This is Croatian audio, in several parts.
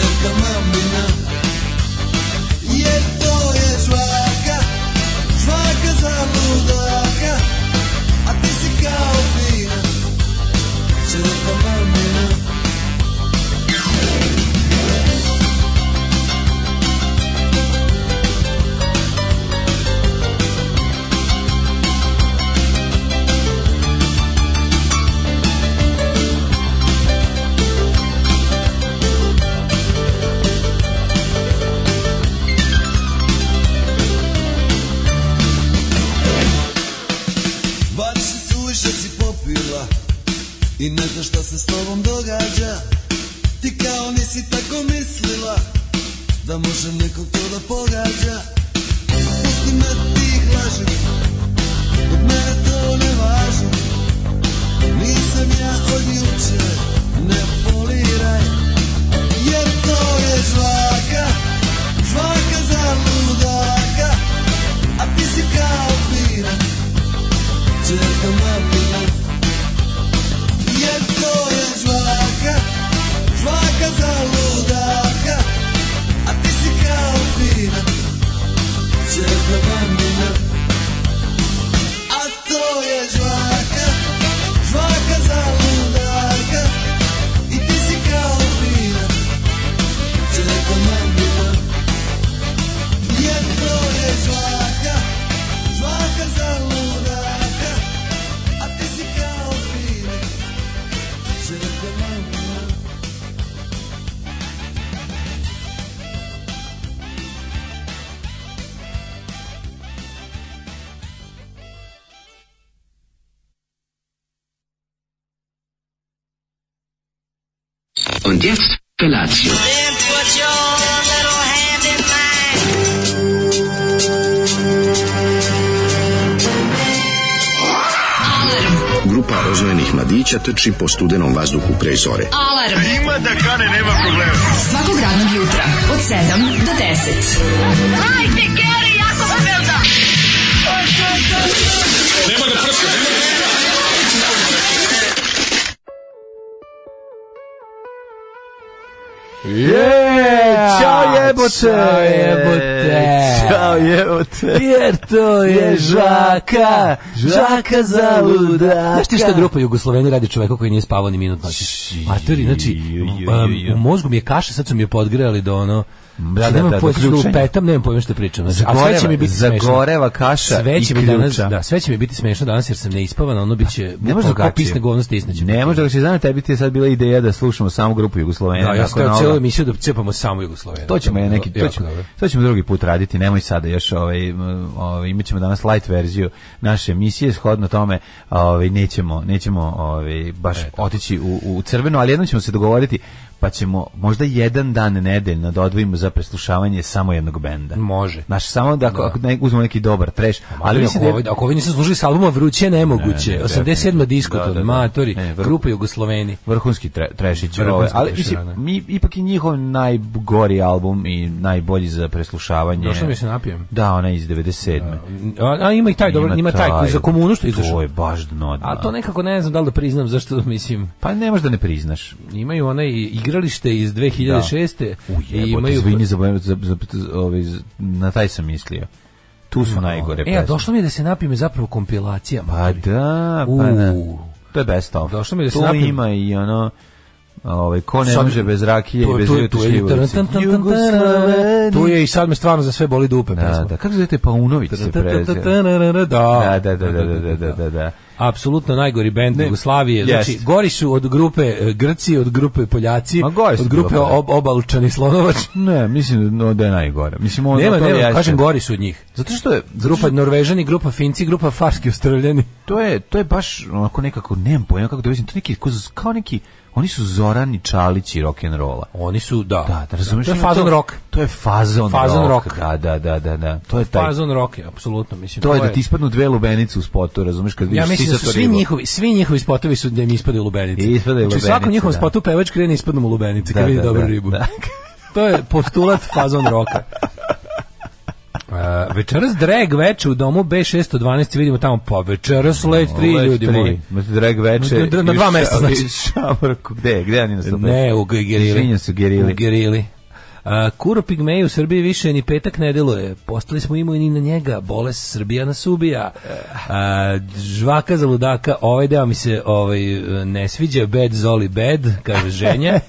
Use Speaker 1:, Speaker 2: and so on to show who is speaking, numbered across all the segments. Speaker 1: esta mamina Jer to je žvaka, žvaka za ludaka A ti si kao fina, čepa mamina Baš se suviše si popila I ne znaš šta se s tobom događa Ti kao nisi tako mislila Da može nekog to da pogađa Pusti me tih laži Od mene to ne važi Nisam ja od jučer Ne poliraj Jer to je žvaka Žvaka za ludaka A ti si kao pirat Čeka mamina Jer to je žvaka Žvaka za ludaka A ti si kao fina Čeka mamina A to je žvaka Žvaka za ludaka I ti si kao fina Čeka mamina Jer to je žvaka Žvaka za ludaka A ti si kao fina Čeka mamina
Speaker 2: Und jetzt Felatio.
Speaker 3: Then put your little hand in mine.
Speaker 4: Grupa rozvojenih mladića trči po studenom vazduhu pre zore.
Speaker 5: Alarm. Ima da kane, nema problema. Svakog radnog jutra, od 7 do 10. Hajde, Geri, jako se velda.
Speaker 6: Je,
Speaker 7: Ćao jebote!
Speaker 6: Ćao jebote!
Speaker 7: Ćao jebote!
Speaker 6: Jer to je žaka, žaka za ludaka.
Speaker 7: Znaš ti šta grupa
Speaker 8: Jugosloveni radi čoveku koji nije spavao ni minut noći. Materi, znači, um, u mozgu mi je kaše, sad su mi je podgrejali do ono... Da,
Speaker 7: da,
Speaker 8: nemam
Speaker 7: da, do
Speaker 8: pojma,
Speaker 7: ključanja.
Speaker 8: lupetam, nemam pojma što pričam. Znači, a sve će
Speaker 7: Zagoreva,
Speaker 8: mi biti smešno.
Speaker 7: zagoreva kaša
Speaker 8: Sve će
Speaker 7: i
Speaker 8: mi danas,
Speaker 7: ključa.
Speaker 8: da, sve će mi biti smešno danas jer sam neispavan, a ono biće
Speaker 7: Ne može
Speaker 8: bukvalno kao
Speaker 7: drugačije.
Speaker 8: pisne govno stisneće.
Speaker 7: Ne može da se znam, tebi ti je sad bila ideja da slušamo samo grupu Jugoslovena.
Speaker 8: Da, ja sam
Speaker 7: nakon
Speaker 8: teo
Speaker 7: ovoga.
Speaker 8: cijelu emisiju da cepamo samo Jugoslovena.
Speaker 7: To ćemo je neki, to
Speaker 8: Jako
Speaker 7: ćemo,
Speaker 8: dobro.
Speaker 7: to ćemo drugi put raditi, nemoj sada još, ovaj, m, ovaj, imat ćemo danas light verziju naše emisije, shodno tome ovaj, nećemo, nećemo ovaj, baš otići u, u crveno, ali jednom ćemo se dogovoriti, pa ćemo možda jedan dan nedeljno da odvojimo za preslušavanje samo jednog benda.
Speaker 8: Može.
Speaker 7: Znaš, samo da, ako,
Speaker 8: Da.
Speaker 7: ako ne, uzmemo neki dobar trash, ali
Speaker 8: Ali
Speaker 7: mislim
Speaker 8: ako,
Speaker 7: da
Speaker 8: ovi,
Speaker 7: je,
Speaker 8: ako ovi nisu služili s albuma Vruće je
Speaker 7: Ne,
Speaker 8: nemoguće.
Speaker 7: ne,
Speaker 8: 87.
Speaker 7: da, da, da.
Speaker 8: diskoton, matori,
Speaker 7: Ne, vrlo-
Speaker 8: grupa Jugosloveni.
Speaker 7: vrhunski tre, trešić
Speaker 8: Vrhunski
Speaker 7: ovaj, ali
Speaker 8: trešić,
Speaker 7: mislim,
Speaker 8: da, da.
Speaker 7: mi, ipak i njihov najgori album i najbolji za preslušavanje
Speaker 8: Došlo mi je da se napijem.
Speaker 7: da ona iz 97.
Speaker 8: A, a ima i taj, dobro, ima taj koji za komunu što je izašao.
Speaker 7: To je baš dno. dna.
Speaker 8: A to nekako ne znam da li da priznam zašto mislim.
Speaker 7: Pa ne možeš da ne priznaš.
Speaker 8: Imaju one i igralište iz 2006.
Speaker 7: Jebote,
Speaker 8: I imaju
Speaker 7: Izvini, zaboravio- za, za, za, ovaj, za- na taj sam mislio. Tu su najgore
Speaker 8: E, a
Speaker 7: pesme.
Speaker 8: došlo mi je da se napime zapravo kompilacija.
Speaker 7: Pa
Speaker 8: matori.
Speaker 7: da, pa
Speaker 8: U.
Speaker 7: da. To je best of.
Speaker 8: Došlo mi je da se
Speaker 7: tu
Speaker 8: napijem.
Speaker 7: ima i ono ovaj ko ne
Speaker 8: Sad-
Speaker 7: može bez rakije i
Speaker 8: Tu,
Speaker 7: bez
Speaker 8: tu,
Speaker 7: ljute
Speaker 8: tu, je, i tan-
Speaker 7: šljivovice.
Speaker 8: tan- tan- tan-
Speaker 7: Jugoslaveni.
Speaker 8: tu je i sad me stvarno za sve boli dupe
Speaker 7: Da,
Speaker 8: pesma.
Speaker 7: da, kako se zove taj Paunović se prezio?
Speaker 8: Da,
Speaker 7: Da, da, da, da, da, da, da, da.
Speaker 8: Apsolutno najgori bend
Speaker 7: Ne,
Speaker 8: Jugoslavije. Znači,
Speaker 7: jest.
Speaker 8: gori su od grupe e, Grci, od grupe Poljaci,
Speaker 7: Ma gori su
Speaker 8: od grupe
Speaker 7: bilo, pa.
Speaker 8: ob, Obalčani Slonovač.
Speaker 7: Ne, mislim no, da je najgore. Mislim, ono
Speaker 8: Nema,
Speaker 7: to
Speaker 8: nema,
Speaker 7: jeste. Znači-
Speaker 8: kažem gori su od njih.
Speaker 7: Zato što je, zato
Speaker 8: Grupa Norvežani, grupa Finci, grupa Farski Australjani.
Speaker 7: to je to je baš onako nekako nemam pojma kako da objasnim, to neki ko- kao neki oni su Zoran i Čalić i rock and rolla.
Speaker 8: Oni su, da.
Speaker 7: Da, da razumeš.
Speaker 8: To je
Speaker 7: Ima
Speaker 8: fazon rock.
Speaker 7: To je fazon,
Speaker 8: Fazon
Speaker 7: rock.
Speaker 8: rock.
Speaker 7: Da, da, da, da, da. To je taj
Speaker 8: Fazon rock je, apsolutno. Mislim,
Speaker 7: to je da ti ispadnu dve lubenice u spotu, razumeš, kad
Speaker 8: Ja
Speaker 7: vidiš
Speaker 8: mislim da su
Speaker 7: sisato
Speaker 8: svi
Speaker 7: ribu.
Speaker 8: njihovi, svi njihovi spotovi su da im ispadaju lubenice.
Speaker 7: I ispadaju
Speaker 8: Znači, u
Speaker 7: lubenice,
Speaker 8: svakom njihovom
Speaker 7: da.
Speaker 8: spotu pevač krene ispadnu mu lubenice
Speaker 7: Da,
Speaker 8: kad vidi
Speaker 7: da,
Speaker 8: dobru
Speaker 7: da,
Speaker 8: ribu.
Speaker 7: da.
Speaker 8: to je postulat fazon roka. Uh, večeras drag veče u domu B612 vidimo tamo pa večeras let 3
Speaker 7: Leć
Speaker 8: ljudi
Speaker 7: tri.
Speaker 8: moji.
Speaker 7: Ma, drag veče.
Speaker 8: Na- na- na dva
Speaker 7: i u
Speaker 8: mesta,
Speaker 7: ša-
Speaker 8: znači.
Speaker 7: i u Šavorku. Gde, gde oni nas
Speaker 8: Ne, u Gerili.
Speaker 7: Izvinjam se, Gerili.
Speaker 8: U Gerili. A, Kuro Pigmeju u Srbiji više ni petak ne deluje. Postali smo imuni na njega. Bolest Srbija nas ubija. A, žvaka za ludaka. Ovaj deo mi se ovaj, ne sviđa. Bad Zoli bad, kaže ženja.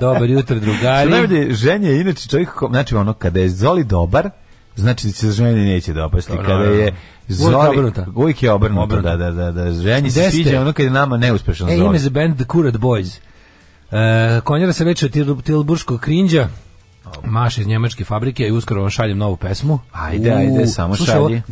Speaker 8: Dobar jutro, drugari.
Speaker 7: Što najbolje, ženje je inače čovjek, ko- znači ono, kada je Zoli dobar, znači da se ženi neće dopasti.
Speaker 8: Dobro,
Speaker 7: Kada
Speaker 8: naravno.
Speaker 7: je Zoli,
Speaker 8: Uvijek je obrnuta.
Speaker 7: Uvijek je obrnuto,
Speaker 8: Obrnuto.
Speaker 7: da, da, da, da. Ženji se
Speaker 8: Gde ste?
Speaker 7: sviđa ono kada je nama neuspešan
Speaker 8: E,
Speaker 7: Zoli.
Speaker 8: ime za band The Kurat Boys. E, konjera se reče Til, Tilburškog krinđa. Maš iz njemačke fabrike i uskoro vam šaljem novu pesmu.
Speaker 7: Ajde,
Speaker 8: U,
Speaker 7: ajde, samo
Speaker 8: slušaj ovo,
Speaker 7: šalji.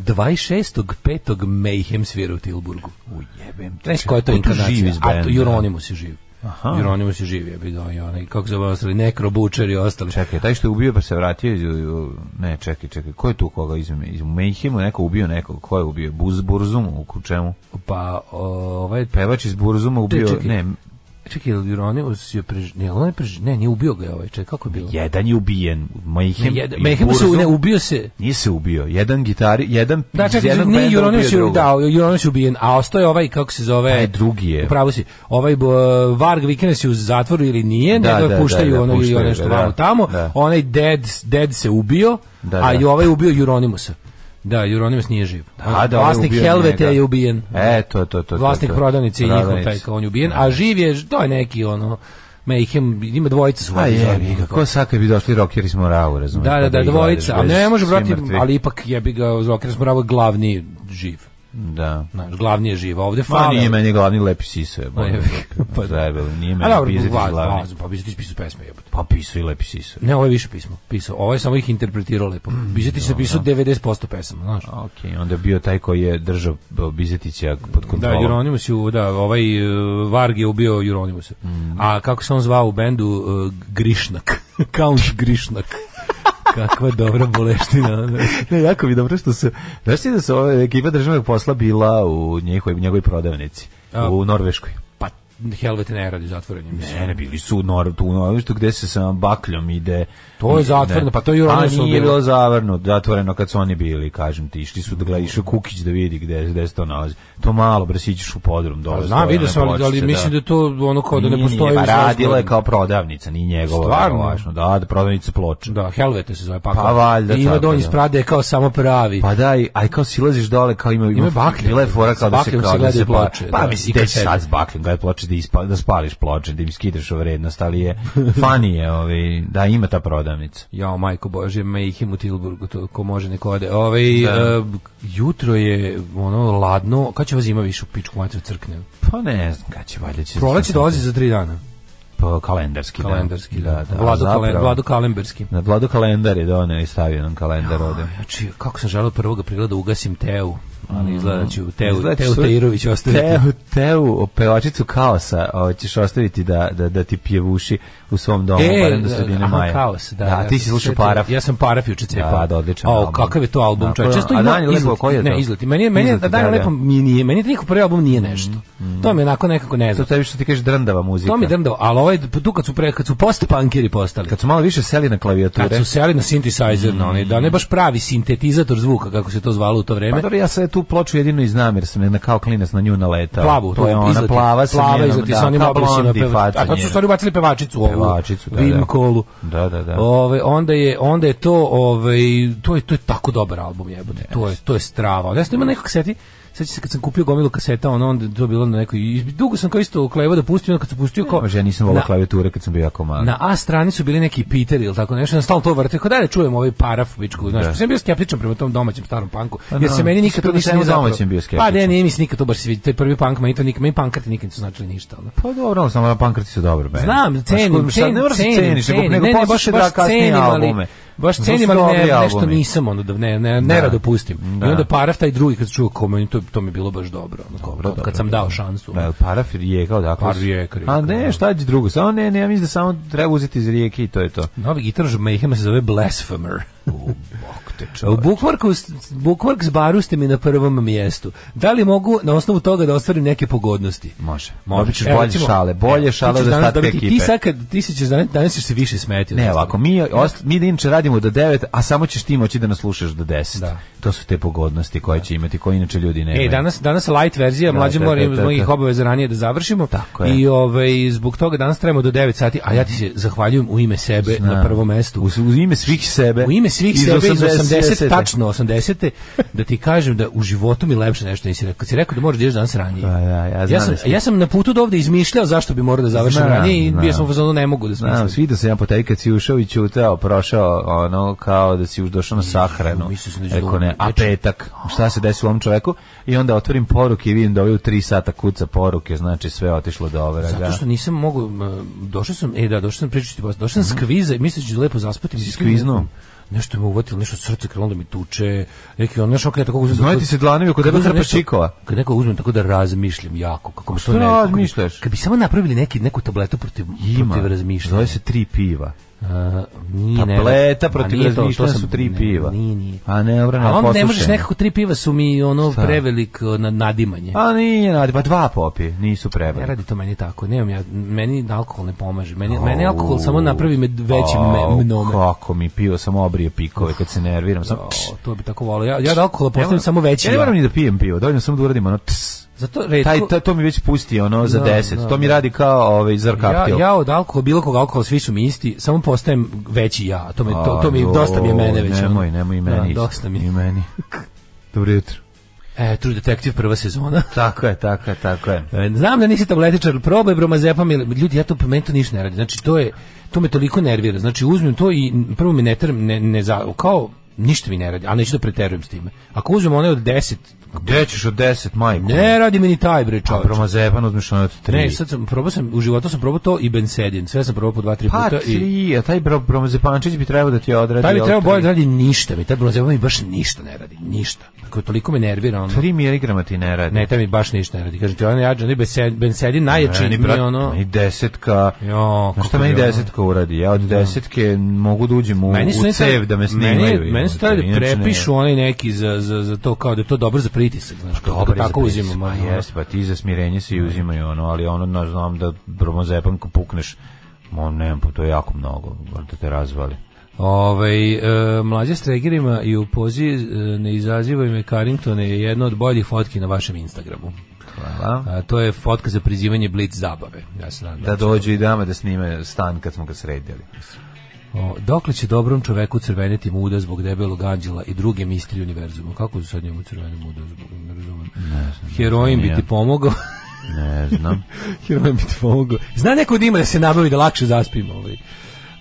Speaker 8: 26.5. Mayhem svira u Tilburgu. Znači,
Speaker 7: Ujebem te.
Speaker 8: Znaš koja je to
Speaker 7: Ko tu
Speaker 8: inkarnacija?
Speaker 7: živi iz
Speaker 8: A to
Speaker 7: benda?
Speaker 8: Jeronimus je živ.
Speaker 7: Aha.
Speaker 8: Jeronimus je živ, je bi da, i onaj, kako se zove ostali, Nekro Bučer i ostali.
Speaker 7: Čekaj, taj što je ubio pa se vratio iz... u- Ne, čekaj, čekaj, ko je tu koga iz, iz Mayhemu neko ubio nekog? Ko je ubio? Buz Burzum, u čemu?
Speaker 8: Pa, ovaj,
Speaker 7: Pevač iz Burzuma ubio...
Speaker 8: čekaj.
Speaker 7: ne,
Speaker 8: čekaj, je li Jeronimus je prež... Ne, on je prež... ne, nije ubio ga je ovaj, čekaj, kako je bilo?
Speaker 7: jedan je ubijen. Mayhem,
Speaker 8: Ne, jed-
Speaker 7: i
Speaker 8: Mayhem se,
Speaker 7: Burzum-
Speaker 8: ne, ubio se,
Speaker 7: Nije se ubio. Jedan gitari, jedan
Speaker 8: Da,
Speaker 7: iz
Speaker 8: čekaj,
Speaker 7: jednog
Speaker 8: nije
Speaker 7: benda
Speaker 8: Juronius
Speaker 7: ubio
Speaker 8: je,
Speaker 7: drugog.
Speaker 8: da, Juronius je ubijen, a ostao je ovaj, kako se zove...
Speaker 7: Taj drugi Pa je.
Speaker 8: Upravo si. Ovaj bo, Varg Vikernes je u zatvoru ili nije,
Speaker 7: Da,
Speaker 8: nego
Speaker 7: da,
Speaker 8: da,
Speaker 7: da,
Speaker 8: puštaju
Speaker 7: da,
Speaker 8: ono ili
Speaker 7: puštaju
Speaker 8: ono
Speaker 7: ga,
Speaker 8: nešto
Speaker 7: da.
Speaker 8: vamo tamo.
Speaker 7: Da.
Speaker 8: Onaj Dead, Dead se ubio,
Speaker 7: Da,
Speaker 8: a
Speaker 7: da.
Speaker 8: i ovaj je ubio Juronimusa. Da, Juronimus nije živ.
Speaker 7: A, da, ovaj je
Speaker 8: Vlasnik
Speaker 7: ubio
Speaker 8: Helvete
Speaker 7: njega.
Speaker 8: je ubijen.
Speaker 7: E, to, to, to.
Speaker 8: Vlasnik
Speaker 7: to, to.
Speaker 8: prodavnice i njihov taj,
Speaker 7: Prodavnice.
Speaker 8: kao on je ubijen, a živ je, to je neki ono... Mayhem, ima dvojica su.
Speaker 7: A
Speaker 8: ovdje
Speaker 7: Pa jebi ga,
Speaker 8: zajedno.
Speaker 7: ko pa saka bi došli rokeri smo ravu, razumiješ?
Speaker 8: Da, da, da, dvojica, ali ne može, brati,
Speaker 7: brati,
Speaker 8: ali ipak jebi ga, Zvokir Smoravo glavni živ.
Speaker 7: Da.
Speaker 8: Znaš, glavni je živ, a ovde
Speaker 7: Ma
Speaker 8: fale.
Speaker 7: nije meni glavni lepi siso je.
Speaker 8: Ma, jebi
Speaker 7: Pa
Speaker 8: ga, pa da.
Speaker 7: zajebali, nije
Speaker 8: A
Speaker 7: meni
Speaker 8: dobro,
Speaker 7: pizeti
Speaker 8: va-
Speaker 7: glavni.
Speaker 8: va- pa bi ti pisao pesme, jebote.
Speaker 7: Pa pisu i lepi siso.
Speaker 8: Ne, ovo je više pismo, pisao. Ovo je samo ih interpretirao lepo.
Speaker 7: Mm,
Speaker 8: Bizetić se pisao 90% pesama, znaš.
Speaker 7: Okej, onda je bio taj koji je držao Bizetića pod
Speaker 8: Da,
Speaker 7: kontrolom.
Speaker 8: Jeronimus je, da, ovaj e, Varg je ubio Jeronimusa.
Speaker 7: Mm.
Speaker 8: A kako se on zvao u bendu? E, Grišnak. Kaunš Grišnak. Kakva dobra boleština.
Speaker 7: Ne, jako mi je dobro što se... Znaš ti da se ova ekipa državnog posla bila u njihovoj, njegovoj prodavnici?
Speaker 8: A.
Speaker 7: U Norveškoj.
Speaker 8: Pa, Helvete ne radi zatvorenje, mislim.
Speaker 7: Ne, ne, bili su u Nor, tu u Norveštu gde se sa bakljom ide.
Speaker 8: To je zatvoreno,
Speaker 7: Ne.
Speaker 8: pa to je i ono
Speaker 7: A
Speaker 8: su
Speaker 7: nije
Speaker 8: bilo.
Speaker 7: bilo zatvoreno, zatvoreno kad su oni bili, kažem ti, išli su da gledaju, išao je Kukić da vidi gde, gde se to nalazi. To malo, bre, sićeš u podrum, dole.
Speaker 8: Pa, znam,
Speaker 7: stoje
Speaker 8: vidio
Speaker 7: one
Speaker 8: sam, ali, ali
Speaker 7: pločice,
Speaker 8: mislim da je to ono kao da ne
Speaker 7: Nije,
Speaker 8: postoji.
Speaker 7: nije,
Speaker 8: u
Speaker 7: pa
Speaker 8: Srpskoj.
Speaker 7: radila je kao prodavnica, ni njegova.
Speaker 8: Stvarno?
Speaker 7: verovatno. Da, da, prodavnica ploče.
Speaker 8: Da, Helvete se zove pakao.
Speaker 7: Pa valjda
Speaker 8: I ima
Speaker 7: tako,
Speaker 8: donji
Speaker 7: da.
Speaker 8: sprade kao samo pravi.
Speaker 7: Pa da, i- aj kao silaziš dole, kao ima, ima,
Speaker 8: Ima baklje.
Speaker 7: Bila je fora kao
Speaker 8: S
Speaker 7: da se
Speaker 8: bakljom
Speaker 7: kao
Speaker 8: se
Speaker 7: da se
Speaker 8: gledaju
Speaker 7: pa,
Speaker 8: ploče,
Speaker 7: pa
Speaker 8: da,
Speaker 7: mislim,
Speaker 8: i
Speaker 7: gde ćeš
Speaker 8: kasete.
Speaker 7: sad s bakljom, gledaj ploče da, ispa, da spališ ploče, da im skidaš o vrednost, ali je, fani je, ovaj, da, ima ta prodavnica.
Speaker 8: Jao, majko Bože, Mayhem u Tilburgu, to ko može neko ode. Ovaj, e, jutro je ono ladno, kad će vas zima više u pičku mater crkne?
Speaker 7: Pa ne znam, kad će valjda će...
Speaker 8: Proleće dolazi za tri dana,
Speaker 7: Pa, kalendarski, da.
Speaker 8: kalendarski.
Speaker 7: da. da,
Speaker 8: Vlado,
Speaker 7: a
Speaker 8: kalen,
Speaker 7: zapravo-
Speaker 8: Vlado Kalemberski.
Speaker 7: Da, Vlado kalendar je doneo i stavio nam kalendar ovde.
Speaker 8: Znači, kako sam želeo 1. aprila da ugasim Teu, ali izgleda da ću Teu,
Speaker 7: Mm. Izgleda
Speaker 8: Teu
Speaker 7: ćeš-
Speaker 8: Teirović ostaviti.
Speaker 7: Teu, teu, pevačicu kaosa o, ćeš ostaviti da, da, da ti pjevuši u svom domu, Pa ono barem do sredine
Speaker 8: E, aha,
Speaker 7: maja.
Speaker 8: kaos, da.
Speaker 7: da,
Speaker 8: ja
Speaker 7: ti
Speaker 8: sam
Speaker 7: si slušao
Speaker 8: setio.
Speaker 7: paraf.
Speaker 8: Ja sam paraf juče cepao.
Speaker 7: Da, da, odličan
Speaker 8: O,
Speaker 7: album.
Speaker 8: kakav je to album,
Speaker 7: Da,
Speaker 8: čovječe.
Speaker 7: koji-
Speaker 8: Često
Speaker 7: a
Speaker 8: ima
Speaker 7: Dani Lepo,
Speaker 8: izlet.
Speaker 7: koji je to?
Speaker 8: Ne, izleti. Meni je, meni je,
Speaker 7: Izleti,
Speaker 8: Dani
Speaker 7: da, Mm, da.
Speaker 8: Lepo mi nije, meni je njihov prvi album nije nešto. To mi je onako nekako ne
Speaker 7: To
Speaker 8: znam.
Speaker 7: tebi što ti kažeš drndava muzika.
Speaker 8: To mi je drndao, ali ovaj, tu kad su, pre, kad su post-punkeri postali,
Speaker 7: Kad su Mm. malo više seli na klavijature.
Speaker 8: kad su seli na synthesizer, na onaj, da ne baš pravi sintetizator zvuka, kako se to zvalo u to vreme,
Speaker 7: Pa dobro, ja sad tu ploču jedino iz jer sam na kao klinac na nju naletao.
Speaker 8: plavu,
Speaker 7: to je ona
Speaker 8: izleti,
Speaker 7: plava sa
Speaker 8: plava
Speaker 7: njenom,
Speaker 8: izleti
Speaker 7: da,
Speaker 8: sa onim
Speaker 7: kao
Speaker 8: obrisima
Speaker 7: blondi
Speaker 8: peva-
Speaker 7: faca
Speaker 8: A tad su
Speaker 7: njena.
Speaker 8: u stvari ubacili pevačicu ovu.
Speaker 7: Pevačicu, da,
Speaker 8: Vim
Speaker 7: da.
Speaker 8: Kolu.
Speaker 7: Da, da, da.
Speaker 8: Ove, onda je onda je to ovaj to je to je tako dobar album jebote. To je to je strava. Ja sam imao neko kaseti, sećam se kad sam kupio gomilu kaseta, ono onda je to bilo na nekoj i dugo sam kao isto klevao da pustim, onda kad sam pustio kao
Speaker 7: Može, ja nisam volao
Speaker 8: Na-
Speaker 7: klavijature kad sam bio jako malo.
Speaker 8: na A strani su bili neki Peter ili tako nešto, ja stalno to vrte, kao da ne čujem ovaj paraf, bičku, znaš, da. sam bio skeptičan prema tom domaćem starom panku, jer se
Speaker 7: Pa da,
Speaker 8: meni
Speaker 7: ti si
Speaker 8: nikad to
Speaker 7: prema
Speaker 8: ništa
Speaker 7: svemu
Speaker 8: nije zapravo.
Speaker 7: domaćem bio
Speaker 8: Pa
Speaker 7: skeptičan.
Speaker 8: ne, nije mi se nikad to baš sviđa, taj prvi punk, meni to nikad, meni punkarti nikad nisu značili ništa, ono.
Speaker 7: Pa dobro, ali samo na pankrati su dobro bend.
Speaker 8: Znam, cenim,
Speaker 7: Znaš, šta,
Speaker 8: cenim,
Speaker 7: Pa ne moraš da
Speaker 8: cenim,
Speaker 7: ceniš, nego-
Speaker 8: cenim,
Speaker 7: nego
Speaker 8: ne, ne, baš,
Speaker 7: poslušaj
Speaker 8: baš
Speaker 7: da kasnije
Speaker 8: cenim, ali,
Speaker 7: albume.
Speaker 8: baš
Speaker 7: To su
Speaker 8: cenim, ali
Speaker 7: dobri
Speaker 8: ne, nešto
Speaker 7: albumi.
Speaker 8: nisam, ono, da ne, ne,
Speaker 7: Da.
Speaker 8: ne rado pustim.
Speaker 7: Da.
Speaker 8: I onda paraf taj drugi kad sam čuo kao meni, to, to mi je bilo baš dobro, ono, kao, kad sam dao šansu. ono.
Speaker 7: Da, paraf rijeka odakle.
Speaker 8: Par
Speaker 7: su?
Speaker 8: Rijeka, Rijeka,
Speaker 7: A ne,
Speaker 8: da.
Speaker 7: šta će drugo? Samo ne, ne, ja mislim da samo treba uzeti iz rijeke i to je to.
Speaker 8: Novi gitar Mayhem se zove Blasphemer.
Speaker 7: Jebote,
Speaker 8: U
Speaker 7: čovječe.
Speaker 8: Bookworku, Bookworks baru ste mi na prvom mjestu. Da li mogu na osnovu toga da ostvarim neke pogodnosti?
Speaker 7: Može.
Speaker 8: Može.
Speaker 7: Dobit ćeš
Speaker 8: Evo,
Speaker 7: bolje
Speaker 8: recimo,
Speaker 7: šale, bolje
Speaker 8: evo, ti
Speaker 7: šale
Speaker 8: ćeš
Speaker 7: od
Speaker 8: danas
Speaker 7: ostatka
Speaker 8: dobiti- Ti
Speaker 7: ekipe.
Speaker 8: sad kad ti se ćeš danas, danas ćeš se više smeti. od
Speaker 7: Ne,
Speaker 8: ostalih.
Speaker 7: ovako, mi, ost, mi da inače radimo do 9, a samo ćeš ti moći da nas slušaš do 10.
Speaker 8: Da.
Speaker 7: To su te pogodnosti koje će imati, koje inače ljudi nemaju.
Speaker 8: E, danas, danas light verzija,
Speaker 7: Da,
Speaker 8: mlađe
Speaker 7: da,
Speaker 8: mora
Speaker 7: da,
Speaker 8: imati
Speaker 7: da,
Speaker 8: mojih
Speaker 7: da.
Speaker 8: obaveza ranije da završimo.
Speaker 7: Tako je.
Speaker 8: I ovaj, zbog toga danas trajamo do 9 sati, a ja ti se zahvaljujem u ime sebe
Speaker 7: Znam.
Speaker 8: na prvom mestu.
Speaker 7: U, u ime svih sebe.
Speaker 8: U ime svih
Speaker 7: iz
Speaker 8: sebe iz 80,
Speaker 7: 80.
Speaker 8: tačno 80 da ti kažem da u životu mi lepše nešto nisi rekao. Kad si rekao da moraš da ideš danas ranije.
Speaker 7: Da, da, ja
Speaker 8: ja,
Speaker 7: znam
Speaker 8: sam,
Speaker 7: da si-
Speaker 8: ja sam na putu do ovde izmišljao zašto bi morao da završim
Speaker 7: Znam,
Speaker 8: ranije i bio
Speaker 7: znam.
Speaker 8: sam u fazonu ne mogu da
Speaker 7: Znam,
Speaker 8: smislim.
Speaker 7: svidio sam ja po tebi kad si ušao i čutao, prošao ono kao da si už došao na sahranu.
Speaker 8: mislio sam da ću Znači,
Speaker 7: Eko
Speaker 8: da
Speaker 7: ne, a
Speaker 8: umrem.
Speaker 7: petak, šta se desi u ovom čoveku? I onda otvorim poruke i vidim da ovaj u tri sata kuca poruke, znači sve je otišlo do overaga.
Speaker 8: Zato što nisam mogu, m, došao sam, e da, došao sam pričati, posle, došao
Speaker 7: Mhm.
Speaker 8: sam s kviza i misleći da lepo zaspati. međutim,
Speaker 7: skviznuo?
Speaker 8: Nešto me uvatilo, nešto srce krenulo da mi tuče, neki ono, on, nešto kada tako uzmem...
Speaker 7: Znaju
Speaker 8: tako-
Speaker 7: ti se dlanovi ako
Speaker 8: kad
Speaker 7: tebe
Speaker 8: uzmem
Speaker 7: trpa
Speaker 8: nešto-
Speaker 7: čikova.
Speaker 8: Kad neko uzmem tako da razmišljam jako, kako mi to
Speaker 7: što
Speaker 8: ne... kako mi-
Speaker 7: razmišljaš?
Speaker 8: Kad bi samo napravili neki, neku tabletu protiv, protiv razmišljanja.
Speaker 7: Zove se tri piva.
Speaker 8: A, nije, ne,
Speaker 7: Tableta
Speaker 8: ma
Speaker 7: protiv
Speaker 8: nije to, to
Speaker 7: razmišljanja
Speaker 8: sam-
Speaker 7: su tri
Speaker 8: ne,
Speaker 7: piva.
Speaker 8: Nije, nije.
Speaker 7: A ne, dobro, ne,
Speaker 8: A onda ne
Speaker 7: poslušaj
Speaker 8: možeš
Speaker 7: me.
Speaker 8: nekako tri piva su mi ono
Speaker 7: Šta?
Speaker 8: prevelik uh, na- nadimanje.
Speaker 7: A nije, Nadi, pa dva popi, nisu
Speaker 8: Pa Ne
Speaker 7: prebrani.
Speaker 8: radi to meni tako, nemam ja, meni alkohol ne pomaže, meni,
Speaker 7: Au,
Speaker 8: meni alkohol samo napravi me većim me,
Speaker 7: au,
Speaker 8: mnome.
Speaker 7: Kako mi pio, samo obrije pikove kad se nerviram. Sam,
Speaker 8: Au, to bi tako volio. Ja, ja od alkohola postajem samo veći.
Speaker 7: Ja ne
Speaker 8: ja.
Speaker 7: moram ni da pijem pivo, dovoljno samo da uradim ono ts.
Speaker 8: Zato redko,
Speaker 7: Taj, ta, to mi već pusti ono za
Speaker 8: Da,
Speaker 7: 10.
Speaker 8: da,
Speaker 7: to mi
Speaker 8: da.
Speaker 7: radi kao ovaj zrkaptil.
Speaker 8: ja, ja od alkohola, bilo kog alkohola, svi su mi isti, samo postajem veći ja. To, me, to, to mi,
Speaker 7: Ajoj,
Speaker 8: dosta mi je mene već. ono.
Speaker 7: Nemoj, nemoj i meni.
Speaker 8: Da,
Speaker 7: isto.
Speaker 8: dosta mi
Speaker 7: I
Speaker 8: je.
Speaker 7: meni. Dobro jutro.
Speaker 8: E, True Detective prva sezona.
Speaker 7: Tako je, tako je, tako je.
Speaker 8: E, Znam da nisi tabletičar, probaj bromazepam, ili- ljudi, ja to meni to ništa ne radi. Znači, to je, to me toliko nervira. Znači, uzmem to i prvo mi ne term, ne, ne za, kao, ništa mi ne radi, ali neću da preterujem s time. Ako uzmem one od 10,
Speaker 7: Gde ćeš od 10 majku?
Speaker 8: ne radi mi ni taj bre
Speaker 7: A
Speaker 8: čovječ.
Speaker 7: promazepan uzmiš ono od 3.
Speaker 8: Ne, sad sam, probao sam, u životu sam probao to i bensedin, sve sam probao po dva, tri
Speaker 7: pa
Speaker 8: puta i...
Speaker 7: 3, a taj bro- promazepančić bi trebao da ti odradi.
Speaker 8: Taj mi treba bolje da
Speaker 7: da...
Speaker 8: radi ništa, mi taj bromazepam mi baš ništa ne radi, ništa. Ako toliko me nervira, ono...
Speaker 7: 3 miligrama ti ne radi.
Speaker 8: Ne, taj mi baš ništa ne radi. Kažem ti, onaj jađa, onaj bense- bensedin najjači,
Speaker 7: Meni,
Speaker 8: mi
Speaker 7: brat,
Speaker 8: ono...
Speaker 7: meni desetka...
Speaker 8: Jo,
Speaker 7: Znaš šta
Speaker 8: kako
Speaker 7: meni
Speaker 8: bi ono-
Speaker 7: desetka uradi? Ja od desetke mogu da uđem u,
Speaker 8: Meni su
Speaker 7: u
Speaker 8: oni stavili-
Speaker 7: cev da me snimaju.
Speaker 8: Meni, meni su
Speaker 7: jebote,
Speaker 8: stavili da
Speaker 7: inače ne.
Speaker 8: prepišu onaj neki za, za, za to kao da je to dobro za pritisak, znaš, kao
Speaker 7: Dobar je za
Speaker 8: tako
Speaker 7: pritisak,
Speaker 8: uzimamo.
Speaker 7: Pa
Speaker 8: ono.
Speaker 7: jes, pa ti za smirenje se i uzimaju ono, ali ono, no, znam da bromozepam ko pukneš, on nemam, pa to je jako mnogo, da te razvali.
Speaker 8: Ovaj, e, mlađe stregerima i u pozi e, ne izazivaj me Carringtone je jedna od boljih fotki na vašem Instagramu.
Speaker 7: Hvala.
Speaker 8: A, to je fotka za prizivanje Blitz zabave. Ja se nadam.
Speaker 7: Da dođu i dame da snime stan kad smo ga sredili.
Speaker 8: O, dokle će dobrom čoveku crveniti muda zbog debelog anđela i druge mistri univerzuma? Kako su sad njemu crveni muda zbog ne razumem. Heroin bi
Speaker 7: nije.
Speaker 8: ti pomogao.
Speaker 7: Ne znam.
Speaker 8: Heroin bi ti pomogao. Zna neko da ima da se nabavi da lakše zaspimo. Ovaj.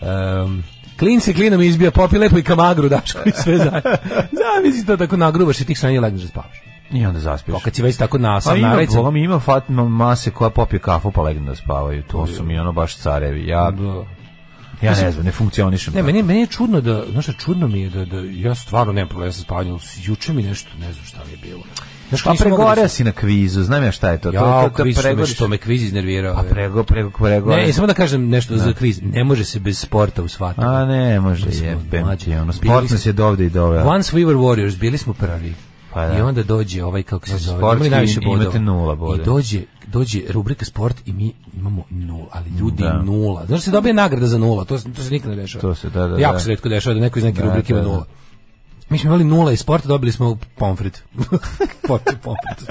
Speaker 8: Em, klin se klinom izbija, popi lepo i kamagru daš i sve za. Zamisli to tako nagruvaš i tih sanja legneš da spavaš.
Speaker 7: I onda zaspiš.
Speaker 8: Pa kad si već tako na
Speaker 7: Pa
Speaker 8: sam
Speaker 7: ima,
Speaker 8: narajcan.
Speaker 7: boga mi, ima fat mase koja popije kafu pa legne da spavaju. To su mi ono baš carevi. Ja,
Speaker 8: Da.
Speaker 7: ja ne znam, ne funkcionišem.
Speaker 8: Ne,
Speaker 7: tako.
Speaker 8: meni, meni je čudno da, znaš šta, čudno mi je da, da ja stvarno nemam problema sa spavanjem, ali juče mi nešto, ne znam šta mi je bilo. Znaš,
Speaker 7: Pa
Speaker 8: nisam mogao da
Speaker 7: pregoreo
Speaker 8: se-
Speaker 7: si na kvizu, znam ja šta je to. to,
Speaker 8: Jao,
Speaker 7: to, to
Speaker 8: kviz, što me,
Speaker 7: pregoriš-
Speaker 8: što me kviz iznervirao.
Speaker 7: Pa
Speaker 8: je.
Speaker 7: prego, prego, prego.
Speaker 8: Ne, i samo da kažem nešto za kviz. Ne može se bez sporta usvati.
Speaker 7: A ne, može
Speaker 8: Mislim,
Speaker 7: jebem
Speaker 8: mlađe,
Speaker 7: ti, ono,
Speaker 8: bili
Speaker 7: sport nas
Speaker 8: ste-
Speaker 7: je dovde i doveo.
Speaker 8: Once we were warriors, bili smo prvi.
Speaker 7: Pa da.
Speaker 8: I onda dođe ovaj, kako se
Speaker 7: Znači,
Speaker 8: zove,
Speaker 7: sportski
Speaker 8: imali najviše bodova.
Speaker 7: imate nula bodova.
Speaker 8: I dođe, dođe rubrika sport i mi imamo nula, ali ljudi
Speaker 7: Da.
Speaker 8: nula. Znaš se dobije nagrada za nula, to, se- to se nikad ne dešava.
Speaker 7: To se, da, da,
Speaker 8: Jako
Speaker 7: da.
Speaker 8: se retko dešava da neko iz neke
Speaker 7: Da,
Speaker 8: rubrike ima
Speaker 7: da, da.
Speaker 8: nula. Mi smo imali nula iz sporta, dobili smo pomfrit. Pomfrit, pomfrit.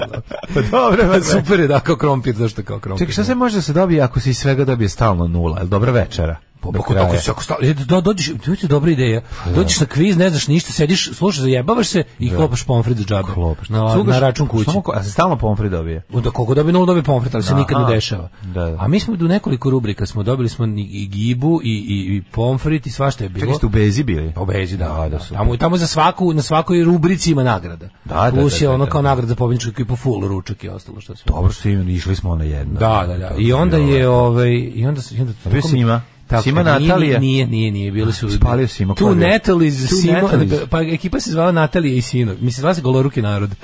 Speaker 7: Pa dobro,
Speaker 8: Pa Super je da, kao krompir, zašto kao krompir?
Speaker 7: Čekaj, šta se može da se dobije ako se iz svega dobije stalno nula? Jel dobra večera?
Speaker 8: Pa,
Speaker 7: Do
Speaker 8: Ako,
Speaker 7: kraja.
Speaker 8: ako, se- ako sta, e, do, dođeš, to je dobra ideja.
Speaker 7: Pa
Speaker 8: Dođeš na kviz, ne znaš ništa, sediš, slušaš, zajebavaš se i klopaš pomfrit za džabe.
Speaker 7: Klopaš.
Speaker 8: Na,
Speaker 7: Cugaš,
Speaker 8: na račun kuće.
Speaker 7: samo ko- a se stalno pomfri dobije?
Speaker 8: Onda koliko dobije nulu dobije pomfrit, ali se nikad
Speaker 7: Aha.
Speaker 8: ne dešava.
Speaker 7: Da, da.
Speaker 8: A mi smo u nekoliko rubrika, smo dobili smo i, i gibu i, i, i pomfrit i svašta je bilo.
Speaker 7: Čekaj, ste u Bezi bili?
Speaker 8: Obezi, da.
Speaker 7: Da, da,
Speaker 8: da,
Speaker 7: super.
Speaker 8: tamo, tamo za svaku, na svakoj rubrici ima nagrada.
Speaker 7: Da, da,
Speaker 8: Plus
Speaker 7: da,
Speaker 8: je
Speaker 7: da,
Speaker 8: ono
Speaker 7: da.
Speaker 8: kao nagrada za pobjedničku ekipu, full ručak i ostalo što se...
Speaker 7: Dobro su im, išli smo na jedno.
Speaker 8: Da, da, da. I onda je ovaj i onda se i onda
Speaker 7: Bio Sima. Sima
Speaker 8: nije, nije,
Speaker 7: Natalija.
Speaker 8: Nije, nije, nije, bili su
Speaker 7: Spalio Sima, ko
Speaker 8: Tu
Speaker 7: je bio?
Speaker 8: Natalie iz
Speaker 7: Tu
Speaker 8: Sima,
Speaker 7: Natalie.
Speaker 8: pa ekipa se zvala Natalija i Sino. Mislim zvala se Goloruki narod.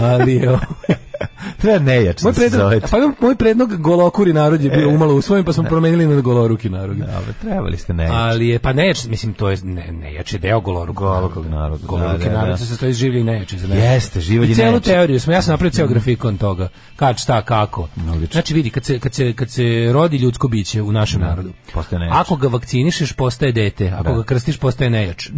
Speaker 8: Ali je ovaj,
Speaker 7: Treba nejač
Speaker 8: Moj
Speaker 7: da se
Speaker 8: predlog,
Speaker 7: zovete.
Speaker 8: pa imam- moj predlog golokuri narod je bio
Speaker 7: E.
Speaker 8: umalo usvojen, pa smo promenili na goloruki narod.
Speaker 7: Dobro, trebali ste nejač.
Speaker 8: Ali je, pa nejač, mislim, to je, ne, nejač je deo golorukog
Speaker 7: Golorukog naroda,
Speaker 8: naroda.
Speaker 7: da,
Speaker 8: Goloruki
Speaker 7: da, da.
Speaker 8: narod se sastoji iz življe i nejače. Za nejače.
Speaker 7: Jeste, živalj
Speaker 8: I
Speaker 7: i Mm.
Speaker 8: celu
Speaker 7: nejače.
Speaker 8: teoriju smo, ja sam napravio ceo grafikon toga. Kad, šta, kako.
Speaker 7: Odlično.
Speaker 8: Znači vidi, kad se, kad, se, kad se rodi ljudsko biće u našem narodu,
Speaker 7: postaje nejač.
Speaker 8: ako ga vakcinišeš, postaje dete. Ako
Speaker 7: Da.
Speaker 8: ga krstiš, postaje nejač.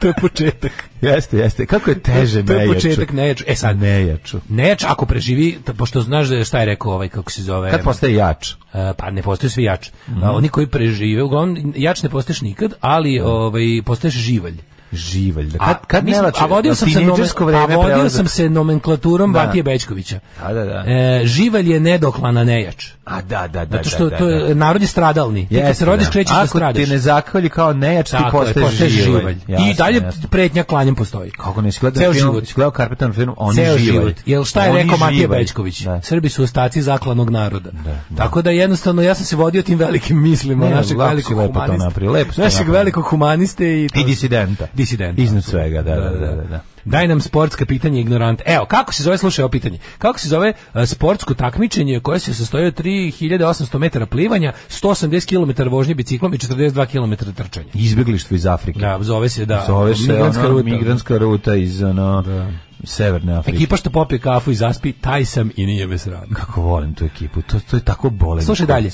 Speaker 8: to je početak.
Speaker 7: Jeste, jeste. Kako je teže
Speaker 8: To je
Speaker 7: nejaču.
Speaker 8: početak nejaču. E sad,
Speaker 7: nejaču.
Speaker 8: Nejač ako preživi, t- pošto znaš da je- šta je rekao ovaj kako se zove.
Speaker 7: Kad Mhm. postaje jač?
Speaker 8: E, pa ne postaju svi jač. A, oni koji prežive, uglavnom jač ne postaješ nikad, ali ovaj postaješ živalj.
Speaker 7: Živalj. Da,
Speaker 8: A,
Speaker 7: kad, kad
Speaker 8: mislim,
Speaker 7: nejače?
Speaker 8: a vodio sam se
Speaker 7: Tinejdžersko
Speaker 8: nomen-
Speaker 7: vreme
Speaker 8: a vodio
Speaker 7: prelazi-
Speaker 8: sam se nomenklaturom
Speaker 7: Da.
Speaker 8: Batije Bećkovića.
Speaker 7: Da, da, da.
Speaker 8: E, živalj je nedoklana nejač.
Speaker 7: A da, da, da.
Speaker 8: Zato što
Speaker 7: da, da,
Speaker 8: to
Speaker 7: da.
Speaker 8: je, narod je stradalni. Ti kad
Speaker 7: Jeste,
Speaker 8: se rodiš
Speaker 7: da.
Speaker 8: krećeš da
Speaker 7: Ako
Speaker 8: stradaš.
Speaker 7: te ne zakolji kao nejač, ti
Speaker 8: Tako je,
Speaker 7: postaješ,
Speaker 8: postaješ živalj. I
Speaker 7: Jasno,
Speaker 8: dalje
Speaker 7: jasno.
Speaker 8: pretnja klanjem postoji.
Speaker 7: Kako ne, si gledao
Speaker 8: Ceo
Speaker 7: film,
Speaker 8: život.
Speaker 7: si gledao Carpenter film, oni
Speaker 8: ceo
Speaker 7: živalj.
Speaker 8: život. Jel šta je
Speaker 7: Oni
Speaker 8: rekao Matija
Speaker 7: živalj.
Speaker 8: Bećković?
Speaker 7: Da.
Speaker 8: Srbi su ostaci zaklanog naroda. Tako da jednostavno ja sam se vodio tim velikim mislima
Speaker 7: Ne,
Speaker 8: našeg
Speaker 7: lako si
Speaker 8: velikog
Speaker 7: lepo to napravio, lepo si
Speaker 8: humaniste.
Speaker 7: to
Speaker 8: Našeg
Speaker 7: napravio.
Speaker 8: velikog humaniste i to-
Speaker 7: I disidenta.
Speaker 8: Disidenta.
Speaker 7: Iznad svega, da, da, da, da. da.
Speaker 8: Daj nam sportska pitanja ignorant. Evo, kako se zove, slušaj, ovo pitanje. Kako se zove e, sportsko takmičenje koje se sastoji od 3800 metara plivanja, 180 km vožnje biciklom i 42 km trčanja?
Speaker 7: Izbjeglištvo iz Afrike.
Speaker 8: Da, zove se, da,
Speaker 7: Zove se
Speaker 8: migrantska
Speaker 7: migrantska, ono,
Speaker 8: ruta. E,
Speaker 7: ruta. migrantska ruta iz ono, Severne Afrike.
Speaker 8: Ekipa što popije kafu i zaspi, taj sam i nije me sram.
Speaker 7: Kako volim tu ekipu, to, to je tako bolest.
Speaker 8: Slušaj dalje.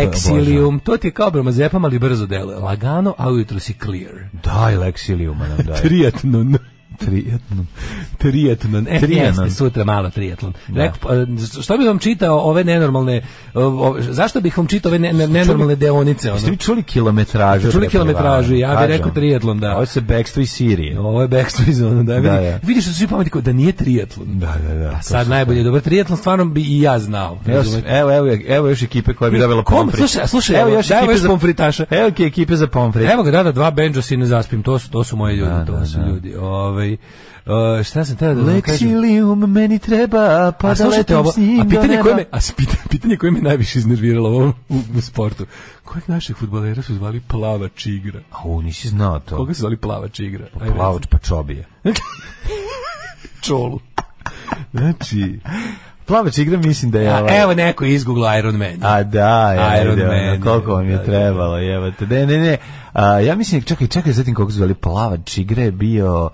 Speaker 8: Lexilium, to ti je kao bromazepam, ali brzo deluje. Lagano, a ujutru si clear.
Speaker 7: Daj Lexiliuma nam daj.
Speaker 8: Triathlon.
Speaker 7: Trijetno.
Speaker 8: Triathlon. E,
Speaker 7: Trianon.
Speaker 8: jeste, sutra malo triatlon. što bi vam čitao ove nenormalne, e, ove- zašto bih vam čitao ove ne- ne- nenormalne deonice? Ono?
Speaker 7: Jeste vi čuli kilometražu?
Speaker 8: Jeste čuli
Speaker 7: preplivanja?
Speaker 8: kilometražu, ja bih
Speaker 7: Kažem.
Speaker 8: rekao triatlon, da.
Speaker 7: Ovo se bekstvo iz Sirije.
Speaker 8: Ovo je backstreet zone, da, vidi,
Speaker 7: Da, da.
Speaker 8: vidiš da su svi pametni kao da nije triatlon.
Speaker 7: Da, da, da.
Speaker 8: A sad najbolje, dobar triatlon stvarno bi i ja znao.
Speaker 7: Evo,
Speaker 8: razumete?
Speaker 7: evo, evo, evo još ekipe koja bi dobila
Speaker 8: Kom-
Speaker 7: pomfrit.
Speaker 8: slušaj, slušaj, evo, daj još pomfritaša.
Speaker 7: Evo ki ekipe za pomfrit.
Speaker 8: Evo ga, da, da, dva Benjos i ne zaspim, to su, to su moji ljudi, to su ljudi. Ovaj, e, šta sam teo da vam kažem?
Speaker 7: Lexilium meni treba, pa
Speaker 8: A
Speaker 7: da
Speaker 8: slušajte
Speaker 7: letim
Speaker 8: ovo,
Speaker 7: s njim
Speaker 8: a
Speaker 7: do
Speaker 8: pitanje
Speaker 7: neba.
Speaker 8: koje me, a s- pita- pitanje koje me najviše iznerviralo u, ovom- u, u sportu. Kojeg naših fudbalera su zvali plava čigra?
Speaker 7: Au, nisi znao to.
Speaker 8: Koga su zvali plava čigra? Ajde,
Speaker 7: Plavoč pa čobije.
Speaker 8: reci, čolu.
Speaker 7: Znači, plavač igra mislim da je...
Speaker 8: A,
Speaker 7: ovaj-
Speaker 8: evo neko je izgooglao Iron Man.
Speaker 7: A da, ja,
Speaker 8: Iron
Speaker 7: Iron
Speaker 8: Man,
Speaker 7: koliko vam je
Speaker 8: da, da.
Speaker 7: trebalo, jebate. Ne, ne, ne. A, ja mislim, čekaj, čekaj, zatim kako su zvali plavač igre je bio...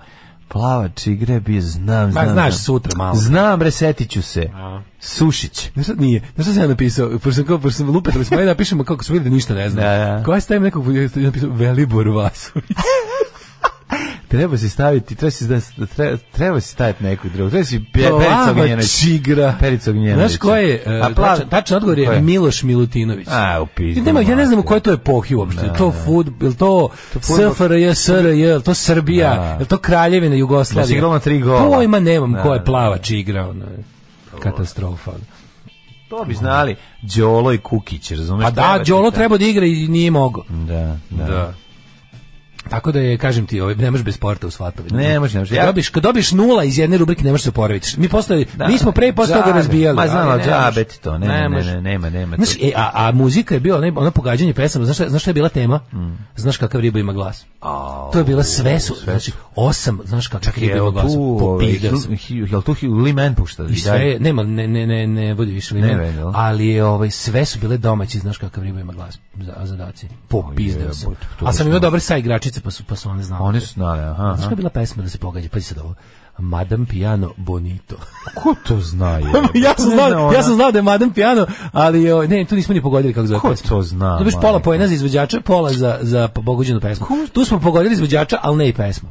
Speaker 7: Plavač igre je bio, znam,
Speaker 8: Ma,
Speaker 7: znam.
Speaker 8: znaš,
Speaker 7: znam.
Speaker 8: sutra malo.
Speaker 7: Znam, bre, setit ću se. Sušić.
Speaker 8: Znaš šta nije? Znaš šta sam ja napisao? Pošto sam kao, pošto sam lupetali smo, ajde napišemo kako smo vidjeli da ništa ne znam.
Speaker 7: Da, da.
Speaker 8: Koja stavim nekog, ja sam napisao Velibor Vasović.
Speaker 7: Treba se staviti, treba se, da- treba, treba se staviti nekog drugog. Treba si pe, Perica
Speaker 8: Plava
Speaker 7: Ognjenović.
Speaker 8: čigra.
Speaker 7: Perica Ognjenović.
Speaker 8: Znaš ko je?
Speaker 7: A
Speaker 8: e,
Speaker 7: plav-
Speaker 8: tačan- Tačan odgovor
Speaker 7: Ko
Speaker 8: je
Speaker 7: je?
Speaker 8: Miloš Milutinović.
Speaker 7: A, u pizdu
Speaker 8: Nema, ja ne znam u
Speaker 7: mater.
Speaker 8: kojoj to epohi uopšte. Je to fud, je li to,
Speaker 7: fudbal-
Speaker 8: SFRJ, SRJ, je li to Srbija,
Speaker 7: Da.
Speaker 8: je li to Kraljevina Jugoslavija?
Speaker 7: Da si igralo na tri gola.
Speaker 8: Pojma nemam
Speaker 7: Da,
Speaker 8: ko
Speaker 7: da,
Speaker 8: je plavač igrao. ono, Katastrofa. ono.
Speaker 7: To bi znali. Đolo i Kukić, razumeš?
Speaker 8: A da,
Speaker 7: Treba ti
Speaker 8: Đolo
Speaker 7: ta-
Speaker 8: treba da igra i nije mogao.
Speaker 7: Da, da.
Speaker 8: Tako da je, kažem ti, ovaj, ne možeš bez sporta u svatovi.
Speaker 7: Ne možeš, ne možeš.
Speaker 8: Kad
Speaker 7: Ja-
Speaker 8: dobiš, kad dobiš nula iz jedne rubrike, ne možeš se oporaviti. Mi, postoji, mi smo pre i posle toga
Speaker 7: Džabe.
Speaker 8: razbijali.
Speaker 7: Ma znam,
Speaker 8: ali
Speaker 7: ali
Speaker 8: ne možeš.
Speaker 7: džabe ti to. Ne, ne, ne,
Speaker 8: možeš.
Speaker 7: ne, nema, nema.
Speaker 8: Znaš,
Speaker 7: to.
Speaker 8: e, a, a muzika je bila onaj- ono pogađanje pesama. Znaš šta, znaš šta je bila tema?
Speaker 7: Mm.
Speaker 8: Znaš kakav riba ima glas? to je bila sve su, znači osam, znaš kakav riba ima
Speaker 7: Jel
Speaker 8: glas.
Speaker 7: tu, ovaj,
Speaker 8: Popideo sam.
Speaker 7: Hil- Hil- jel tu Hil- Lee Man pušta?
Speaker 8: I sve, je- nema, ne, ne, ne, ne vodi više
Speaker 7: Ne,
Speaker 8: limon,
Speaker 7: ne, jel?
Speaker 8: ali je, ovaj, sve su bile domaći, znaš kakav riba ima glas, za- zadaci. Popizdeo sam.
Speaker 7: jebote, to
Speaker 8: A sam
Speaker 7: baš
Speaker 8: imao
Speaker 7: ne.
Speaker 8: dobre sa igračice, pa su, pa su one znali.
Speaker 7: Oni su znali, aha.
Speaker 8: Znaš koja je
Speaker 7: aha.
Speaker 8: bila pesma da se pogađa? Pazi sad ovo. Madame Piano Bonito.
Speaker 7: Ko to zna? je?
Speaker 8: ja sam
Speaker 7: Ne zna
Speaker 8: znao,
Speaker 7: ona.
Speaker 8: ja sam znao da je Madame Piano, ali o, ne, tu nismo ni pogodili kako zove.
Speaker 7: Ko
Speaker 8: pesma.
Speaker 7: to zna,
Speaker 8: Dobiš pola
Speaker 7: majko?
Speaker 8: poena za izvođača, pola za za pogođenu pesmu. Tu smo pogodili izvođača, ali ne i pesmu.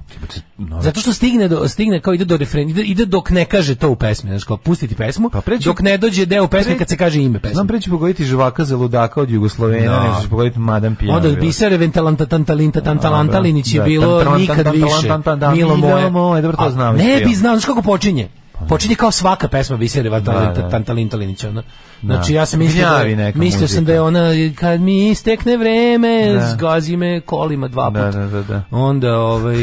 Speaker 8: Zato što stigne do stigne kao ide do refrena, ide, ide dok ne kaže to u pesmi, znači kao pustiti pesmu,
Speaker 7: Pa preći-
Speaker 8: dok ne dođe deo pesme
Speaker 7: pre-
Speaker 8: kad se kaže ime pesme.
Speaker 7: Znam preći pogoditi žvaka za ludaka od Jugoslovena,
Speaker 8: Da.
Speaker 7: nego ćeš pogoditi Madame Pijana.
Speaker 8: Onda bisere ventalanta tantalinta tantalantalinić je
Speaker 7: Da,
Speaker 8: bilo
Speaker 7: tantalan,
Speaker 8: nikad
Speaker 7: tantalan,
Speaker 8: više.
Speaker 7: tantan, da,
Speaker 8: Milo
Speaker 7: Milo
Speaker 8: moje.
Speaker 7: moje, dobro, to
Speaker 8: A
Speaker 7: znam,
Speaker 8: Ne
Speaker 7: ispio.
Speaker 8: bi znao, znaš kako počinje? Počinje kao svaka pesma bisere
Speaker 7: Da, da.
Speaker 8: tantalintalinića. Znači ja sam mislio
Speaker 7: Gnjavi
Speaker 8: da,
Speaker 7: neka
Speaker 8: mislio sam
Speaker 7: muzika.
Speaker 8: da je ona kad mi istekne vreme
Speaker 7: Da.
Speaker 8: zgazi me kolima dva
Speaker 7: Da,
Speaker 8: puta.
Speaker 7: da, da, da.
Speaker 8: Onda ovaj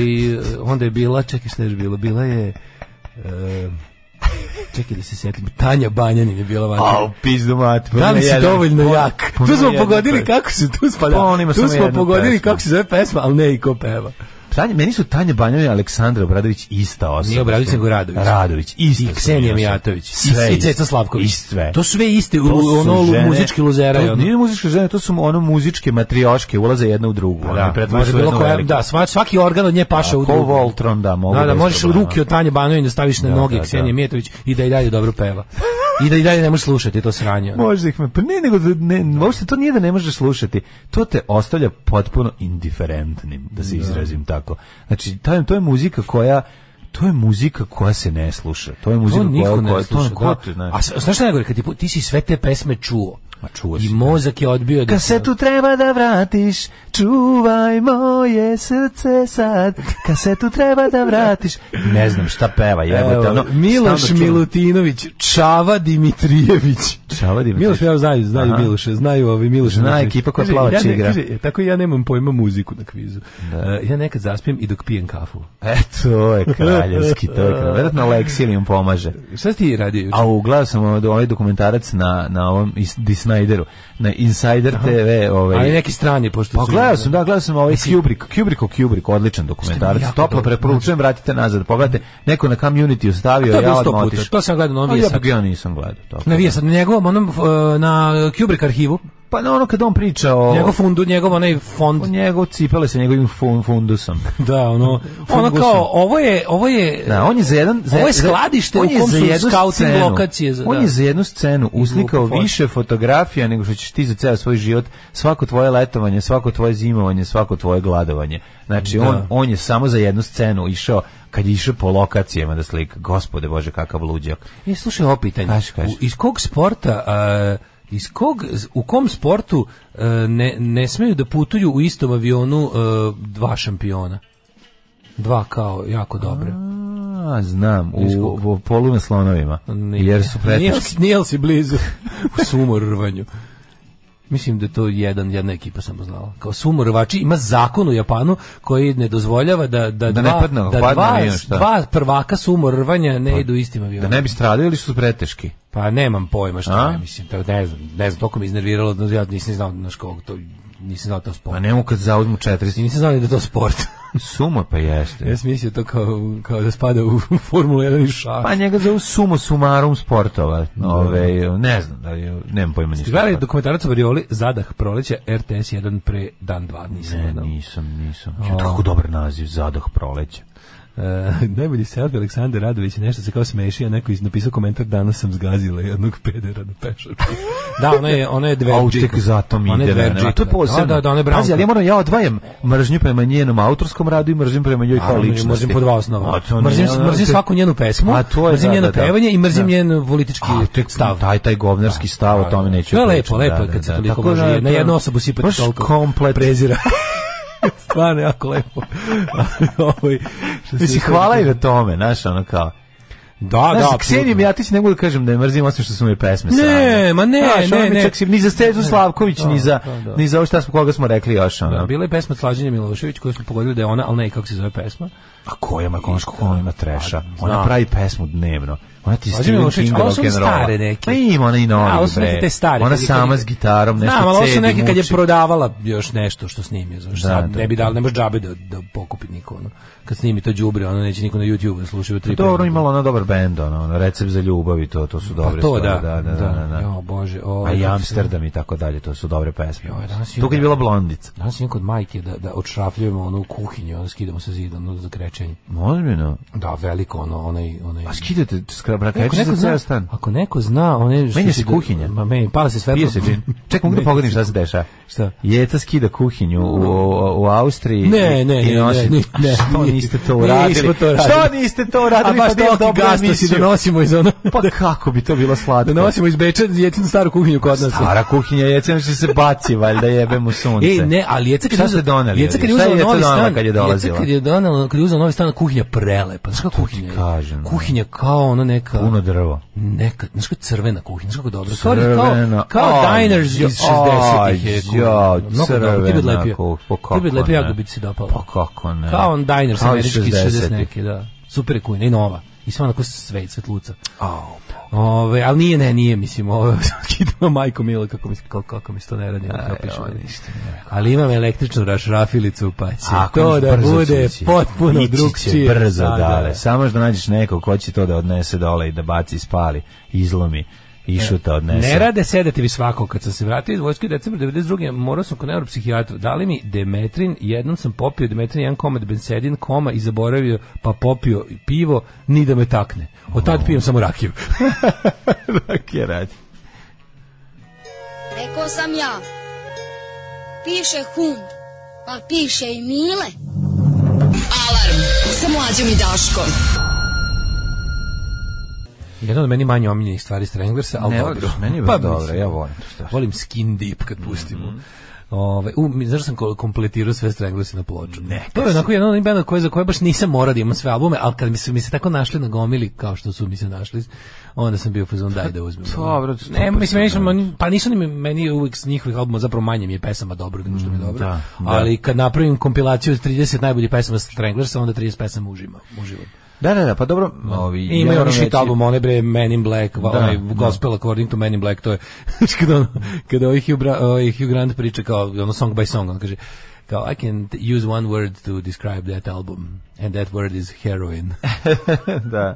Speaker 8: onda je bila čekaj šta je još bilo? Bila je e, čekaj da se setim. Tanja Banjanin je bila vaša.
Speaker 7: Au, pizdu mat.
Speaker 8: Da li si
Speaker 7: jedan- Ono,
Speaker 8: dovoljno
Speaker 7: pon-
Speaker 8: jak?
Speaker 7: pon-
Speaker 8: Tu smo
Speaker 7: jedan
Speaker 8: pogodili
Speaker 7: pes.
Speaker 8: kako se tu spada.
Speaker 7: Pa on ima
Speaker 8: Tu
Speaker 7: samo
Speaker 8: smo
Speaker 7: jednu
Speaker 8: pogodili
Speaker 7: pesmu.
Speaker 8: kako se zove pesma, ali ne i ko peva.
Speaker 7: Tanja, meni su Tanja Banjova i Aleksandra Obradović ista osoba.
Speaker 8: Nije Obradović,
Speaker 7: Što-
Speaker 8: nego Radović.
Speaker 7: Radović, ista.
Speaker 8: I Ksenija
Speaker 7: osoba.
Speaker 8: Mijatović.
Speaker 7: Sve
Speaker 8: I, i Ceca Slavković.
Speaker 7: I sve.
Speaker 8: To su sve iste,
Speaker 7: To su
Speaker 8: ono
Speaker 7: žene-
Speaker 8: muzički luzera.
Speaker 7: To
Speaker 8: i ono.
Speaker 7: nije muzičke žene, to su ono muzičke matrioške, ulaze jedna u drugu.
Speaker 8: Pa
Speaker 7: one
Speaker 8: Da,
Speaker 7: pretvaraju
Speaker 8: može
Speaker 7: se u
Speaker 8: bilo
Speaker 7: jednu
Speaker 8: koja,
Speaker 7: veliku.
Speaker 8: da, sva- svaki organ od nje paše u
Speaker 7: Ko
Speaker 8: drugu.
Speaker 7: Voltron, da, mogu
Speaker 8: Da, da,
Speaker 7: bez
Speaker 8: možeš u
Speaker 7: problema.
Speaker 8: ruke od Tanje Banović da staviš na
Speaker 7: Da,
Speaker 8: noge
Speaker 7: da,
Speaker 8: Ksenije
Speaker 7: da.
Speaker 8: Mijatović i da i dalje dobro peva. I da i dalje ne možeš slušati to sranje. ono.
Speaker 7: Možda ih me, pa ne, nego, da ne, uopšte to nije da ne možeš slušati, to te ostavlja potpuno indiferentnim, da se izrazim tako. Znači, to je, to je muzika koja, to je muzika koja se ne sluša. To je muzika
Speaker 8: To
Speaker 7: koja,
Speaker 8: niko
Speaker 7: koja,
Speaker 8: ne sluša.
Speaker 7: to, koja,
Speaker 8: da.
Speaker 7: znaš.
Speaker 8: A s- znaš šta je najgore, kad ti, pu- ti si sve te pesme čuo.
Speaker 7: Ma čuo
Speaker 8: I
Speaker 7: si.
Speaker 8: mozak je odbio da se-
Speaker 7: Kasetu treba da vratiš, čuvaj moje srce sad. Kasetu treba da vratiš. Ne znam šta peva, jebote.
Speaker 8: Evo,
Speaker 7: Ono,
Speaker 8: Miloš
Speaker 7: stalno čujem.
Speaker 8: Milutinović, Čava Dimitrijević.
Speaker 7: Čava Dimitrijević.
Speaker 8: Miloš, ja znaju, znaju
Speaker 7: Aha.
Speaker 8: Miloše, znaju ovi Miloš.
Speaker 7: Zna
Speaker 8: Milošević.
Speaker 7: ekipa koja
Speaker 8: Kaže,
Speaker 7: plava
Speaker 8: ja ne-
Speaker 7: čigra.
Speaker 8: kaže, tako ja nemam pojma muziku na kvizu. E, ja nekad zaspijem i dok pijem kafu.
Speaker 7: E, to je kraljevski, to je kraljevski. Verovatno Leksilium pomaže.
Speaker 8: Šta si ti radio juče?
Speaker 7: A uglavnom sam ovaj, ovaj dokumentarac na, na ovom is- Di Snyderu, na Insider TV. Ovaj,
Speaker 8: Ali neki strani, pošto
Speaker 7: Pa
Speaker 8: su-
Speaker 7: gledao sam, da, gledao sam ovaj Kubrick, Kubrick o Kubrick, odličan dokumentarac.
Speaker 8: Šta mi jako
Speaker 7: Toplo
Speaker 8: dobro,
Speaker 7: preporučujem, vratite nazad, pogledajte, neko na community
Speaker 8: To
Speaker 7: ostavio,
Speaker 8: je
Speaker 7: ja
Speaker 8: bilo sto
Speaker 7: odmah
Speaker 8: puta.
Speaker 7: otišao.
Speaker 8: To sam gledao na ovom
Speaker 7: Ali ja,
Speaker 8: Viasatu.
Speaker 7: ja nisam gledao to.
Speaker 8: Na Viasat, na njegovom, onom, f- e, na Kubrick arhivu,
Speaker 7: Pa na ono kad on priča o...
Speaker 8: njegov fundu, njegov onaj fond.
Speaker 7: o njegov cipele sa njegovim fun, fundusom.
Speaker 8: Da, ono, ono
Speaker 7: Fungusom.
Speaker 8: kao, ovo je, ovo je,
Speaker 7: Da, on je za jedan... Za,
Speaker 8: Ovo je
Speaker 7: za-
Speaker 8: skladište
Speaker 7: on
Speaker 8: u
Speaker 7: je
Speaker 8: kom
Speaker 7: za
Speaker 8: su
Speaker 7: jednu
Speaker 8: scouting
Speaker 7: scenu-
Speaker 8: lokacije za-
Speaker 7: on
Speaker 8: da.
Speaker 7: je za jednu scenu uslikao
Speaker 8: Lupa Fox.
Speaker 7: više fotografija nego što ćeš ti za ceo svoj život, svako tvoje letovanje, svako tvoje zimovanje, svako tvoje gladovanje. Znači, on, on je samo za jednu scenu išao kad je išao po lokacijama da slika. Gospode Bože, kakav luđak.
Speaker 8: E, slušaj, ovo pitanje.
Speaker 7: Kaži, kaži.
Speaker 8: U- Iz kog sporta, a, iz kog, z- u kom sportu e, ne, ne smeju da putuju u istom avionu e, dva šampiona? Dva kao jako dobre.
Speaker 7: A, znam, u, u polu na slonovima. Jer su
Speaker 8: Nije,
Speaker 7: preteški.
Speaker 8: nije li si blizu u sumorvanju? Mislim da je to jedan, jedna ekipa samo znala. Kao sumorvači ima zakon u Japanu koji ne dozvoljava da, da,
Speaker 7: Da ne
Speaker 8: dva,
Speaker 7: padnu,
Speaker 8: da
Speaker 7: padnu
Speaker 8: dva,
Speaker 7: avion, šta? Pa
Speaker 8: dva prvaka sumorvanja ne idu istim
Speaker 7: Da
Speaker 8: avionom.
Speaker 7: ne bi stradali ili su preteški?
Speaker 8: Pa nemam pojma šta
Speaker 7: A?
Speaker 8: je, mislim, tako da ne znam, ne znam, toliko me iznerviralo, da ja nisam znao na školu, to, nisam znao da je to
Speaker 7: Pa
Speaker 8: sport.
Speaker 7: nemu kad zauzmu 400.
Speaker 8: Nisam znao ni da je to sport.
Speaker 7: Sumo pa jeste.
Speaker 8: ja sam mislio to kao, kao da spada u Formulu 1 i šah.
Speaker 7: Pa njega zovu sumo sumarum sportova. Ove, ne znam, da je, nemam pojma ništa.
Speaker 8: Gledali dokumentarac o Varioli, Zadah proleća, RTS 1 pre dan 2, nisam
Speaker 7: Ne,
Speaker 8: gledao.
Speaker 7: nisam, nisam. Ču, kako dobar naziv, zadah proleća.
Speaker 8: E, najbolji selfie Aleksandar Radović je nešto se kao smeši, a neko iz napisao komentar danas sam zgazila jednog pedera na pešačku. da, ona je, ona je
Speaker 7: A
Speaker 8: dverđika.
Speaker 7: tek zato mi
Speaker 8: Ona je
Speaker 7: ide vremena. A
Speaker 8: dverđika,
Speaker 7: To je posebno.
Speaker 8: Da, da, da, ona je branka.
Speaker 7: Pazi, ali ja moram, ja odvajam mržnju prema njenom autorskom radu i mržnju prema njoj kao
Speaker 8: Naravno,
Speaker 7: ličnosti.
Speaker 8: Mrzim po dva osnova.
Speaker 7: A to nije-
Speaker 8: mrzim,
Speaker 7: ono-
Speaker 8: mrzim svaku njenu pesmu,
Speaker 7: A to je,
Speaker 8: mrzim
Speaker 7: da,
Speaker 8: njeno
Speaker 7: da, da.
Speaker 8: pevanje i mrzim
Speaker 7: Da.
Speaker 8: njen politički
Speaker 7: A, tek
Speaker 8: stav.
Speaker 7: Taj, taj govnarski stav, o tome neću
Speaker 8: To je
Speaker 7: pričati,
Speaker 8: lepo, lepo
Speaker 7: da,
Speaker 8: je
Speaker 7: da,
Speaker 8: kad se
Speaker 7: da.
Speaker 8: toliko
Speaker 7: Tako
Speaker 8: može
Speaker 7: da,
Speaker 8: na
Speaker 7: to-
Speaker 8: jednu osobu sipati
Speaker 7: baš
Speaker 8: pa toliko
Speaker 7: komplet.
Speaker 8: prezira. Stvarno jako lepo. Ovaj, što se-
Speaker 7: Mislim, hvala i na tome, znaš, ono kao.
Speaker 8: Da,
Speaker 7: Da,
Speaker 8: da,
Speaker 7: da, Ksenija Mijatić ne mogu da kažem da je mrzim, osim što su mi pesme
Speaker 8: Ne, ma ne,
Speaker 7: Znaš, ono
Speaker 8: ne,
Speaker 7: mi
Speaker 8: ne.
Speaker 7: čak si- ni za Stezu Slavković, ni za,
Speaker 8: da.
Speaker 7: ni za ovo šta smo, koga smo rekli još, ono.
Speaker 8: Da, bila je pesma Slađenja Milošević koju smo pogodili da je ona, ali ne i kako se zove pesma.
Speaker 7: A koja ima konačko, ona ima treša. Ona
Speaker 8: znam.
Speaker 7: pravi pesmu dnevno. Ona ti je
Speaker 8: Slađe
Speaker 7: Stephen
Speaker 8: Milošević,
Speaker 7: King
Speaker 8: Pa ali
Speaker 7: rock
Speaker 8: su
Speaker 7: and roll.
Speaker 8: stare neke.
Speaker 7: Pa ima ona i
Speaker 8: A,
Speaker 7: novi,
Speaker 8: ovo su neke te stare.
Speaker 7: Ona
Speaker 8: kad je-
Speaker 7: sama s gitarom, nešto
Speaker 8: Znam, ali ovo su
Speaker 7: cedi,
Speaker 8: neke kad je
Speaker 7: muči.
Speaker 8: prodavala još nešto što snimi. Znaš,
Speaker 7: Da,
Speaker 8: sad
Speaker 7: da,
Speaker 8: ne bi dal, ne može džabe da, da pokupi niko. Ono. Kad snimi to đubre, ono neće niko na YouTube da slušaju. tri
Speaker 7: Pa Dobro,
Speaker 8: puta.
Speaker 7: imala ona dobar bend, ono, ono, recept za ljubav i to, to su
Speaker 8: Pa
Speaker 7: dobre
Speaker 8: to da,
Speaker 7: stvari, da, da, da, da.
Speaker 8: Jo, bože, o,
Speaker 7: A i
Speaker 8: kako se-
Speaker 7: Amsterdam i tako dalje, to su dobre pesme.
Speaker 8: Joj, danas je-
Speaker 7: Tu kad je bila blondica.
Speaker 8: Danas idem kod majke da, da odšrafljujemo onu kuhinju, ono skidamo sa zida, ono za krećenje.
Speaker 7: Ozbiljno.
Speaker 8: Da, veliko ono, onaj... onaj...
Speaker 7: A skidate skrabra,
Speaker 8: Ako
Speaker 7: krećete za
Speaker 8: zna,
Speaker 7: ceo stan.
Speaker 8: ako neko zna, one... što
Speaker 7: Menja
Speaker 8: ti
Speaker 7: se
Speaker 8: do-
Speaker 7: kuhinja.
Speaker 8: Ma meni, pala se svetlo.
Speaker 7: Pije se džin. Ček, mogu da
Speaker 8: Ne,
Speaker 7: pogodim šta se deša?
Speaker 8: Šta?
Speaker 7: Jeca skida kuhinju u, u, u Austriji.
Speaker 8: Ne, ne,
Speaker 7: i
Speaker 8: ne,
Speaker 7: nosi-
Speaker 8: ne, ne, ne.
Speaker 7: A Što niste to
Speaker 8: Nismo
Speaker 7: uradili?
Speaker 8: to uradili.
Speaker 7: Što niste to
Speaker 8: A
Speaker 7: uradili?
Speaker 8: baš
Speaker 7: da imam
Speaker 8: toki
Speaker 7: dobru
Speaker 8: gasto si
Speaker 7: emisiju.
Speaker 8: donosimo iz ono...
Speaker 7: Pa kako bi to bilo
Speaker 8: Da
Speaker 7: slatko?
Speaker 8: nosimo iz Beča jedinu staru kuhinju kod nas.
Speaker 7: Stara kuhinja Jeca što se baci, valjda jebem u sunce.
Speaker 8: E, ne, ali Jeca kad
Speaker 7: Šta
Speaker 8: je
Speaker 7: ste
Speaker 8: uzela-
Speaker 7: doneli?
Speaker 8: Jeca kad je
Speaker 7: Šta je
Speaker 8: uzela
Speaker 7: Jeca
Speaker 8: novi
Speaker 7: donela
Speaker 8: stan,
Speaker 7: kad je dolazila? Pa
Speaker 8: Jeca kad je donela, kad je uzela novi stan, kuhinja prelepa. Znaš kako kuhinja? je?
Speaker 7: kažem.
Speaker 8: Kuhinja kao ono neka
Speaker 7: Puno drvo.
Speaker 8: neka, znaš kako je crvena kuhinja, znaš kako dobro. Kao,
Speaker 7: Crvena,
Speaker 8: kao, kao
Speaker 7: aj,
Speaker 8: diners iz 60-ih je. kuhinja.
Speaker 7: aj,
Speaker 8: Mnogo dobro, ti bi
Speaker 7: crvena
Speaker 8: odlepio.
Speaker 7: kuh- pa
Speaker 8: Ti bi
Speaker 7: kako
Speaker 8: odlepio,
Speaker 7: ne?
Speaker 8: jako bi ti se dopalo.
Speaker 7: Pa kako ne?
Speaker 8: Kao on diners
Speaker 7: Kao iz
Speaker 8: američki iz
Speaker 7: 60-ih.
Speaker 8: 60 neki, da. Super je kuhinja i nova. I Mislim, onako sve, svetluca. Ove, ali nije, ne, nije, mislim, ovo skidamo majko milo kako mi, kako, kako mi se to ne radi. kako piše. ali imam električnu rašrafilicu, pa će
Speaker 7: Ako
Speaker 8: to
Speaker 7: ništa,
Speaker 8: da
Speaker 7: brzo će
Speaker 8: bude
Speaker 7: ići.
Speaker 8: potpuno
Speaker 7: Ići će
Speaker 8: drugčije.
Speaker 7: brzo
Speaker 8: Da, da,
Speaker 7: dale.
Speaker 8: da.
Speaker 7: Samo da nađeš nekog ko će to da odnese dole i da baci, spali, izlomi, išuta odnese.
Speaker 8: Ne rade sedativi svako. Kad sam se vratio iz vojske decembra 92. morao sam kod neuropsihijatra. Dali mi Demetrin, jednom sam popio Demetrin, jedan komad bensedin, koma i zaboravio, pa popio i pivo, ni da me takne. Od tad pijem samo rakiju.
Speaker 7: Rakija radi.
Speaker 9: Rekao E sam ja. Piše hum, pa piše i mile.
Speaker 5: Alarm sa mlađom i Daškom.
Speaker 8: Jedna od meni manje omiljenih stvari Stranglersa, ali
Speaker 7: Ne,
Speaker 8: dobro. Pa
Speaker 7: meni je bilo dobro, Pa
Speaker 8: mislim,
Speaker 7: ja volim to strašno.
Speaker 8: Volim skin deep kad pustimo. Ove, u, mi- znaš da sam ko- kompletirao sve Stranglersi na ploču. Ne, to je onako jedan od onih benda koje, za koje baš nisam morao da imam sve albume, ali kad mi se, mi se tako našli na gomili kao što su mi se našli, onda sam bio fuzon daj da uzmem.
Speaker 7: dobro, sto
Speaker 8: Pa, ne, mislim,
Speaker 7: posto,
Speaker 8: nisam, oni- pa nisu ni mi- meni uvijek s njihovih albuma, zapravo manje mi je pesama dobro, nego što mi je dobro,
Speaker 7: da, da.
Speaker 8: ali kad napravim kompilaciju od 30 najboljih pesama Stranglersa, onda 30 pesama užima, uživam.
Speaker 7: Da, da, da, pa dobro. Ovi,
Speaker 8: I
Speaker 7: ja
Speaker 8: imaju
Speaker 7: moram
Speaker 8: oni shit
Speaker 7: reći-
Speaker 8: album, one bre Men in Black, da, onaj
Speaker 7: da.
Speaker 8: Gospel According to Men in Black, to je kada, ono, kada ovaj Hugh, Bra, ovaj Hugh Grant priča kao ono song by song, on kaže kao I can t- use one word to describe that album and that word is heroin.
Speaker 7: da.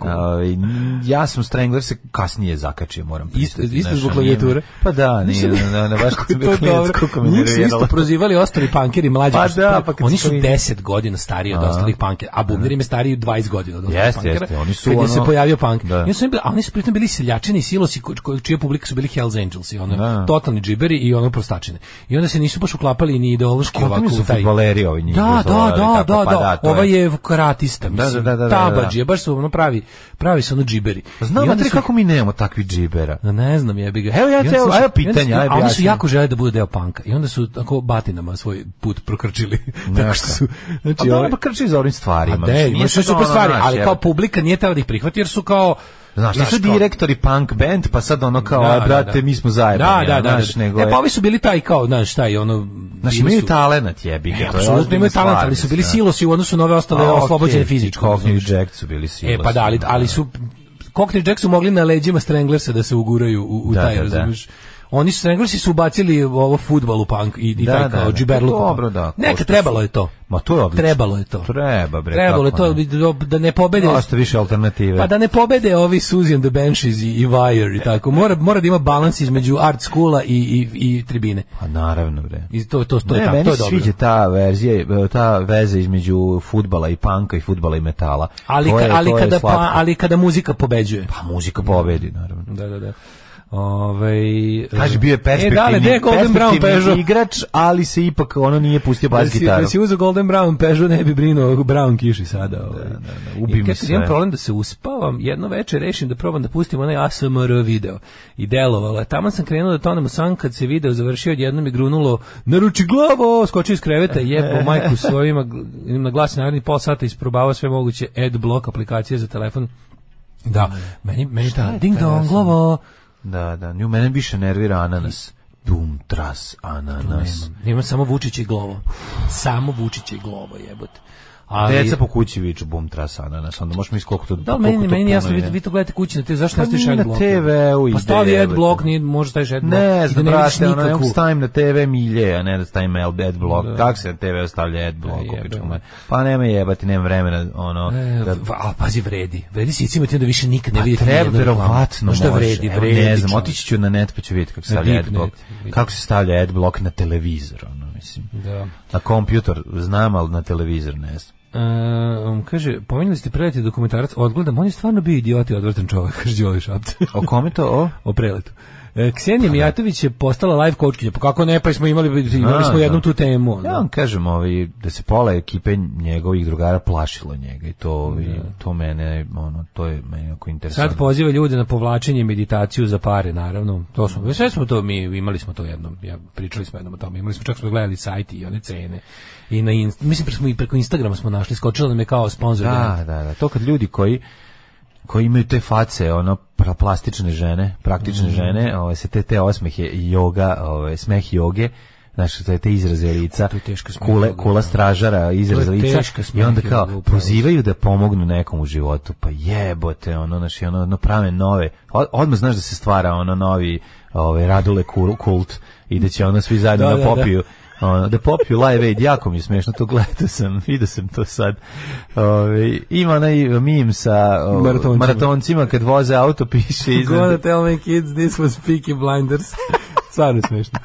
Speaker 7: Ovaj, n- ja sam Strangler se kasnije zakačio, moram
Speaker 8: Isto-
Speaker 7: pristati.
Speaker 8: isto
Speaker 7: znaš,
Speaker 8: zbog
Speaker 7: ono, nije me-
Speaker 8: klavijature?
Speaker 7: Pa da, nije, na, na, baš kad sam bio klinac, koliko me
Speaker 8: Njih su isto
Speaker 7: nerviralo.
Speaker 8: prozivali ostali pankeri mlađi.
Speaker 7: Pa
Speaker 8: pošto-
Speaker 7: da, pa kad
Speaker 8: oni
Speaker 7: su
Speaker 8: su
Speaker 7: klinac.
Speaker 8: 10 godina stariji od ostalih pankera, a Bubnjer im je stariji 20 godina od ostalih
Speaker 7: Jeste,
Speaker 8: punkera,
Speaker 7: jeste, oni su
Speaker 8: kad je se
Speaker 7: ono-
Speaker 8: pojavio punk.
Speaker 7: Da.
Speaker 8: I oni su im bili, a oni su pritom bili seljačini i silosi ko- ko- čija publika su bili Hells Angels i ono
Speaker 7: Da.
Speaker 8: totalni džiberi i ono prostačine. I onda se nisu baš uklapali ni ideološki
Speaker 7: Kako
Speaker 8: ovako
Speaker 7: mi su
Speaker 8: u taj
Speaker 7: fudbaleri ovi njih
Speaker 8: Da, da,
Speaker 7: dozvolili,
Speaker 8: da,
Speaker 7: tako,
Speaker 8: da,
Speaker 7: pa
Speaker 8: da.
Speaker 7: to
Speaker 8: Ova je karatista,
Speaker 7: Da,
Speaker 8: mislim.
Speaker 7: da, da, da, da, da. Pa
Speaker 8: Tabadžija, baš su ono pravi, pravi su ono džiberi. I
Speaker 7: Znam
Speaker 8: onda
Speaker 7: da
Speaker 8: su-
Speaker 7: kako mi nemamo takvi džibera.
Speaker 8: da ne znam, jebi ga.
Speaker 7: Evo ja
Speaker 8: I onda
Speaker 7: te-
Speaker 8: slušam-
Speaker 7: evo pitanje,
Speaker 8: i onda su-
Speaker 7: ajde,
Speaker 8: a Oni su
Speaker 7: objasni.
Speaker 8: jako žele da budu deo panka. I onda su tako batinama svoj put prokrčili. tako što su,
Speaker 7: A
Speaker 8: znači,
Speaker 7: dobro,
Speaker 8: ovaj-
Speaker 7: pa krči za ovim
Speaker 8: A
Speaker 7: stvarima.
Speaker 8: de,
Speaker 7: mislim, nije
Speaker 8: ima sve
Speaker 7: sad
Speaker 8: super
Speaker 7: ono,
Speaker 8: stvari,
Speaker 7: znaš,
Speaker 8: ali
Speaker 7: jebe.
Speaker 8: kao publika nije tela da ih prihvati jer su kao
Speaker 7: Znaš, nisu
Speaker 8: kao-
Speaker 7: direktori punk band, pa sad ono kao,
Speaker 8: Da,
Speaker 7: aj
Speaker 8: da,
Speaker 7: brate,
Speaker 8: da.
Speaker 7: mi smo zajedani.
Speaker 8: Da, da,
Speaker 7: ja,
Speaker 8: da.
Speaker 7: znaš,
Speaker 8: da.
Speaker 7: nego
Speaker 8: E
Speaker 7: je-
Speaker 8: pa ovi su bili taj kao, znaš, taj ono
Speaker 7: Znaš,
Speaker 8: bili
Speaker 7: imaju
Speaker 8: su-
Speaker 7: talenat, jebi ga.
Speaker 8: E,
Speaker 7: to je
Speaker 8: apsolutno
Speaker 7: ozbiljna
Speaker 8: imaju talent,
Speaker 7: stvar,
Speaker 8: ali su bili
Speaker 7: mislim,
Speaker 8: silosi u odnosu na ove ostale
Speaker 7: A,
Speaker 8: oslobođene
Speaker 7: okej,
Speaker 8: fizički.
Speaker 7: i Cockney
Speaker 8: razumeš?
Speaker 7: Jack su bili silosi.
Speaker 8: E pa da, ali, ali su Cockney Jack su mogli na leđima Stranglersa da se uguraju u, u
Speaker 7: Da,
Speaker 8: taj,
Speaker 7: da, da.
Speaker 8: razumeš? Oni su Stranglersi su ubacili ovo fudbal u punk i, i
Speaker 7: Da,
Speaker 8: taj
Speaker 7: da,
Speaker 8: kao
Speaker 7: da. Pa
Speaker 8: džiberluk.
Speaker 7: Dobro, da,
Speaker 8: Neka,
Speaker 7: košta
Speaker 8: trebalo
Speaker 7: su.
Speaker 8: je to.
Speaker 7: Ma to je odlično.
Speaker 8: Trebalo je to.
Speaker 7: Treba, bre.
Speaker 8: trebalo je
Speaker 7: kako
Speaker 8: to
Speaker 7: ne.
Speaker 8: bi- da ne pobede.
Speaker 7: Dosta više alternative.
Speaker 8: Pa da ne pobede ovi Suzy and the Banshees i, i Wire i tako. Mora, mora da ima balans između art schoola i, i, i tribine.
Speaker 7: Pa naravno, bre.
Speaker 8: I to, to, to, je,
Speaker 7: ne,
Speaker 8: tam,
Speaker 7: meni
Speaker 8: to je
Speaker 7: se
Speaker 8: dobro.
Speaker 7: sviđa ta verzija, e, ta veza između futbala i panka i futbala i metala.
Speaker 8: Ali,
Speaker 7: To
Speaker 8: ka-
Speaker 7: je-
Speaker 8: ali,
Speaker 7: to je
Speaker 8: kada,
Speaker 7: slatko.
Speaker 8: pa, ali kada muzika pobeđuje.
Speaker 7: Pa muzika pobedi, naravno.
Speaker 8: Da, da, da. Ove,
Speaker 7: Kaže, bio je
Speaker 8: E,
Speaker 7: perspektivni,
Speaker 8: dale, gde je Golden Brown
Speaker 7: perspektivni
Speaker 8: Peugeot?
Speaker 7: igrač, ali se ipak ono nije pustio
Speaker 8: Da
Speaker 7: bas
Speaker 8: si,
Speaker 7: gitaru.
Speaker 8: da si uzeo Golden Brown Peugeot, ne bi brinuo o Brown kiši sada. Ovaj. Da, da, da,
Speaker 7: ubi mi sve.
Speaker 8: imam problem da se uspavam, jedno večer rešim da probam da pustim onaj ASMR video. I delovalo. je. Tamo sam krenuo da tonem u san kad se video završio, odjednom mi grunulo naruči glavo, skočio iz kreveta, jepo majku svojima, na glas naredni pol sata isprobavao sve moguće adblock aplikacije za telefon. Da, meni, meni ta ding dong glavo.
Speaker 7: Da, da, nju mene više nervira ananas. Dum, tras, ananas.
Speaker 8: Nemam, nemam samo Vučić i glovo. Samo Vučić i glovo, jebote. Ali,
Speaker 7: Deca po kući viču bum, tras, ananas. Onda možeš mi skoliko to...
Speaker 8: Da,
Speaker 7: koliko
Speaker 8: ali meni,
Speaker 7: to
Speaker 8: meni
Speaker 7: puno
Speaker 8: nije jasno, vi,
Speaker 7: je.
Speaker 8: vi to gledate kući na TV, zašto
Speaker 7: Pa
Speaker 8: ne staviš
Speaker 7: nije na
Speaker 8: adblock?
Speaker 7: TV-u
Speaker 8: Pa
Speaker 7: ide,
Speaker 8: stavi
Speaker 7: jebote.
Speaker 8: adblock, nije, možda staviš adblock. i da
Speaker 7: Ne, znam,
Speaker 8: vidiš
Speaker 7: brate, ono, ja
Speaker 8: nikakvu-
Speaker 7: stavim na TV milje, a ne da stavim ad adblock. Kako se na TV ostavlja adblock?
Speaker 8: Da,
Speaker 7: u pičku
Speaker 8: jebe.
Speaker 7: moju? Pa nema jebati, nema vremena, ono...
Speaker 8: E,
Speaker 7: da-
Speaker 8: v- a pazi, vredi. Vredi si cima ti onda više nikad ne vidite.
Speaker 7: Pa Treba,
Speaker 8: nijednu reklamu.
Speaker 7: verovatno
Speaker 8: Znaš šta
Speaker 7: može.
Speaker 8: vredi,
Speaker 7: Evo,
Speaker 8: vredi.
Speaker 7: ne znam,
Speaker 8: čovječe.
Speaker 7: otići ću na net pa ću vidjeti kako se
Speaker 8: Na
Speaker 7: stavlja
Speaker 8: deep
Speaker 7: adblock.
Speaker 8: net, vidi.
Speaker 7: Kako se stavlja adblock na televizor, ono, mislim.
Speaker 8: Da.
Speaker 7: Na kompjutor znam, ali na televizor ne znam.
Speaker 8: E, um, kaže, pominjali ste preleti dokumentarac, odgledam, on je stvarno bio idiot i odvrtan čovjek, kaže Đoli Šapce.
Speaker 7: O kome to? O?
Speaker 8: o preletu. E, Ksenija Mijatović je postala live coachkinja, pa kako ne, pa smo imali,
Speaker 7: A,
Speaker 8: imali smo
Speaker 7: da.
Speaker 8: jednom tu temu. ono.
Speaker 7: Ja vam kažem, ovaj, da se pola ekipe njegovih drugara plašilo njega i to, ovaj, to mene, ono, to je meni jako interesantno.
Speaker 8: Sad poziva ljude na povlačenje i meditaciju za pare, naravno. To smo, sve smo to, mi imali smo to jednom, ja, pričali smo jednom o tome, imali smo, čak smo gledali sajti i one cene. I na inst, mislim, preko, smo i preko Instagrama smo našli, skočilo nam je kao sponsor.
Speaker 7: Da, da, da. To kad ljudi koji koji imaju te face, ono pra-
Speaker 8: Mhm.
Speaker 7: plastične žene, praktične žene, ovaj se te te osmehe i joga, ovaj smeh joge znaš, te, te izraze lica,
Speaker 8: to je teška smetnja,
Speaker 7: kule,
Speaker 8: da.
Speaker 7: kula stražara, izraz
Speaker 8: To je
Speaker 7: lica,
Speaker 8: teška
Speaker 7: i
Speaker 8: smetnja,
Speaker 7: onda kao,
Speaker 8: upravo.
Speaker 7: pozivaju da pomognu nekom u životu, pa jebote, ono, znaš, i ono, ono prave nove, Od- odmah znaš da se stvara ono novi ovaj, radule kul- kult i da će ono svi zajedno
Speaker 8: Da,
Speaker 7: da,
Speaker 8: da, da.
Speaker 7: popiju, ono, da popiju Live Aid, jako mi je smešno, to gledao sam, vidio sam to sad. Ove, ima onaj mim sa o,
Speaker 8: Maratoncima.
Speaker 7: maratoncima kad voze auto, piše iznad,
Speaker 8: Gonna tell my kids this was Peaky Blinders. Stvarno je smešno.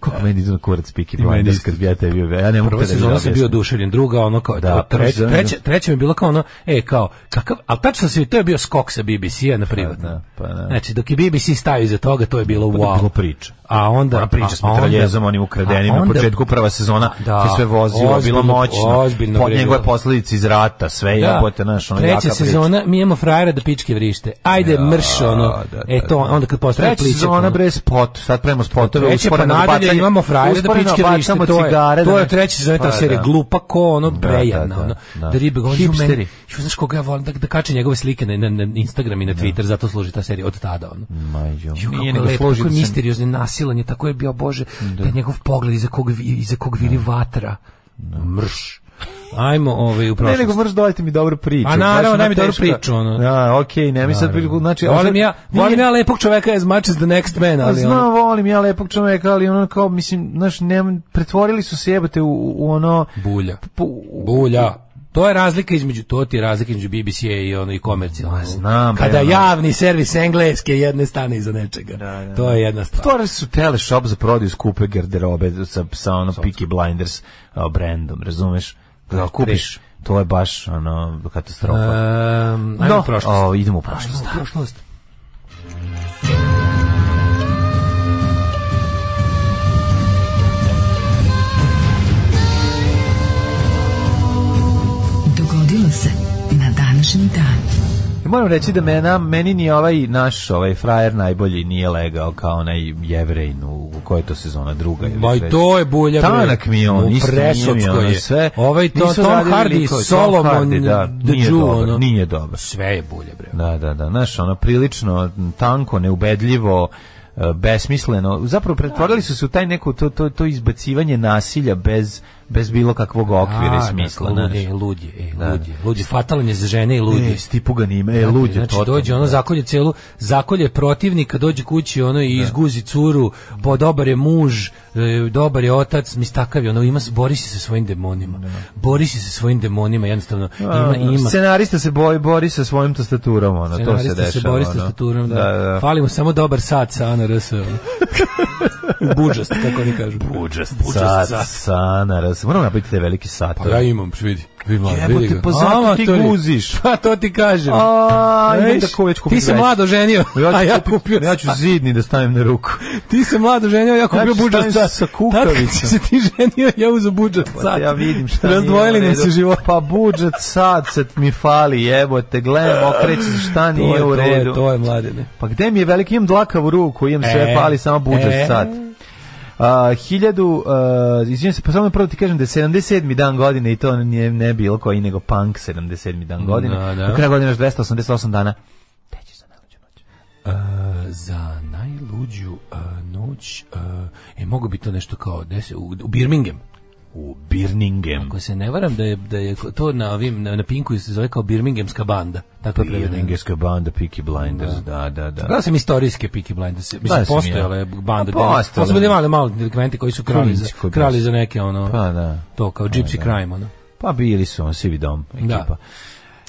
Speaker 7: Kako meni idu na kurac Peaky
Speaker 8: meni
Speaker 7: Blinders
Speaker 8: isto.
Speaker 7: kad bi ja tebi bio. Ja ne mogu
Speaker 8: Prva
Speaker 7: tebi da
Speaker 8: sezona sam bio
Speaker 7: objasnim.
Speaker 8: oduševljen, druga ono kao
Speaker 7: Da,
Speaker 8: da,
Speaker 7: prva
Speaker 8: treća,
Speaker 7: sezona-
Speaker 8: treća, treća mi je bila kao ono, e kao, kakav, ali tačno se to je bio skok sa BBC-a na privatno.
Speaker 7: da, pa da.
Speaker 8: Znači, dok je BBC stavio iza toga, to je bilo
Speaker 7: Pa to je
Speaker 8: wow.
Speaker 7: bilo priča.
Speaker 8: A onda...
Speaker 7: Ona priča s
Speaker 8: a- a onda-
Speaker 7: mitraljezom, onim ukradenim
Speaker 8: a
Speaker 7: na
Speaker 8: onda-
Speaker 7: početku prva sezona,
Speaker 8: Da.
Speaker 7: da, sve vozilo, bilo
Speaker 8: Ozbiljno-
Speaker 7: moćno,
Speaker 8: ozbiljno
Speaker 7: pod
Speaker 8: bre,
Speaker 7: njegove
Speaker 8: bilo.
Speaker 7: posledice iz rata, sve
Speaker 8: Da.
Speaker 7: jebote, naš, ono jaka
Speaker 8: Treća
Speaker 7: priča.
Speaker 8: sezona, mi imamo frajera da pičke vrište. Ajde, mrš, ono.
Speaker 7: da, da,
Speaker 8: e to,
Speaker 7: da.
Speaker 8: onda kad postane
Speaker 7: Treća
Speaker 8: pličak.
Speaker 7: sezona
Speaker 8: ono.
Speaker 7: bre spot, sad pravimo spotove,
Speaker 8: Treće pa
Speaker 7: usporeno
Speaker 8: nadalje
Speaker 7: bacanje-
Speaker 8: imamo frajere da
Speaker 7: usporeno
Speaker 8: pičke vrište,
Speaker 7: bacamo
Speaker 8: to je,
Speaker 7: cigare,
Speaker 8: to
Speaker 7: da
Speaker 8: je
Speaker 7: ne-
Speaker 8: treća sezona, ta
Speaker 7: Pa,
Speaker 8: serija
Speaker 7: da.
Speaker 8: glupa ko ono
Speaker 7: Da,
Speaker 8: brejadna,
Speaker 7: da, da,
Speaker 8: ono, da,
Speaker 7: da.
Speaker 8: ribe ga, on ju
Speaker 7: Hipsteri.
Speaker 8: meni, Ju, znaš koga ja volim, da, da kače njegove slike na, na, na Instagram i na Twitter, zato služi ta serija od tada, ono.
Speaker 7: Majđo,
Speaker 8: Ju, kako
Speaker 7: Mm. nije
Speaker 8: je
Speaker 7: nego
Speaker 8: lepo,
Speaker 7: složit
Speaker 8: tako je
Speaker 7: se.
Speaker 8: misteriozno, nasilan je, tako je bio, bože, da. je njegov pogled iza kog, vi- iza kog viri vatra. Mrš. Ajmo ovaj, u
Speaker 7: Ne,
Speaker 8: prošlost.
Speaker 7: nego moraš dodati mi dobru priču.
Speaker 8: A Pa naravno,
Speaker 7: Znaš,
Speaker 8: daj
Speaker 7: ona
Speaker 8: mi dobru
Speaker 7: teška-
Speaker 8: priču, ono.
Speaker 7: Da, okej, ne mi sad priču, znači...
Speaker 8: volim
Speaker 7: ali-
Speaker 8: ja, volim ja lepog čoveka as much as the next man,
Speaker 7: Pa
Speaker 8: ali ono,
Speaker 7: znam, volim ja lepog čoveka, ali ono kao, mislim, znaš, ne, pretvorili su se jebate u, u ono...
Speaker 8: bulja.
Speaker 7: po- u-
Speaker 8: Bulja. To je razlika između to ti je razlika između BBC-a i ono i komercijalno.
Speaker 7: Ma, znam, bre,
Speaker 8: Kada
Speaker 7: ono.
Speaker 8: javni servis engleske jedne stane iza nečega. To je jedna stvar.
Speaker 7: Stvorili su teleshop za prodaju skupe garderobe sa, sa ono Peaky Blinders a, brendom, razumeš? Da kupiš, to je baš ono katastrofa.
Speaker 8: Ehm, ajmo u prošlost.
Speaker 7: o, idemo u prošlost.
Speaker 8: Ajmo u prošlost.
Speaker 5: Dogodilo se na današnji dan.
Speaker 7: I Moram reći da mena, meni ni ovaj naš ovaj frajer najbolji nije legao kao onaj jevrejn u, u kojoj je to sezona druga. ili
Speaker 8: Ma i
Speaker 7: treća.
Speaker 8: to je bulja. bre.
Speaker 7: Tanak mi je on,
Speaker 8: U
Speaker 7: isto nije mi
Speaker 8: Presocko
Speaker 7: ono
Speaker 8: je.
Speaker 7: sve.
Speaker 8: Ovaj to,
Speaker 7: Nisu
Speaker 8: Tom
Speaker 7: radili
Speaker 8: Hardy,
Speaker 7: likove, Tom
Speaker 8: Solomon,
Speaker 7: Hardy, da,
Speaker 8: The
Speaker 7: nije
Speaker 8: Jew,
Speaker 7: dobar,
Speaker 8: ono.
Speaker 7: Nije dobar.
Speaker 8: Sve je bulja, bre.
Speaker 7: Da, da, da. Znaš, ono, prilično tanko, neubedljivo, e, besmisleno. Zapravo, pretvorili su se u taj neko, to, to, to izbacivanje nasilja bez, bez bilo kakvog okvira i
Speaker 8: A,
Speaker 7: smisla.
Speaker 8: da,
Speaker 7: znaš.
Speaker 8: lud je, lud je, e,
Speaker 7: Da.
Speaker 8: lud je, lud je, fatalan je za žene i lud je.
Speaker 7: E, stipu ga nime, e, lud je
Speaker 8: znači,
Speaker 7: totalno,
Speaker 8: dođe ono,
Speaker 7: da.
Speaker 8: zakolje celu, zakolje protivnika, dođe kući ono i izguzi curu, bo dobar je muž, e, dobar je otac, mistakav je, ono, ima, s- bori se sa svojim demonima. Bori se sa svojim demonima, jednostavno, ima,
Speaker 7: A,
Speaker 8: ima.
Speaker 7: Scenarista se boj, bori sa svojim tastaturom, ono, to se
Speaker 8: Scenarista
Speaker 7: dešava.
Speaker 8: se bori sa
Speaker 7: ono.
Speaker 8: staturom, da.
Speaker 7: da, da.
Speaker 8: Fali mu samo dobar sat sa ANRS. ono. Budžast, kako oni kažu.
Speaker 7: Budžast, sat,
Speaker 8: sat.
Speaker 7: sanaras. Moramo napraviti te velike satove.
Speaker 8: Pa ja imam, vidi. Vidi, mlad,
Speaker 7: Jebote,
Speaker 8: vidi ga.
Speaker 7: pa zato
Speaker 8: A,
Speaker 7: ti
Speaker 8: to je-
Speaker 7: guziš.
Speaker 8: Pa to ti kažem.
Speaker 7: A, idem
Speaker 8: Vidiš,
Speaker 7: da ko već kupim
Speaker 8: ti se
Speaker 7: već.
Speaker 8: mlado ženio,
Speaker 7: Ja ću
Speaker 8: a ja
Speaker 7: kupiti-
Speaker 8: kupio
Speaker 7: Ja ću
Speaker 8: sat.
Speaker 7: zidni da stavim na ruku.
Speaker 8: Ti se mlado ženio, ja kupio
Speaker 7: Ja ću
Speaker 8: budžast
Speaker 7: stavim
Speaker 8: sat.
Speaker 7: sa kukavicom.
Speaker 8: Tad kad si se ti ženio, ja uzu budžast sat.
Speaker 7: Ja vidim šta nije
Speaker 8: Razdvojili
Speaker 7: u
Speaker 8: nam
Speaker 7: redu.
Speaker 8: se život.
Speaker 7: Pa budžet sad se mi fali, jebote, gledam, okreći se šta
Speaker 8: To je,
Speaker 7: nije
Speaker 8: to
Speaker 7: u
Speaker 8: je,
Speaker 7: redu.
Speaker 8: to je, mladene.
Speaker 7: Pa gde mi je veliki, imam dlakavu ruku, imam sve,
Speaker 8: E,
Speaker 7: fali samo budžet
Speaker 8: e.
Speaker 7: sad. A, hiljadu, uh, izvinjam se, pa samo prvo ti kažem da je 77. dan godine i to nije, ne bilo koji, nego punk 77. dan godine.
Speaker 8: Da,
Speaker 7: Da,
Speaker 8: da.
Speaker 7: Do kraja godine još 288 dana. Gde ćeš za najluđu noć?
Speaker 8: za najluđu uh, noć uh, e mogu bi to nešto kao desi, u, u Birmingham
Speaker 7: U Birmingham.
Speaker 8: ako se ne varam da je, da je to na ovim na, na Pinku se zove kao Birminghamska banda tako je prevedeno
Speaker 7: Birminghamska banda Peaky Blinders, da, da, da.
Speaker 8: Gledao sam istorijske Peaky Blinders. Mislim,
Speaker 7: Da, sam
Speaker 8: postojala
Speaker 7: ja.
Speaker 8: je banda.
Speaker 7: Pa, postojala
Speaker 8: Postojala su bili
Speaker 7: je.
Speaker 8: mali, mali delikventi koji su krali, za,
Speaker 7: Klinci koji
Speaker 8: krali
Speaker 7: su.
Speaker 8: za neke, ono,
Speaker 7: Pa da.
Speaker 8: to kao gypsy crime, ono.
Speaker 7: Pa bili su on sivi dom ekipa.
Speaker 8: Da.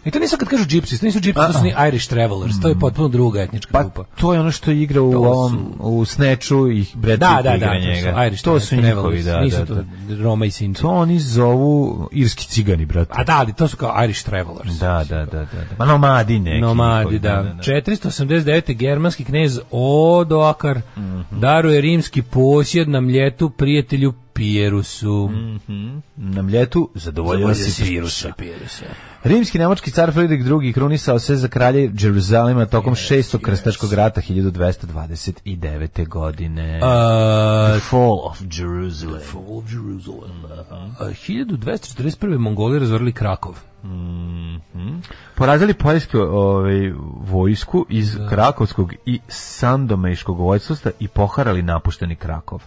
Speaker 8: I to nisu kad kažu gypsies, to nisu gypsies, to su ni Irish travelers, to je potpuno druga etnička
Speaker 7: Mm. Pa
Speaker 8: grupa.
Speaker 7: to je ono što igra u
Speaker 8: To
Speaker 7: ovom u Snatchu i Brad
Speaker 8: Da,
Speaker 7: Pitt
Speaker 8: da,
Speaker 7: igra
Speaker 8: da, to su
Speaker 7: njega.
Speaker 8: Irish
Speaker 7: To su njihovi,
Speaker 8: travelers,
Speaker 7: da,
Speaker 8: nisu
Speaker 7: da,
Speaker 8: to
Speaker 7: da.
Speaker 8: Roma i Sinti.
Speaker 7: To oni zovu irski cigani, brate.
Speaker 8: A da, ali to su kao Irish Travelers.
Speaker 7: Da, da, da, da. da. Ma nomadi neki.
Speaker 8: Nomadi,
Speaker 7: njihovi,
Speaker 8: da. 489. germanski knez Odoakar
Speaker 7: Mhm.
Speaker 8: daruje rimski posjed na mljetu prijatelju Pijerusu.
Speaker 7: Mhm, Na mljetu zadovoljava se
Speaker 8: Pirusa.
Speaker 7: pirusa. Rimski nemočki car Friedrich II krunisao se za kralje Jeruzalima tokom šestog krstaškog rata 1229. godine.
Speaker 8: A,
Speaker 7: The Fall of Jerusalem.
Speaker 8: Fall of Jerusalem. A, 1241. Mongoli razvorili Krakov.
Speaker 7: Mhm. Porazili poljsku ovaj, vojsku iz krakovskog i sandomeškog vojstva i poharali napušteni Krakov.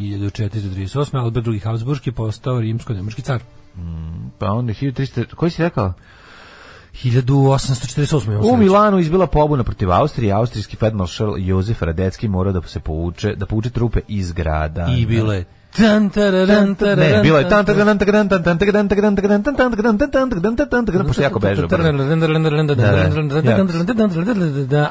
Speaker 8: 1438. Albert II. Habsburški postao rimsko-nemački car.
Speaker 7: Pa onda 1300, koji si rekao?
Speaker 8: 1848. imamo
Speaker 7: U
Speaker 8: sreću.
Speaker 7: Milanu izbila pobuna protiv Austrije, austrijski fedmaršal Jozef Radecki morao da se povuče, da povuče trupe iz grada.
Speaker 8: I bilo je tan, tararan, tararan,
Speaker 7: Ne, bilo je
Speaker 8: tan,
Speaker 7: tan tan tan tan tan tan tan tan tan tan tan tan tan tan tan tan tan tan pošto jako bežao. brzo.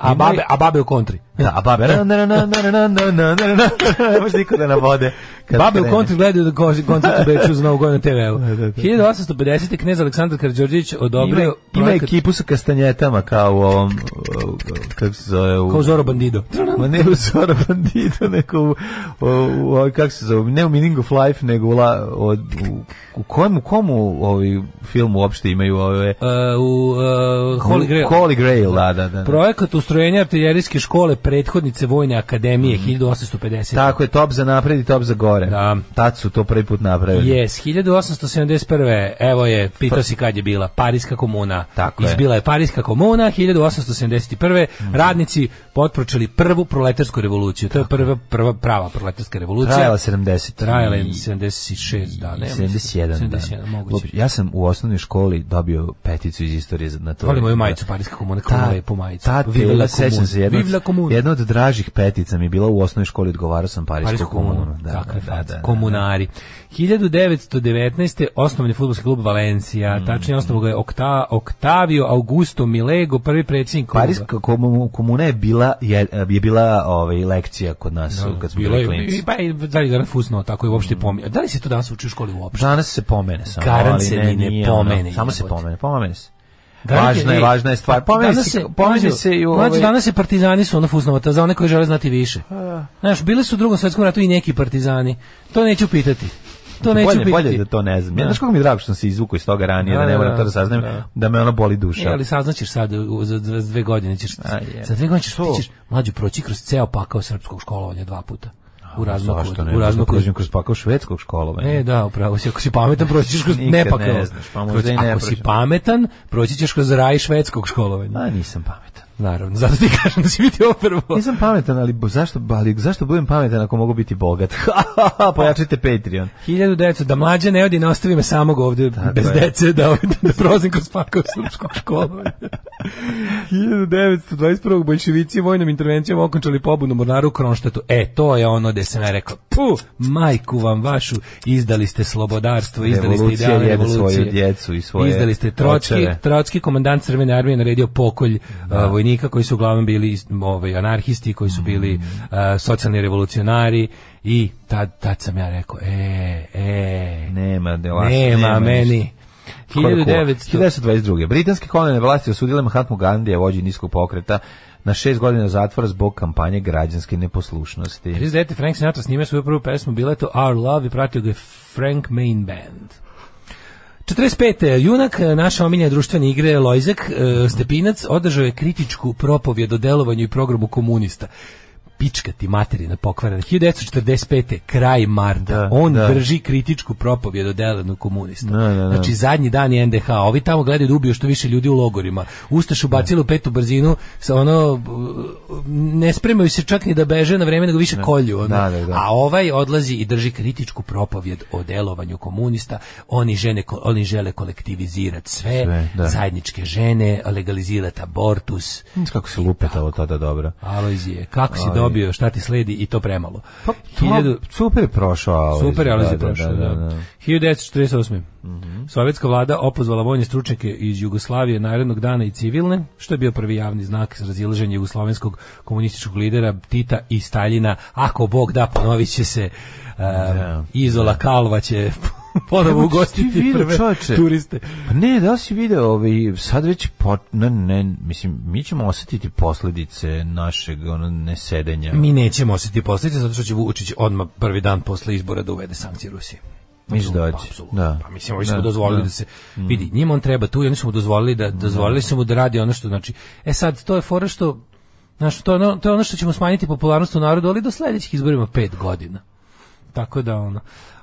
Speaker 8: A babe, a babe u kontri.
Speaker 7: Da, a babe. na, na, na, na, na, na, na, na, na. Ne može niko da navode. kad
Speaker 8: Babe u
Speaker 7: krene.
Speaker 8: kontri gledaju da gozi koncert u Beču za novu godinu na TV-u. 1850. knez Aleksandar Karđorđević
Speaker 7: Ima,
Speaker 8: odobrio
Speaker 7: ima
Speaker 8: projekat
Speaker 7: ekipu sa kastanjetama kao u ovom, u- u- kako se zove, u,
Speaker 8: kao Zoro Bandido. Uh,
Speaker 7: Ma ne u Zora Bandito, neko u, u, u, u- kako se zove, ne u Meaning of Life, nego u, la, od, u, u kojem, u komu ovi film uopšte imaju ove...
Speaker 8: Uh, u uh, Holy Grail.
Speaker 7: Holy Grail, da, da, da.
Speaker 8: Projekat ustrojenja artiljerijske škole prethodnice Vojne akademije 1850.
Speaker 7: Tako je, top za napred i top za gore.
Speaker 8: Da.
Speaker 7: Tad su to prvi put napravili.
Speaker 8: Yes, 1871. Evo je, pitao si kad je bila Parijska komuna.
Speaker 7: Tako je.
Speaker 8: Izbila je Parijska komuna 1871. Radnici potpročili prvu proletarsku revoluciju. To je prva, prva prava proletarska revolucija.
Speaker 7: Trajala 70.
Speaker 8: Trajala je
Speaker 7: i-
Speaker 8: 76 dana. ja mislim.
Speaker 7: 71,
Speaker 8: 71
Speaker 7: da.
Speaker 8: moguće.
Speaker 7: Ja sam u osnovnoj školi dobio peticu iz istorije za- na to.
Speaker 8: Volim moju majicu, Parijska komuna, kako
Speaker 7: Ta,
Speaker 8: lepo majicu.
Speaker 7: ta
Speaker 8: Vive
Speaker 7: tela,
Speaker 8: la
Speaker 7: sećam
Speaker 8: komuna.
Speaker 7: se, jedna,
Speaker 8: Vive la komuna.
Speaker 7: od- jedna od dražih petica mi je bila u osnovnoj školi, odgovarao sam Parijsku
Speaker 8: Parijsku komunu.
Speaker 7: komunu. Da,
Speaker 8: Kakve
Speaker 7: da, da,
Speaker 8: faze.
Speaker 7: da, da.
Speaker 8: Komunari. 1919. osnovni futbolski klub
Speaker 7: Mm,
Speaker 8: Valencija. Tačnije osnovu ga je Okta, Octavio Augusto Milego, prvi predsjednik kluba.
Speaker 7: Parijska komu- komuna je bila je, je bila ovaj lekcija kod nas kad smo Mm.
Speaker 8: Bilo
Speaker 7: bili
Speaker 8: je,
Speaker 7: klinci.
Speaker 8: i- pa i da li ga fusno, tako je uopšte pominja. Da li se to danas uči u školi uopšte?
Speaker 7: Danas se pomene samo,
Speaker 8: Garant
Speaker 7: ali
Speaker 8: se
Speaker 7: ne,
Speaker 8: ni ne
Speaker 7: nije ono,
Speaker 8: pomene,
Speaker 7: samo se
Speaker 8: jebote.
Speaker 7: pomene, pomene se.
Speaker 8: Garant je-
Speaker 7: važna je,
Speaker 8: ej,
Speaker 7: važna je stvar. Pomene
Speaker 8: danas
Speaker 7: se, pomene
Speaker 8: mlađo,
Speaker 7: se i
Speaker 8: mlađo,
Speaker 7: ovaj-
Speaker 8: danas se partizani su ono fusnovata za one koji žele znati više. Znaš, bili su u drugom svjetskom ratu i neki partizani. To neću pitati. To neću
Speaker 7: bolje,
Speaker 8: pitati.
Speaker 7: bolje da to ne znam. Ja,
Speaker 8: Da.
Speaker 7: znaš kako mi je drago što sam se izvukao iz toga ranije, da,
Speaker 8: Da,
Speaker 7: ne
Speaker 8: da,
Speaker 7: moram to da
Speaker 8: da.
Speaker 7: saznajem, da.
Speaker 8: Da.
Speaker 7: me ona boli duša.
Speaker 8: E, ali saznaćeš sad u- za dve, za dve godine ćeš
Speaker 7: je.
Speaker 8: za dve godine ćeš,
Speaker 7: To.
Speaker 8: ti ćeš mlađu proći kroz ceo pakao srpskog školovanja dva puta. U razmaku.
Speaker 7: Zašto ne?
Speaker 8: u
Speaker 7: Možda
Speaker 8: razmaku.
Speaker 7: prođem kroz pakao švedskog školovanja.
Speaker 8: E, da, upravo si, ako si pametan, proći ćeš kroz
Speaker 7: Nikad
Speaker 8: ne pakao.
Speaker 7: ne znaš, pa možda
Speaker 8: Kroz-
Speaker 7: i ne
Speaker 8: Ako si
Speaker 7: prođem.
Speaker 8: pametan, proći ćeš kroz raj švedskog školovanja.
Speaker 7: A, nisam pametan.
Speaker 8: Naravno, zato ti kažem da si biti ovo prvo.
Speaker 7: Nisam pametan, ali bo- zašto, ali zašto budem pametan ako mogu biti bogat? Pojačajte Patreon.
Speaker 8: 1900, da mlađe ne odi, ne ostavi me samog ovdje bez
Speaker 7: je.
Speaker 8: dece, da, ovdje, da prolazim kroz pakao srpskog školovanja. 1921. bolševici vojnom intervencijom okončali pobunu mornaru u Kronštatu. E, to je ono gde sam ja rekao, pu, majku vam vašu, izdali ste slobodarstvo, izdali ste
Speaker 7: Revolucija
Speaker 8: ideale
Speaker 7: jede
Speaker 8: revolucije.
Speaker 7: svoju djecu i svoje
Speaker 8: Izdali ste Trotski,
Speaker 7: očeve.
Speaker 8: Trotski komandant Crvene armije naredio pokolj a, vojnika koji su uglavnom bili is- ovaj, anarhisti, koji su bili
Speaker 7: Mhm.
Speaker 8: a, socijalni revolucionari i tad, tad sam ja rekao, e, e,
Speaker 7: Nema, de vaša,
Speaker 8: nema meni.
Speaker 7: ništa. Koliko?
Speaker 8: 1900...
Speaker 7: 1922. Britanske kolonijalne vlasti osudile Mahatma Gandija, vođi niskog pokreta, na šest godina zatvora zbog kampanje građanske neposlušnosti.
Speaker 8: 1939. Frank Sinatra snimio svoju prvu pesmu, bila je to Our Love i pratio ga je Frank Main Band. 45. Junak e, naše omiljene društvene igre Lojzak e, Stepinac održao je kritičku propovjed o delovanju i programu komunista. Pička ti materina pokvarena. 1945. kraj marta.
Speaker 7: Da,
Speaker 8: on
Speaker 7: da.
Speaker 8: drži kritičku propovjed o delovanju komunista.
Speaker 7: Da, da, da.
Speaker 8: Znači zadnji dan NDH. Ovi tamo gledaju da ubiju što više ljudi u logorima. Ustašu bacili u petu brzinu sa ono e, ne spremaju se čak ni da beže na vreme nego više kolju. ono.
Speaker 7: Da, da, da.
Speaker 8: A a ovaj odlazi i drži kritičku propovjed o delovanju komunista. Oni, žene, ko- oni žele kolektivizirati sve,
Speaker 7: Sve, da.
Speaker 8: zajedničke žene, legalizirati abortus.
Speaker 7: Kako se lupetalo tada dobro.
Speaker 8: Alojzije, kako si dobio, šta ti sledi i to premalo.
Speaker 7: Pa,
Speaker 8: Hiljadu-
Speaker 7: super je prošao. Alojz,
Speaker 8: Super, ali
Speaker 7: da,
Speaker 8: si
Speaker 7: da,
Speaker 8: prošao.
Speaker 7: da,
Speaker 8: Da,
Speaker 7: da, Mhm. da.
Speaker 8: 1948. Sovjetska vlada opozvala vojne stručnjake iz Jugoslavije narednog dana i civilne, što je bio prvi javni znak za razilaženje jugoslovenskog komunističkog lidera Tita i Staljina. Ako Bog da, ponovit će se um, Izola Kalva će ponovo
Speaker 7: Evo, ti si
Speaker 8: ugostiti
Speaker 7: vidio,
Speaker 8: prve
Speaker 7: čoveče.
Speaker 8: turiste.
Speaker 7: Pa Ne, da li si video, ovaj, sad već, po, ne, ne, mislim, mi ćemo osjetiti posljedice našeg ono, nesedenja.
Speaker 8: Mi nećemo osjetiti posljedice zato što će Vučić odmah prvi dan posle izbora da uvede sankcije Rusiji.
Speaker 7: Misliš da
Speaker 8: Pa,
Speaker 7: hoće?
Speaker 8: apsolutno.
Speaker 7: Da.
Speaker 8: Pa mislim, ovi su
Speaker 7: Da,
Speaker 8: mu dozvolili
Speaker 7: da. Mm.
Speaker 8: da, se vidi. Njima on treba tu i oni su mu dozvolili da dozvolili su mu da radi ono što znači. E sad to je fora što znaš, to, je ono, to je ono što ćemo smanjiti popularnost u narodu, ali do sledećih izborima pet godina. Tako da ono.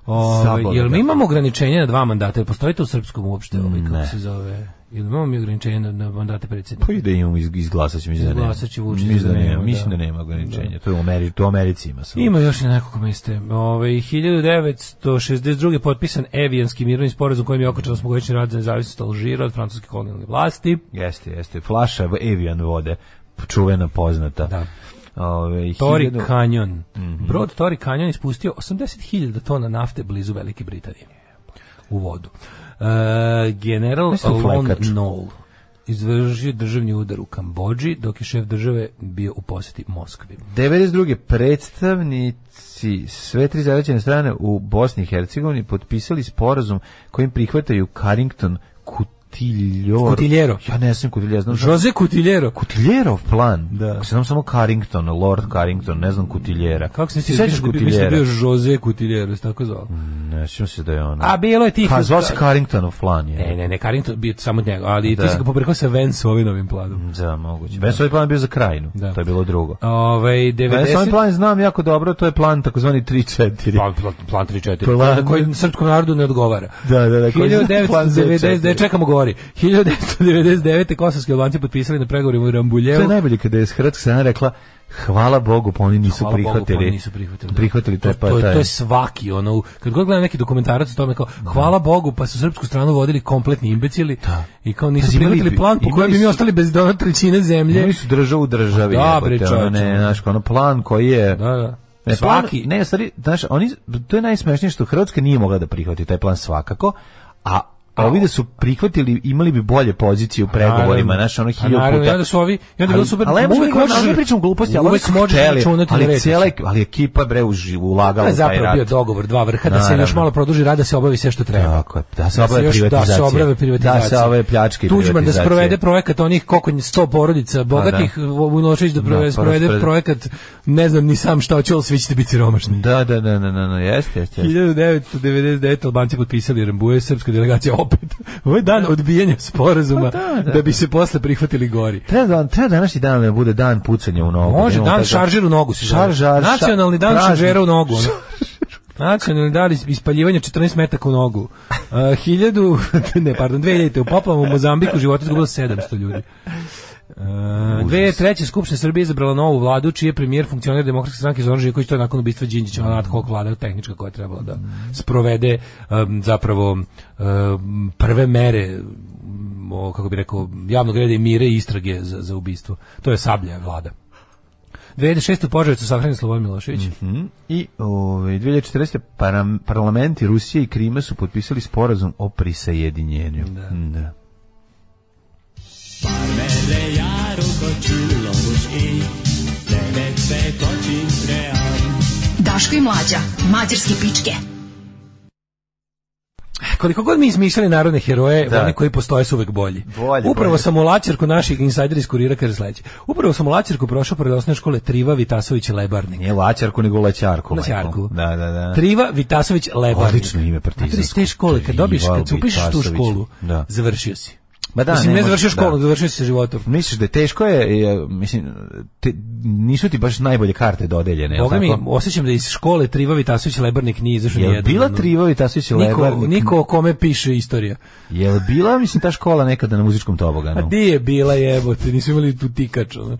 Speaker 8: Ovaj,
Speaker 7: Zabole
Speaker 8: jel
Speaker 7: ga.
Speaker 8: mi imamo ograničenje na dva mandata? Jel postoji to u srpskom uopšte? Ovaj, kako
Speaker 7: Ne.
Speaker 8: se zove? Ili imamo mi ograničenje na, na mandate predsjednika?
Speaker 7: Pa i da imamo iz, izglasat ćemo, mislim da nema.
Speaker 8: Izglasat će Vučić,
Speaker 7: Mislim da
Speaker 8: da nema,
Speaker 7: nema, mislim da
Speaker 8: da.
Speaker 7: nema ograničenja. To je u Americi, to u Americi ima samo.
Speaker 8: Ima još i Ovaj, nekoliko mjeste. Ove, 1962. potpisan Evijanski mirovni sporazum kojim je okončan smogodišnji rad za nezavisnost Alžira od francuske kolonijalne vlasti.
Speaker 7: Jeste, jeste. Flaša Evian vode, čuvena, poznata.
Speaker 8: Da.
Speaker 7: Ove,
Speaker 8: Tori
Speaker 7: hiljadu- Mhm.
Speaker 8: Canyon. Brod Tori Canyon ispustio 80.000 tona nafte blizu Velike Britanije u vodu. E, general
Speaker 7: Mislim,
Speaker 8: Lon
Speaker 7: flekač.
Speaker 8: Nol izvršio državni udar u Kambođi dok je šef države bio u posjeti Moskvi.
Speaker 7: 92. predstavnici sve tri zaraćene strane u Bosni i Hercegovini potpisali sporazum kojim prihvataju Carrington Kutiljor.
Speaker 8: Kutiljero.
Speaker 7: Ja ne sam Kutiljero, znam što-
Speaker 8: Jose Cutillero.
Speaker 7: Kutiljerov plan.
Speaker 8: Da.
Speaker 7: Znam samo Carrington, Lord Carrington, ne znam Kutiljera.
Speaker 8: Kako
Speaker 7: Ti
Speaker 8: se
Speaker 7: sećaš
Speaker 8: sjećaš Cutillera?
Speaker 7: Kutiljera?
Speaker 8: bio Jose Cutillero, se tako zvao.
Speaker 7: Ne, sjećam se da je on.
Speaker 8: A bilo je tih... E,
Speaker 7: Pa zvao se Carringtonov plan je.
Speaker 8: Ne, ne, ne, Carrington bio samo od njega, ali
Speaker 7: Da.
Speaker 8: ti si ga poprekao sa Vensovinovim planom.
Speaker 7: Da, moguće. Ben Svoj plan je bio za krajinu.
Speaker 8: Da.
Speaker 7: To je bilo drugo.
Speaker 8: Ove, 90...
Speaker 7: Ben Svoj plan znam jako dobro, to je plan takozvani 3-4.
Speaker 8: Plan, plan, plan 3-4.
Speaker 7: Plan-
Speaker 8: Plan... Koji srpskom narodu ne odgovara.
Speaker 7: Da, da, da, koji- plan
Speaker 8: 1999.
Speaker 7: 3-4.
Speaker 8: Čekamo govori. 1999. Kosovski albanci potpisali na pregovorima u
Speaker 7: To je
Speaker 8: Rambuljevu.
Speaker 7: najbolje kada je Hrvatska strana rekla hvala Bogu pa oni nisu
Speaker 8: Hvala Bogu, pa
Speaker 7: prihvatili.
Speaker 8: oni nisu prihvatili. da.
Speaker 7: Prihvatili taj
Speaker 8: To-
Speaker 7: pa
Speaker 8: to,
Speaker 7: taj.
Speaker 8: to je svaki ono, kad god gledam neki dokumentarac o tome kao hvala Bogu pa su srpsku stranu vodili kompletni imbecili i kao nisu
Speaker 7: Pazi, imali
Speaker 8: prihvatili
Speaker 7: bi-
Speaker 8: plan po kojem
Speaker 7: imali
Speaker 8: bi mi
Speaker 7: su-
Speaker 8: ostali bez dona trećine zemlje.
Speaker 7: Oni su državu u državi.
Speaker 8: Da,
Speaker 7: jebote,
Speaker 8: bre,
Speaker 7: ono,
Speaker 8: čoveče.
Speaker 7: ne, znaš, ono plan koji je...
Speaker 8: Da, da.
Speaker 7: Ne,
Speaker 8: Svaki.
Speaker 7: Plan, ne, u stvari, znaš, oni, to je najsmešnije što Hrvatska nije mogla da prihvati taj plan svakako, a a ovi da su prihvatili, imali bi bolje pozicije u pregovorima,
Speaker 8: Naravno.
Speaker 7: znaš, ono
Speaker 8: A
Speaker 7: hiljadu puta.
Speaker 8: Pa naravno, i onda su ovi- i onda je bilo super,
Speaker 7: ali, ali,
Speaker 8: uvek
Speaker 7: ali,
Speaker 8: možeš-
Speaker 7: ali pričam gluposti, ali
Speaker 8: uvek
Speaker 7: su
Speaker 8: možeš
Speaker 7: hteli,
Speaker 8: računati na
Speaker 7: ali,
Speaker 8: reč.
Speaker 7: cijela, ek- ali ekipa, bre, uži-
Speaker 8: To
Speaker 7: ulagala
Speaker 8: je
Speaker 7: u taj
Speaker 8: zapravo
Speaker 7: rat.
Speaker 8: bio dogovor dva vrha da se
Speaker 7: Naravno.
Speaker 8: još malo produži rad da se obavi sve što treba.
Speaker 7: Tako je, da se obave
Speaker 8: još-
Speaker 7: privatizacije.
Speaker 8: Da se obrave privatizacije.
Speaker 7: Da se obave pljačke i
Speaker 8: Tuđman da
Speaker 7: privatizacije. Pa
Speaker 8: sprovede projekat onih koliko nje- 100 porodica bogatih, Vunošić da,
Speaker 7: Da,
Speaker 8: da
Speaker 7: pa
Speaker 8: sprovede
Speaker 7: rasporedi.
Speaker 8: projekat, ne znam ni sam šta hoće, ali svi ćete biti siromašni.
Speaker 7: Da, da, da, da, da, da, jeste, jeste. jeste.
Speaker 8: 1999 Albanci potpisali Rambuje, srpska delegacija opet. Ovo je dan odbijanja sporazuma Pa da, bi se posle prihvatili gori.
Speaker 7: Treba, da, treba današnji dan da bude dan pucanja u nogu.
Speaker 8: Može,
Speaker 7: Imamo
Speaker 8: dan
Speaker 7: taj
Speaker 8: šaržer u nogu se zove.
Speaker 7: Šaržar, ša-
Speaker 8: Nacionalni dan
Speaker 7: praznik.
Speaker 8: šaržera u nogu. ono. Nacionalni dan is- ispaljivanja 14 metaka u nogu. Uh, 1000, ne, pardon, 2000 u poplavama u Mozambiku života izgubilo 700 ljudi. Uh, 2003. Skupština Srbije izabrala novu vladu, čiji je premijer funkcioner demokratske stranke Zoran Živković, to je nakon ubistva Đinđića, ona ad hoc vlada tehnička koja je trebala da sprovede um, zapravo um, prve mere um, o, kako bi rekao, javnog reda i mire i istrage za, za ubistvo. To je sablja vlada. 2006. u Požarecu sahranjen Slobodan Milošević.
Speaker 7: Mhm. I ovaj, ove, 2014. Param, parlamenti Rusije i Krima su potpisali sporazum o prisajedinjenju. Da.
Speaker 5: Daško i mlađa. Mađarske pičke.
Speaker 8: Eh, Koliko god mi izmišljali narodne heroje,
Speaker 7: Da.
Speaker 8: oni koji postoje su uvek bolji.
Speaker 7: Bolje,
Speaker 8: Upravo
Speaker 7: bolje.
Speaker 8: sam u Lačerku naših insajdera iz kurira kaže sledeće. Upravo sam u Lačerku prošao pored osnovne škole Triva Vitasović Lebarnik.
Speaker 7: Nije lačarku, nego laćarku.
Speaker 8: Laćarku.
Speaker 7: majko. Da, da, da.
Speaker 8: Triva Vitasović Lebarnik.
Speaker 7: Odlično ime partizansko.
Speaker 8: Znate li iz te škole, kad dobiješ, kad se
Speaker 7: Triva
Speaker 8: upišeš tu
Speaker 7: Vitasović.
Speaker 8: školu,
Speaker 7: Da.
Speaker 8: završio si.
Speaker 7: Ma da,
Speaker 8: Mislim, ne,
Speaker 7: možeš-
Speaker 8: završio
Speaker 7: da.
Speaker 8: školu, završio si sa životom.
Speaker 7: Misliš da je teško je, je, mislim, te, nisu ti baš najbolje karte dodeljene, jel
Speaker 8: Boga mi,
Speaker 7: tako?
Speaker 8: osjećam da iz škole Triva Vitasović Lebarnik nije izašao
Speaker 7: Je
Speaker 8: nijedan.
Speaker 7: bila
Speaker 8: ono.
Speaker 7: Triva i Tasić
Speaker 8: Niko,
Speaker 7: Lebar?
Speaker 8: niko o kome piše istorija.
Speaker 7: Je bila, mislim, ta škola nekada na muzičkom
Speaker 8: A
Speaker 7: toboganu?
Speaker 8: di je bila jebote, nisu imali tu tikač. Ono.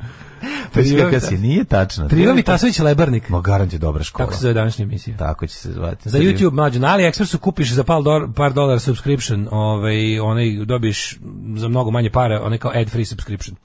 Speaker 7: Pa
Speaker 8: Triva
Speaker 7: iskaka
Speaker 8: Vita-
Speaker 7: si, nije tačno.
Speaker 8: Triva Vitasović Lebarnik.
Speaker 7: Ma garant je dobra škola.
Speaker 8: Kako se zove današnja emisija?
Speaker 7: Tako će se zvati.
Speaker 8: Za YouTube mlađu, na AliExpressu kupiš za par, dolar, par dolara subscription, ovaj, onaj dobiješ za mnogo manje para, onaj kao ad free subscription.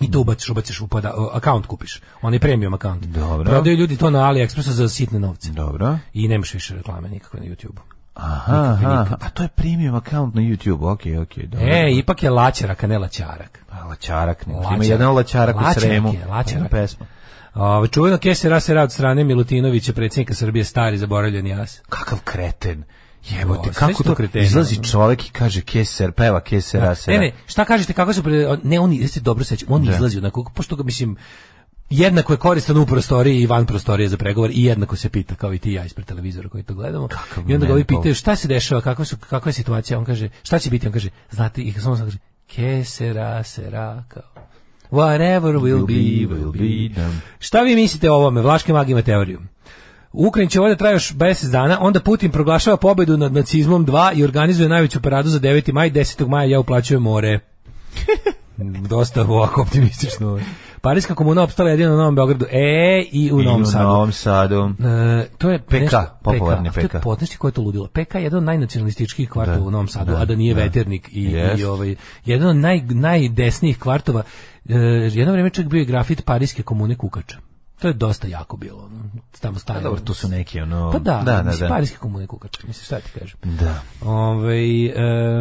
Speaker 8: I to ubaciš, ubaciš u poda, o, account kupiš, onaj premium account.
Speaker 7: Dobro.
Speaker 8: Prodaju ljudi to na AliExpressu za sitne novce.
Speaker 7: Dobro.
Speaker 8: I nemaš više reklame nikakve na YouTube.
Speaker 7: Aha, aha. pa, A to je premium account na YouTube. Ok, ok, dobro.
Speaker 8: E, ipak je laćarak, a ne laćarak.
Speaker 7: Pa, Lačarak, ne. Ima
Speaker 8: Lačarak.
Speaker 7: jedan lačarak u
Speaker 8: Lačarak
Speaker 7: Sremu.
Speaker 8: je, lačarak.
Speaker 7: Ima pesma.
Speaker 8: Ove, čuveno kese rase rad strane Milutinovića, predsjednika Srbije, stari, zaboravljen jas.
Speaker 7: Kakav kreten. Jebote,
Speaker 8: Jo, sve
Speaker 7: kako
Speaker 8: su
Speaker 7: to
Speaker 8: to kreteni,
Speaker 7: izlazi
Speaker 8: ono. Dakle,
Speaker 7: čovjek i kaže keser, peva kesera. se.
Speaker 8: Ne, ne, šta kažete, kako su... Pre... Ne, on, jeste dobro sećam, on izlazi onako, pošto ga, mislim, jednako je koristan u prostoriji i van prostorije za pregovor i jednako se pita, kao i ti i ja ispred televizora koji to gledamo. I onda ga ovi
Speaker 7: mental.
Speaker 8: pitaju šta se dešava, kakva, su, kakva je situacija, on kaže, šta će biti, on kaže, znate, i samo sam kaže, ke sera, sera, kao, Whatever will be, will be.
Speaker 7: Da.
Speaker 8: Šta vi mislite o ovome? Vlaške magi ima teoriju. U Ukrajini će ovdje traje još mjesec dana, onda Putin proglašava pobedu nad nacizmom 2 i organizuje najveću paradu za 9. maj, 10. maja ja uplaćujem more. Dosta ovako optimistično. Parijska komuna opstala jedino u Novom Beogradu. E, i u
Speaker 7: I
Speaker 8: Novom Sadu.
Speaker 7: U Novom Sadu.
Speaker 8: E, to je
Speaker 7: PK,
Speaker 8: nešto,
Speaker 7: popularni
Speaker 8: a to je
Speaker 7: PK.
Speaker 8: podnešće koje je to ludilo. PK je jedan od najnacionalističkih kvartova
Speaker 7: Da,
Speaker 8: u Novom Sadu,
Speaker 7: da,
Speaker 8: a da nije
Speaker 7: da.
Speaker 8: veternik i,
Speaker 7: Jest.
Speaker 8: i ovaj, jedan od naj, najdesnijih kvartova. E, jedno vrijeme čak bio i grafit Parijske komune Kukača. To je dosta jako bilo. ono, Tamo
Speaker 7: Pa
Speaker 8: stavljeno.
Speaker 7: dobro, tu su neki, ono...
Speaker 8: Pa da,
Speaker 7: da, da.
Speaker 8: mislim,
Speaker 7: da.
Speaker 8: Parijske komune Kukača. Mislim, šta ti kažem.
Speaker 7: da.
Speaker 8: Ovaj e,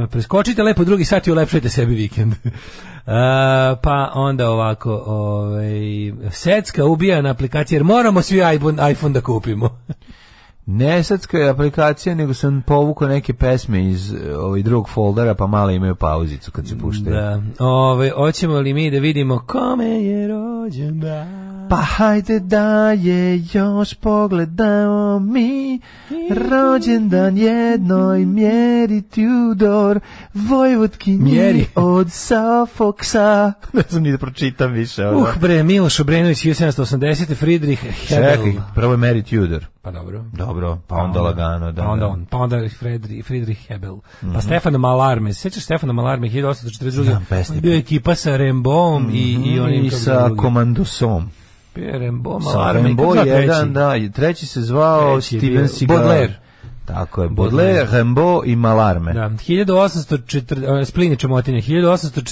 Speaker 8: preskočite lepo drugi sat i ulepšajte sebi vikend. E, pa onda ovako, ovaj, Secka ubija na aplikaciji, jer moramo svi iPhone, iPhone da kupimo.
Speaker 7: Ne sadska je aplikacija, nego sam povukao neke pesme iz eh, ovaj drugog foldera, pa malo imaju pauzicu kad se puštaju.
Speaker 8: Da. Ove, hoćemo li mi da vidimo kome je rođen da?
Speaker 7: Pa hajde da je još pogledamo mi Rođendan jednoj mjeri Tudor Vojvodkinji
Speaker 8: Mjeri.
Speaker 7: od Safoksa Ne znam ni da pročitam više ono.
Speaker 8: Uh, bre, Miloš Obrenović, 1780, Friedrich Hebel.
Speaker 7: Čekaj, prvo je Mary Tudor
Speaker 8: Pa dobro.
Speaker 7: Dobro, pa onda lagano da,
Speaker 8: pa onda
Speaker 7: da. Mhm.
Speaker 8: on, pa onda Friedrich, Friedrich Hebel. Pa Stefano Malarme, se sjećaš Stefano Malarme 1842?
Speaker 7: Znam pesniku.
Speaker 8: On je bio ekipa sa Rembom i, i onim...
Speaker 7: I
Speaker 8: kako
Speaker 7: sa
Speaker 8: drugi.
Speaker 7: komandosom
Speaker 8: Bio je Rembo,
Speaker 7: Sa
Speaker 8: Malarme,
Speaker 7: Rambo
Speaker 8: kako zove treći?
Speaker 7: jedan, da, i treći se zvao
Speaker 8: Treći je bio
Speaker 7: Steven Seagal
Speaker 8: Baudelaire.
Speaker 7: Tako je, Baudelaire, Rambo i Malarme
Speaker 8: Da, 1804, Splini Čemotinje,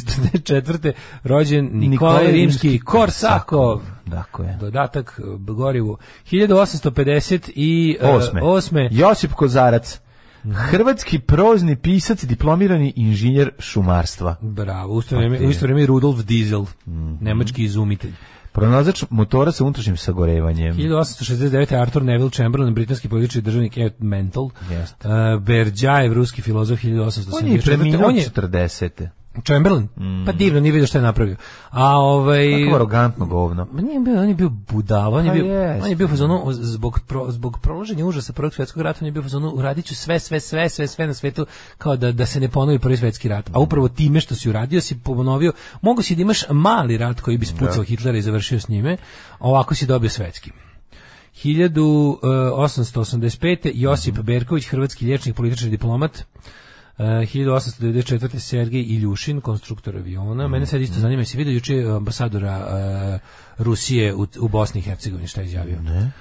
Speaker 8: 1844. rođen Nikolaj Rimski Korsakov.
Speaker 7: Tako je
Speaker 8: Dodatak e, gorivu. 1850 i e,
Speaker 7: Osme.
Speaker 8: osme. Mhm.
Speaker 7: Josip Kozarac. Hrvatski prozni pisac i diplomirani inženjer šumarstva.
Speaker 8: Bravo, u
Speaker 7: Pa
Speaker 8: isto vrijeme, u isto vrijeme i Rudolf Diesel,
Speaker 7: Mhm.
Speaker 8: nemački izumitelj.
Speaker 7: Pronalazač motora sa unutrašnjim sagorevanjem.
Speaker 8: 1869. Arthur Neville Chamberlain, britanski politički državnik Ed Mental.
Speaker 7: Jeste.
Speaker 8: Uh, Berđajev, ruski filozof 1884.
Speaker 7: On je preminuo 40.
Speaker 8: Chamberlain? Pa divno, nije vidio šta je napravio. A ovaj...
Speaker 7: Kako arogantno govno.
Speaker 8: Ma nije bio, on je bio budala, on je
Speaker 7: Pa
Speaker 8: bio,
Speaker 7: jest.
Speaker 8: on je bio u fazonu zbog pro, zbog proloženja užasa prvog svjetskog rata, on je bio u fazonu uradit ću sve sve sve sve sve na svetu kao da da se ne ponovi prvi svjetski rat. A upravo time što si uradio si ponovio, mogu si da imaš mali rat koji bi spucao Hitlera i završio s njime, a ovako si dobio svetski. e, 1885. Josip Berković, hrvatski liječnik, politički diplomat. E, 1894. Sergej Iljušin, konstruktor aviona. Mene sad isto zanima, jesi vidio juče ambasadora e, Rusije u, u Bosni i Hercegovini, šta je izjavio? Ne.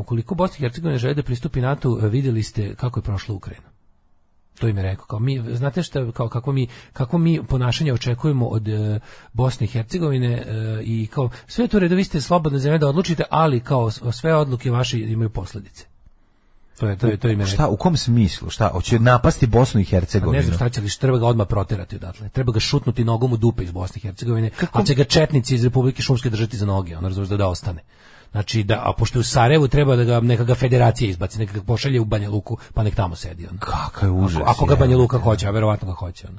Speaker 8: ukoliko Bosna i Hercegovina želi da pristupi NATO, e, vidjeli ste kako je prošla Ukrajina. To im je rekao. Kao mi, znate šta, kao kako mi, kako mi ponašanje očekujemo od e, Bosne i Hercegovine e, i kao sve je to u redu, vi ste slobodna zemlja da odlučite, ali kao s- sve odluke vaše imaju posljedice. To je to je to im je rekao.
Speaker 7: Šta, u kom smislu? Šta, hoće napasti Bosnu i
Speaker 8: Pa Ne
Speaker 7: Hercegovinu?
Speaker 8: znam šta će, ali treba ga odmah proterati odatle. Treba ga šutnuti nogom u dupe iz Bosne i Hercegovine, ali će ga četnici iz Republike Šumske držati za noge, on razumiješ da, da ostane. Znači, da, a pošto je u Sarajevu treba da ga neka ga federacija izbaci, neka ga pošalje u Banja Luku, pa nek tamo sedi on.
Speaker 7: Kakav je užas.
Speaker 8: Ako, ako ga
Speaker 7: je.
Speaker 8: Banja Luka hoće, a verovatno ga hoće. Ono.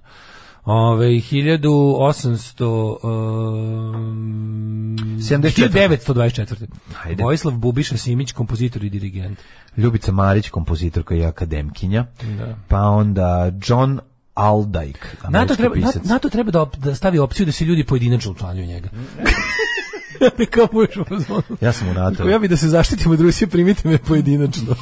Speaker 8: Ove, 1800... Um,
Speaker 7: 74.
Speaker 8: 1924.
Speaker 7: Ajde.
Speaker 8: Vojislav Bubiša Simić, kompozitor i dirigent.
Speaker 7: Ljubica Marić, kompozitorka i akademkinja. Pa onda John Aldajk,
Speaker 8: Na to
Speaker 7: američki
Speaker 8: treba, na,
Speaker 7: pisac.
Speaker 8: na to treba da, op- da stavi opciju da se ljudi pojedinačno učlanjuju u njega. Ne kao budeš u fazonu.
Speaker 7: Mm. Ja sam u NATO.
Speaker 8: Ako ja bi da se zaštitim od Rusije, primite me pojedinačno.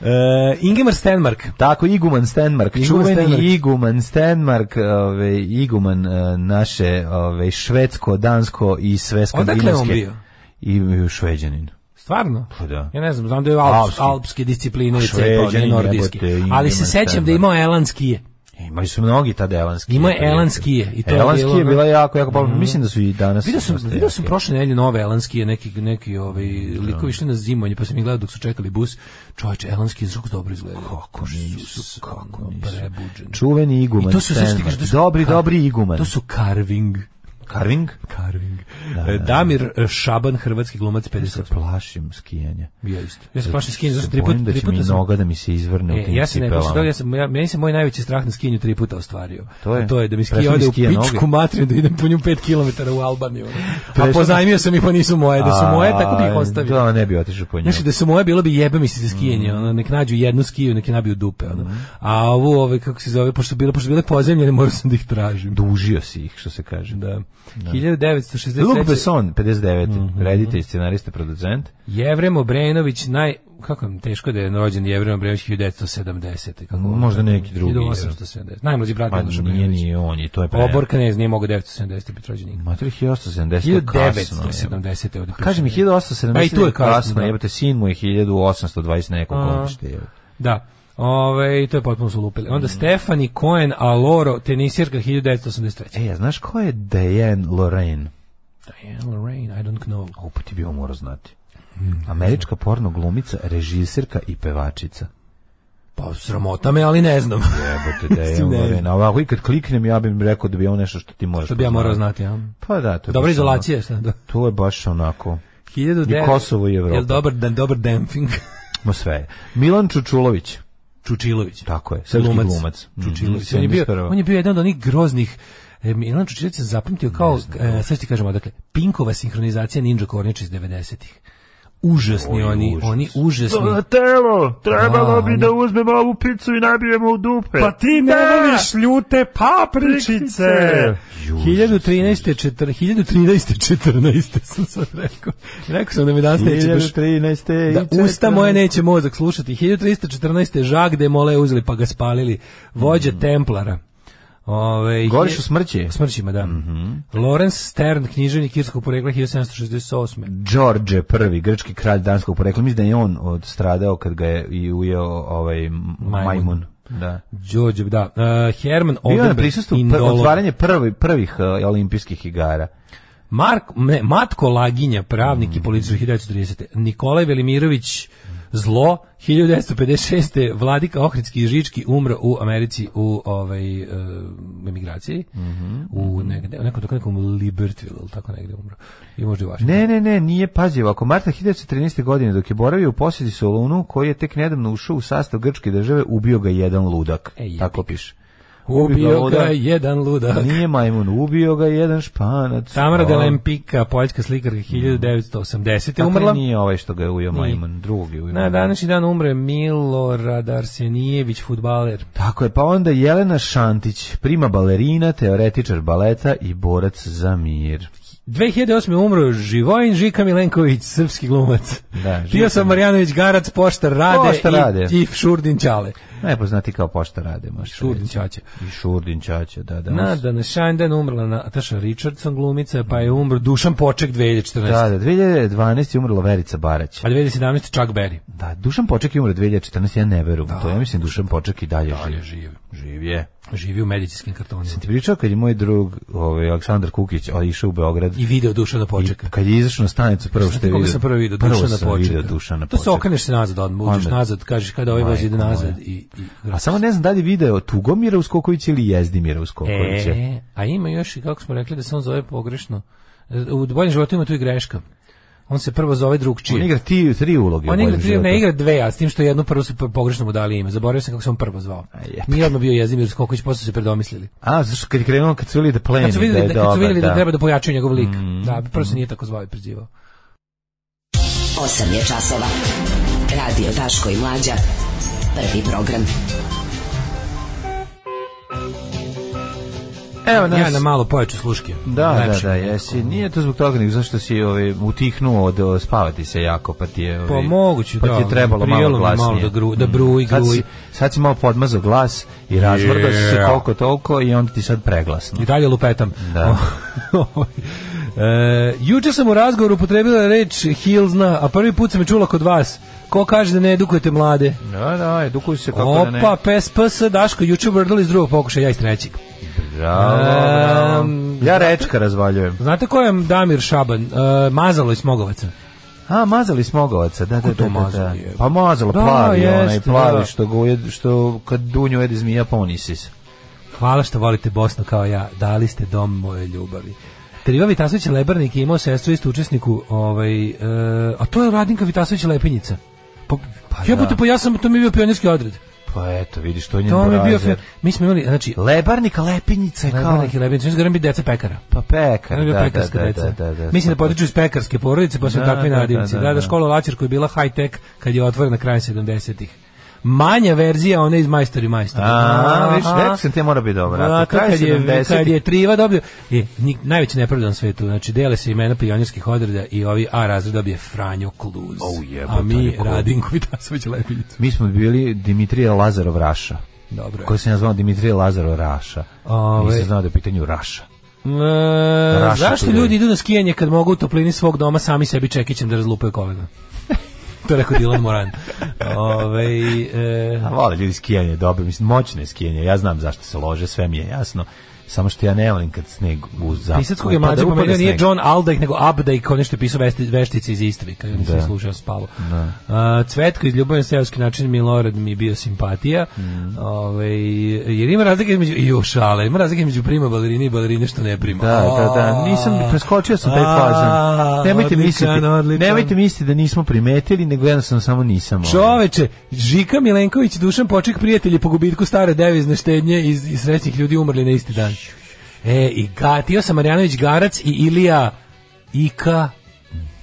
Speaker 8: e, Ingemar Stenmark.
Speaker 7: Tako, Iguman Stenmark,
Speaker 8: Iguman
Speaker 7: čuveni
Speaker 8: Stenmark.
Speaker 7: Iguman Stenmark, ove, Iguman e, naše ove, švedsko, dansko i sve skandinavske.
Speaker 8: Odakle je on bio?
Speaker 7: I šveđanin.
Speaker 8: Stvarno?
Speaker 7: Pa da.
Speaker 8: Ja ne znam, znam da je alps,
Speaker 7: Alpski.
Speaker 8: alpske. discipline i
Speaker 7: Šveđani,
Speaker 8: cepao, ne nordijski.
Speaker 7: jebote, Ingemar
Speaker 8: Ali se sećam
Speaker 7: Stenmark.
Speaker 8: da je imao elanskije.
Speaker 7: E, Imali su mnogi tada elanski.
Speaker 8: Imao je elanskije. I to je
Speaker 7: elanski je,
Speaker 8: bilo, Mhm.
Speaker 7: bila jako, jako popularna. Mislim da su i danas.
Speaker 8: Vidio sam,
Speaker 7: dosta
Speaker 8: vidio sam
Speaker 7: jake.
Speaker 8: prošle nedelje nove elanskije, neki, neki ovaj, likovi išli na zimovanje, pa sam ih gledao dok su čekali bus. Čovječe, elanski izruk dobro izgleda. Kako nisu, kako nisu. Prebuđeni.
Speaker 7: Čuveni Iguman
Speaker 8: I to su, znaš, ti
Speaker 7: Stenmark.
Speaker 8: kažeš, to su
Speaker 7: dobri,
Speaker 8: kar-
Speaker 7: dobri Iguman.
Speaker 8: To su carving.
Speaker 7: Carving?
Speaker 8: Carving. E, Damir e, Šaban, hrvatski glumac,
Speaker 7: Se
Speaker 8: 50.
Speaker 7: plašim skijanja.
Speaker 8: Ja isto. Ja sam plašen skinje, zašto tri
Speaker 7: Bojim
Speaker 8: puta,
Speaker 7: da
Speaker 8: tri
Speaker 7: će mi
Speaker 8: puta sam...
Speaker 7: noga da mi se izvrne u
Speaker 8: E,
Speaker 7: tim
Speaker 8: ja se ne
Speaker 7: cipelama.
Speaker 8: plašim toga, ja sam, ja, meni se moj najveći strah na skinju tri puta ostvario.
Speaker 7: To je?
Speaker 8: A to je da mi skija
Speaker 7: Prešla mi
Speaker 8: ode u
Speaker 7: skija noge?
Speaker 8: pičku materiju, da idem po nju 5 km u Albaniju. ono. A
Speaker 7: Prešla-
Speaker 8: pozajmio sam ih, pa nisu moje. Da su moje, tako bi ih
Speaker 7: A,
Speaker 8: ostavio.
Speaker 7: Da, ne bi otišao po nju.
Speaker 8: Znači da su moje bilo bi jebe mi se za skijanje,
Speaker 7: Mm.
Speaker 8: ono, nek nađu jednu skiju, nek je nabiju dupe, ono. A ovo, ove, kako se zove, pošto bile, pošto bile pozemljene, morao sam da ih tražim.
Speaker 7: Dužio si ih, što se kaže.
Speaker 8: Da. 1963.
Speaker 7: Luke Besson, 59.
Speaker 8: Mhm.
Speaker 7: reditelj, scenarista, producent.
Speaker 8: Jevrem Obrenović, naj... Kako je teško da je rođen Jevrem Obrenović 1970. Kako ono,
Speaker 7: Možda neki drugi,
Speaker 8: 1870. Najmlađi brat
Speaker 7: Pa
Speaker 8: Miloš
Speaker 7: nije
Speaker 8: Obrenović.
Speaker 7: ni on, i to je pre...
Speaker 8: Obor knez nije mogao 1970. biti rođen nikad.
Speaker 7: Mater 1870. kasno je.
Speaker 8: 1970. je.
Speaker 7: Kaže mi 1870.
Speaker 8: Pa i tu je kasno, da.
Speaker 7: Jebate, sin mu je 1820 nekog
Speaker 8: A.
Speaker 7: godište. jebote.
Speaker 8: Da. Ove, i to je potpuno su lupili.
Speaker 7: Mm.
Speaker 8: Onda Stefani Cohen Aloro, tenisirka 1983.
Speaker 7: E, a znaš ko je Diane Lorraine?
Speaker 8: Diane Lorraine, I don't know.
Speaker 7: Ovo ti bi ovo morao znati.
Speaker 8: Hmm.
Speaker 7: Američka porno glumica, režisirka i pevačica.
Speaker 8: Pa sramota me, ali ne znam.
Speaker 7: Jebote,
Speaker 8: Mislim,
Speaker 7: Diane
Speaker 8: ne.
Speaker 7: Lorraine. A Ovako, i kad kliknem, ja bih rekao da bi ovo nešto što ti moraš
Speaker 8: Što bi ja morao
Speaker 7: poznati.
Speaker 8: znati, ja?
Speaker 7: Pa da, to je
Speaker 8: Dobra
Speaker 7: baš ono-
Speaker 8: izolacija, šta? Da.
Speaker 7: To je baš onako.
Speaker 8: 1900
Speaker 7: I Kosovo i Evropa.
Speaker 8: Jel dobar, dan, dobar damping?
Speaker 7: Ma sve. je. Milan Čučulović.
Speaker 8: Čučilović.
Speaker 7: Tako je, srpski glumac. Mhm,
Speaker 8: Čučilović. On je, bio,
Speaker 7: 71..
Speaker 8: on je bio jedan od onih groznih e, Milan Čučilović se zapamtio kao, e, sve ti kažemo, dakle, Pinkova sinhronizacija Ninja Kornjača iz 90-ih. Užasni oni, oni užasni.
Speaker 7: Trebalo,
Speaker 8: trebalo bi da
Speaker 7: uzmem ovu picu i nabijemo u dupe.
Speaker 8: ti ne voliš ljute papričice. 1013. četr- 1013. 14. sam sad rekao. Rekao sam da mi danas neće baš...
Speaker 7: 2013. i
Speaker 8: Da, usta moje neće mozak slušati. 1314. Žak de Mole uzeli pa ga spalili. Vođa Templara. Ove,
Speaker 7: Goriš u
Speaker 8: je-
Speaker 7: smrći.
Speaker 8: u smrćima, da. Lawrence Stern, književnik irskog porekla 1768.
Speaker 7: Đorđe prvi, grčki kralj danskog porekla, mislim da je on odstradao kad ga je i ujeo ovaj m-
Speaker 8: Majmun.
Speaker 7: majmun. Da.
Speaker 8: Đorđe, da. Uh, Herman
Speaker 7: Bio je na
Speaker 8: Oldenburg,
Speaker 7: prisustvu pr-
Speaker 8: Indolog.
Speaker 7: otvaranje prvi, prvih uh, olimpijskih igara.
Speaker 8: Mark, ne, Matko Laginja, pravnik
Speaker 7: Mm.
Speaker 8: i političar 1930. Nikolaj Velimirović Zlo, 1956. Vladika Ohridski i Žički umro u Americi u ovaj, e, emigraciji.
Speaker 7: Mhm.
Speaker 8: U negde, u nekom, nekom Libertville, ili tako negde umro. I možda i vaš.
Speaker 7: Ne, ne, ne, nije pazio. Ako Marta 1913. godine, dok je boravio u posjedi Solunu, koji je tek nedavno ušao u sastav grčke države, ubio ga jedan ludak.
Speaker 8: E, jebi
Speaker 7: Tako piše.
Speaker 8: Ubio ga
Speaker 7: ludak.
Speaker 8: jedan ludak.
Speaker 7: Nije majmun, ubio ga jedan španac.
Speaker 8: Tamara
Speaker 7: O,
Speaker 8: Delempika, poljska slikarka 1980.
Speaker 7: Dakle,
Speaker 8: umrla.
Speaker 7: Mm. nije ovaj što ga je ujeo
Speaker 8: Nije.
Speaker 7: majmun, drugog je ujeo.
Speaker 8: Na današnji dan umre Milorad Arsenijević, futbaler.
Speaker 7: Tako je, pa onda Jelena Šantić, prima balerina, teoretičar baleta i borac za mir.
Speaker 8: 2008. umro Živojin Žika Milenković, srpski glumac.
Speaker 7: Da,
Speaker 8: Pio
Speaker 7: Žika.
Speaker 8: sam Marjanović Garac, poštar Rade,
Speaker 7: Poštar Rade.
Speaker 8: I, i Šurdin Ćale.
Speaker 7: Najpoznati kao pošta rade, možeš
Speaker 8: Šurdin
Speaker 7: reći.
Speaker 8: Ćaće.
Speaker 7: I Šurdin Ćaća, da, da. on
Speaker 8: Na
Speaker 7: s-
Speaker 8: današnji dan umrla Nataša Richardson glumica, pa je umro Dušan Poček 2014.
Speaker 7: Da, da, 2012. je umrla Verica Barać.
Speaker 8: A 2017. Chuck Berry.
Speaker 7: Da, Dušan Poček je umro 2014, ja ne verujem. To ja mislim Dušan Poček i dalje živ.
Speaker 8: živ.
Speaker 7: Živ je.
Speaker 8: Živi u medicinskim kartonima.
Speaker 7: Ti pričao kad je moj drug, ovaj, Aleksandar Kukić, on je išao u Beograd.
Speaker 8: I video Dušana Počeka.
Speaker 7: I kad je izašao na stanicu, prvo što
Speaker 8: Znate
Speaker 7: je
Speaker 8: koga
Speaker 7: vidio.
Speaker 8: sam prvo vidio?
Speaker 7: Prvo
Speaker 8: Dušana
Speaker 7: sam
Speaker 8: Počeka.
Speaker 7: vidio Dušana
Speaker 8: To se
Speaker 7: Počeka.
Speaker 8: okreneš se nazad odmah, uđeš
Speaker 7: Onda-
Speaker 8: nazad, kažeš kada ovaj vozi
Speaker 7: Majko
Speaker 8: ide nazad.
Speaker 7: moja.
Speaker 8: I, i,
Speaker 7: A samo ne znam da li je video Tugomira Uskokovića ili Jezdimira Uskokovića.
Speaker 8: E, a ima još i kako smo rekli da se on zove pogrešno. E, U boljem životu ima tu i greška. On se prvo zove drugčije.
Speaker 7: On igra ti tri uloge. u
Speaker 8: On igra,
Speaker 7: boljem
Speaker 8: tri, ne
Speaker 7: životu.
Speaker 8: igra dve, a s tim što jednu prvu su po- pogrešno mu dali ime. Zaboravio sam kako se on prvo zvao.
Speaker 7: jebi.
Speaker 8: Nije odmah bio Jezimir Skoković, posle se predomislili.
Speaker 7: A, zašto kad je krenuo, kad su vidjeli da pleni,
Speaker 8: Kad su vidjeli da,
Speaker 7: da, je
Speaker 8: kad su
Speaker 7: dobar,
Speaker 8: vidjeli da,
Speaker 7: da. Mhm.
Speaker 8: treba da pojačaju njegov lik. Da, prvo se nije tako zvao i prezivao.
Speaker 5: 8 je časova. Radio Daško i Mlađa. Prvi program.
Speaker 7: Evo nas.
Speaker 8: Ja na malo pojaču sluške.
Speaker 7: Da, da,
Speaker 8: Najlepše
Speaker 7: da,
Speaker 8: mi je
Speaker 7: jesi.
Speaker 8: nekako.
Speaker 7: Nije to zbog toga, nego zašto si ovaj, utihnuo od o, spavati se jako, pa ti je... Ovaj,
Speaker 8: Pa moguće,
Speaker 7: pa
Speaker 8: da,
Speaker 7: ti je trebalo malo
Speaker 8: prijelo mi malo
Speaker 7: glasnije.
Speaker 8: da gru- da bruji,
Speaker 7: Mm. Sad
Speaker 8: gruji.
Speaker 7: si, sad si malo podmazao glas i razvrdao si se
Speaker 8: Yeah.
Speaker 7: koliko toliko i onda ti sad preglasno.
Speaker 8: I dalje lupetam. Ovaj,
Speaker 7: Da.
Speaker 8: e, juče sam u razgovoru upotrebila reč Hilzna, a prvi put sam je čula kod vas. Ko kaže da ne edukujete mlade?
Speaker 7: Da, da, edukuj se kako da ne.
Speaker 8: Opa, pes, ps, Daško, juče vrdali iz drugog pokušaja, ja iz trećeg.
Speaker 7: Bravo, bravo.
Speaker 8: Em,
Speaker 7: Ja rečka razvaljujem.
Speaker 8: Znate ko je Damir Šaban? E, mazalo iz Smogovaca.
Speaker 7: A, mazali smogovaca, da, da, da,
Speaker 8: to
Speaker 7: da,
Speaker 8: mazalo
Speaker 7: da.
Speaker 8: je?
Speaker 7: Pa mazalo,
Speaker 8: Da,
Speaker 7: plavi onaj,
Speaker 8: jeste,
Speaker 7: plavi
Speaker 8: da.
Speaker 7: što, ga ujed- što kad dunju jede zmija ponisi se.
Speaker 8: Hvala što volite Bosnu kao ja, dali ste dom moje ljubavi. Triva Vitasović Lebarnik je imao sestru istu učesniku, ovaj, e, a to je Radinka Vitasović Lepinjica. Pa, ja,
Speaker 7: da.
Speaker 8: pa ja sam, to mi je bio pionirski odred.
Speaker 7: Pa eto, vidiš, to je njen
Speaker 8: To mi je bio,
Speaker 7: brazer.
Speaker 8: fi- mi smo imali, znači,
Speaker 7: Lebarnika, lepinjica je kao...
Speaker 8: Lebarnik i Lebarnik, znači, bi deca pekara.
Speaker 7: Pa pekar,
Speaker 8: Ona je
Speaker 7: da,
Speaker 8: bio
Speaker 7: da,
Speaker 8: pekarska
Speaker 7: da,
Speaker 8: deca.
Speaker 7: da, da, da.
Speaker 8: Mislim da potiču iz pekarske porodice, pa su
Speaker 7: Da,
Speaker 8: takvi
Speaker 7: da, da,
Speaker 8: nadimci. Da,
Speaker 7: da,
Speaker 8: da,
Speaker 7: da.
Speaker 8: škola Lačar koja je bila high-tech kad je otvorena krajem 70-ih. manja verzija one iz Majstori Majstori.
Speaker 7: A, viš, rekao sam ti mora biti dobra.
Speaker 8: A,
Speaker 7: Na
Speaker 8: to kad,
Speaker 7: kraju
Speaker 8: je,
Speaker 7: 70-ih.
Speaker 8: kad je Triva dobio, je, ni- najveći nepravda na svetu, znači dele se imena pionirskih odreda i ovi A razred dobije Franjo Kluz.
Speaker 7: O, Oh, jebote,
Speaker 8: a mi
Speaker 7: ali cool.
Speaker 8: Radinko i Tasović Lepiljicu.
Speaker 7: Mi smo bili Dimitrije Lazarov Raša.
Speaker 8: Dobro.
Speaker 7: Koji se nazvao Dimitrije Lazarov Raša.
Speaker 8: Ove-
Speaker 7: Nisam znao da je u pitanju Raša.
Speaker 8: E,
Speaker 7: Raša
Speaker 8: zašto
Speaker 7: tu je.
Speaker 8: ljudi idu na skijanje kad mogu u toplini svog doma sami sebi čekićem da razlupaju kolena? to je rekao Dylan Moran. Ove, e,
Speaker 7: A vole ljudi skijanje, dobro, mislim, moćno je skijanje, ja znam zašto se lože, sve mi je jasno, samo što ja ne volim kad sneg u Pa zapu.
Speaker 8: Pisac kog je mlađe pomenuo nije John Aldajk, nego Abdajk, on je što je pisao vesti, veštici iz Istri, kad nisam
Speaker 7: Da.
Speaker 8: slušao spavo. A, Cvetko iz Ljubavne seoski način Milorad mi je bio simpatija.
Speaker 7: Mm.
Speaker 8: Ovaj, jer ima razlike između, ju šale, ima razlike između prima balerine i balerine što ne prima.
Speaker 7: Da, da, da, nisam, preskočio sam taj
Speaker 8: A,
Speaker 7: fazan. Nemojte
Speaker 8: odličan,
Speaker 7: misliti,
Speaker 8: odličan.
Speaker 7: nemojte misliti da nismo primetili, nego jednostavno samo nisam. ovaj.
Speaker 8: Čoveče, Žika Milenković, Dušan Poček, prijatelji po gubitku stare devizne štednje iz, iz srećnih ljudi umrli na isti dan. E, i ga, Tio Samarjanović Garac i Ilija Ika,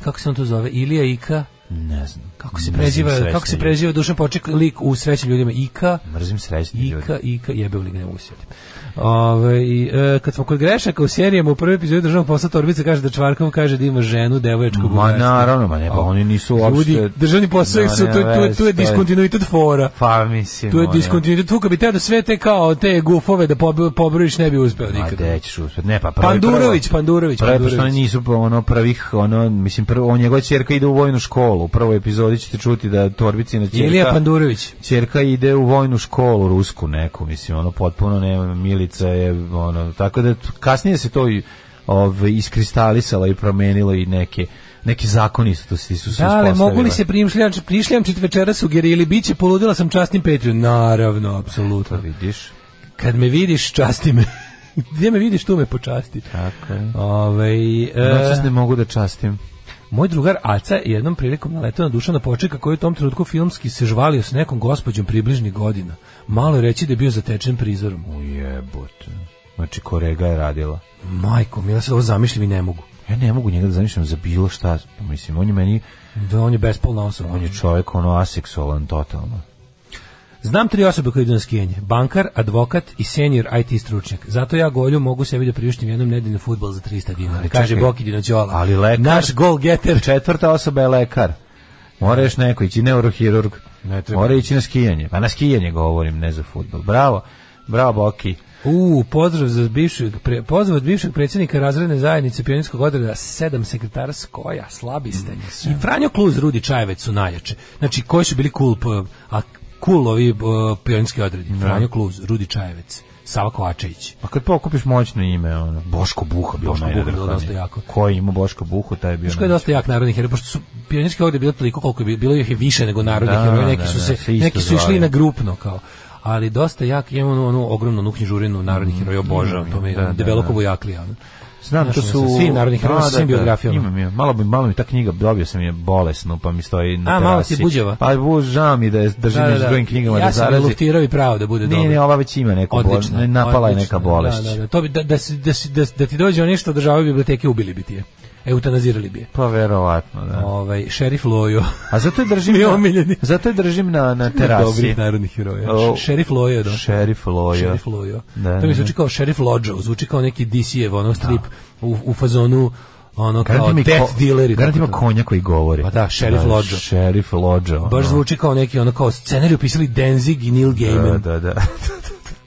Speaker 8: kako se on to zove, Ilija Ika,
Speaker 7: Ne znam.
Speaker 8: kako se preziva,
Speaker 7: Mrzim
Speaker 8: kako se
Speaker 7: srećne
Speaker 8: preziva Dušan Poček, lik u srećnim ljudima, Ika,
Speaker 7: ljude. Mrzim srećni ljudi.
Speaker 8: Ika, Ika, jebe u ne mogu se sjetiti. Ove, i, e, kad smo kod grešaka u serijama u prvoj epizodi državnog posla Torbica kaže da Čvarkov kaže da ima ženu, devoječku
Speaker 7: Ma naravno, ma ne, pa
Speaker 8: A,
Speaker 7: oni nisu uopšte...
Speaker 8: Ljudi, državni posao
Speaker 7: Da,
Speaker 8: su, tu,
Speaker 7: nema
Speaker 8: tu,
Speaker 7: veze,
Speaker 8: tu je
Speaker 7: to
Speaker 8: diskontinuitet fora.
Speaker 7: Pa mislim...
Speaker 8: Tu je
Speaker 7: ono,
Speaker 8: diskontinuitet, tu kad bi teo da sve te kao te gufove da pob- pobrojiš ne bi uspeo
Speaker 7: Ma
Speaker 8: nikada.
Speaker 7: gde ćeš uspjeti? Ne, pa prvi
Speaker 8: Pandurović,
Speaker 7: prvo-
Speaker 8: Pandurović,
Speaker 7: Prvo je pošto oni
Speaker 8: Pandurović.
Speaker 7: nisu po- ono prvih ono mislim prvo on njegova ćerka ide u vojnu školu. U prvoj epizodi ćete čuti da Torbicina ćerka
Speaker 8: Ilija Pandurović.
Speaker 7: Ćerka ide u vojnu školu rusku neku, mislim, ono potpuno nema Milica je ono tako da t- kasnije se to i, ove, iskristalisalo i promenilo i neke neki zakoni su tu su se
Speaker 8: Da, ali
Speaker 7: uspostavili.
Speaker 8: mogu li se prišljač, prišljačit večera sugerirali, bit će poludila sam častim Patreon. Naravno, apsolutno.
Speaker 7: Pa vidiš?
Speaker 8: Kad me vidiš, časti me. Gdje me vidiš, tu me počasti.
Speaker 7: Tako je.
Speaker 8: Ovaj, e,
Speaker 7: Noćas ne mogu da častim.
Speaker 8: Moj drugar Aca je jednom prilikom naletao na Dušana Počeka koji je u tom trenutku filmski se žvalio s nekom gospođom približnih godina. Malo je reći da je bio zatečen prizorom.
Speaker 7: Ujebote. Znači, korega je radila.
Speaker 8: Majko, mi ja se ovo zamišljam i ne mogu.
Speaker 7: Ja ne mogu njega da zamišljam za bilo šta. Mislim, on je meni,
Speaker 8: Da, on je bespolna osoba.
Speaker 7: on je čovjek ono aseksualan totalno.
Speaker 8: Znam tri osobe koje idu na skijanje. Bankar, advokat i senior IT stručnjak. Zato ja golju mogu sebi da priuštim jednom nedeljnu futbol za 300 dinara.
Speaker 7: Ali
Speaker 8: Kaže
Speaker 7: čekaj,
Speaker 8: Boki Dinođola.
Speaker 7: ali lekar-
Speaker 8: Naš gol getter.
Speaker 7: Četvrta osoba je lekar. Mora još neko ići, neurohirurg.
Speaker 8: Ne treba.
Speaker 7: Mora ići na skijanje. Pa na skijanje govorim, ne za futbol. Bravo, bravo Boki.
Speaker 8: U, pozdrav za bivšeg, pre- pozdrav od bivšeg predsjednika razredne zajednice pionirskog odreda, sedam sekretara Skoja, slabi ste. I Franjo Kluz, Rudi Čajevec su najjače. Znači, koji su bili cool, p- a cool ovi uh, pionirski odredi? Franjo Kluz, Rudi Čajevec, Sava Kovačević.
Speaker 7: Pa kad pokupiš moćno ime, ono, Boško Buha bio
Speaker 8: Boško Buha
Speaker 7: najdrakaniji.
Speaker 8: bilo dosta jako.
Speaker 7: Ko je imao Boško Buhu, taj je bio...
Speaker 8: Znaš ko je dosta jak narodnih heroja, pošto su pionirski odredi bilo toliko koliko je bilo, bilo ih je više nego narodnih
Speaker 7: Da,
Speaker 8: heroja, neki
Speaker 7: da,
Speaker 8: su,
Speaker 7: da,
Speaker 8: se,
Speaker 7: se isto
Speaker 8: neki su išli
Speaker 7: zvali.
Speaker 8: na grupno kao ali dosta jak, imam onu, onu ogromnu nuhnju žurinu narodnih heroja, obožavam, to mi je
Speaker 7: Mm, Da, da,
Speaker 8: develokovo jaklija. ono.
Speaker 7: Znam,
Speaker 8: Znaš,
Speaker 7: to
Speaker 8: ono,
Speaker 7: su...
Speaker 8: sa svim narodnih heroja,
Speaker 7: Da,
Speaker 8: sa svim
Speaker 7: da, da,
Speaker 8: biografijama.
Speaker 7: Imam, imam. Malo, bi, malo mi ta knjiga, dobio sam je bolesno, pa mi stoji na
Speaker 8: A,
Speaker 7: terasi.
Speaker 8: malo ti buđava.
Speaker 7: Pa buž, žao mi da je držim među drugim knjigama
Speaker 8: ja
Speaker 7: da
Speaker 8: sam
Speaker 7: zarazi.
Speaker 8: luftirao i pravo da bude dobro.
Speaker 7: Nije, ne, ova već ima neku bolest.
Speaker 8: Odlično.
Speaker 7: ne, Napala je neka
Speaker 8: odlično.
Speaker 7: bolest.
Speaker 8: Da, da, da. To bi, da, da, si- da, si- da, da ti dođe nešto država biblioteke, ubili bi ti je. Eutanazirali bi je.
Speaker 7: Pa verovatno, da.
Speaker 8: Ovaj, šerif Lojo.
Speaker 7: A zato je držim,
Speaker 8: Mi je
Speaker 7: na,
Speaker 8: omiljeni.
Speaker 7: zato je držim na, na terasi.
Speaker 8: Dobrih narodnih heroja.
Speaker 7: O.
Speaker 8: Š- Šerif Lojo je došao.
Speaker 7: Šerif Lojo.
Speaker 8: Šerif Lojo.
Speaker 7: Da,
Speaker 8: to
Speaker 7: da.
Speaker 8: mi zvuči kao Šerif Lojo, zvuči kao neki DC-ev, ono strip u, u fazonu ono kao
Speaker 7: Garanti mi
Speaker 8: death dealer i
Speaker 7: Garanti
Speaker 8: tako
Speaker 7: ima
Speaker 8: to.
Speaker 7: konja koji govori.
Speaker 8: Pa da, šerif Lodžo.
Speaker 7: Šerif Lodžo.
Speaker 8: Baš
Speaker 7: ono.
Speaker 8: zvuči kao neki ono kao scenariju pisali Denzig i Neil Gaiman.
Speaker 7: Da, da, da.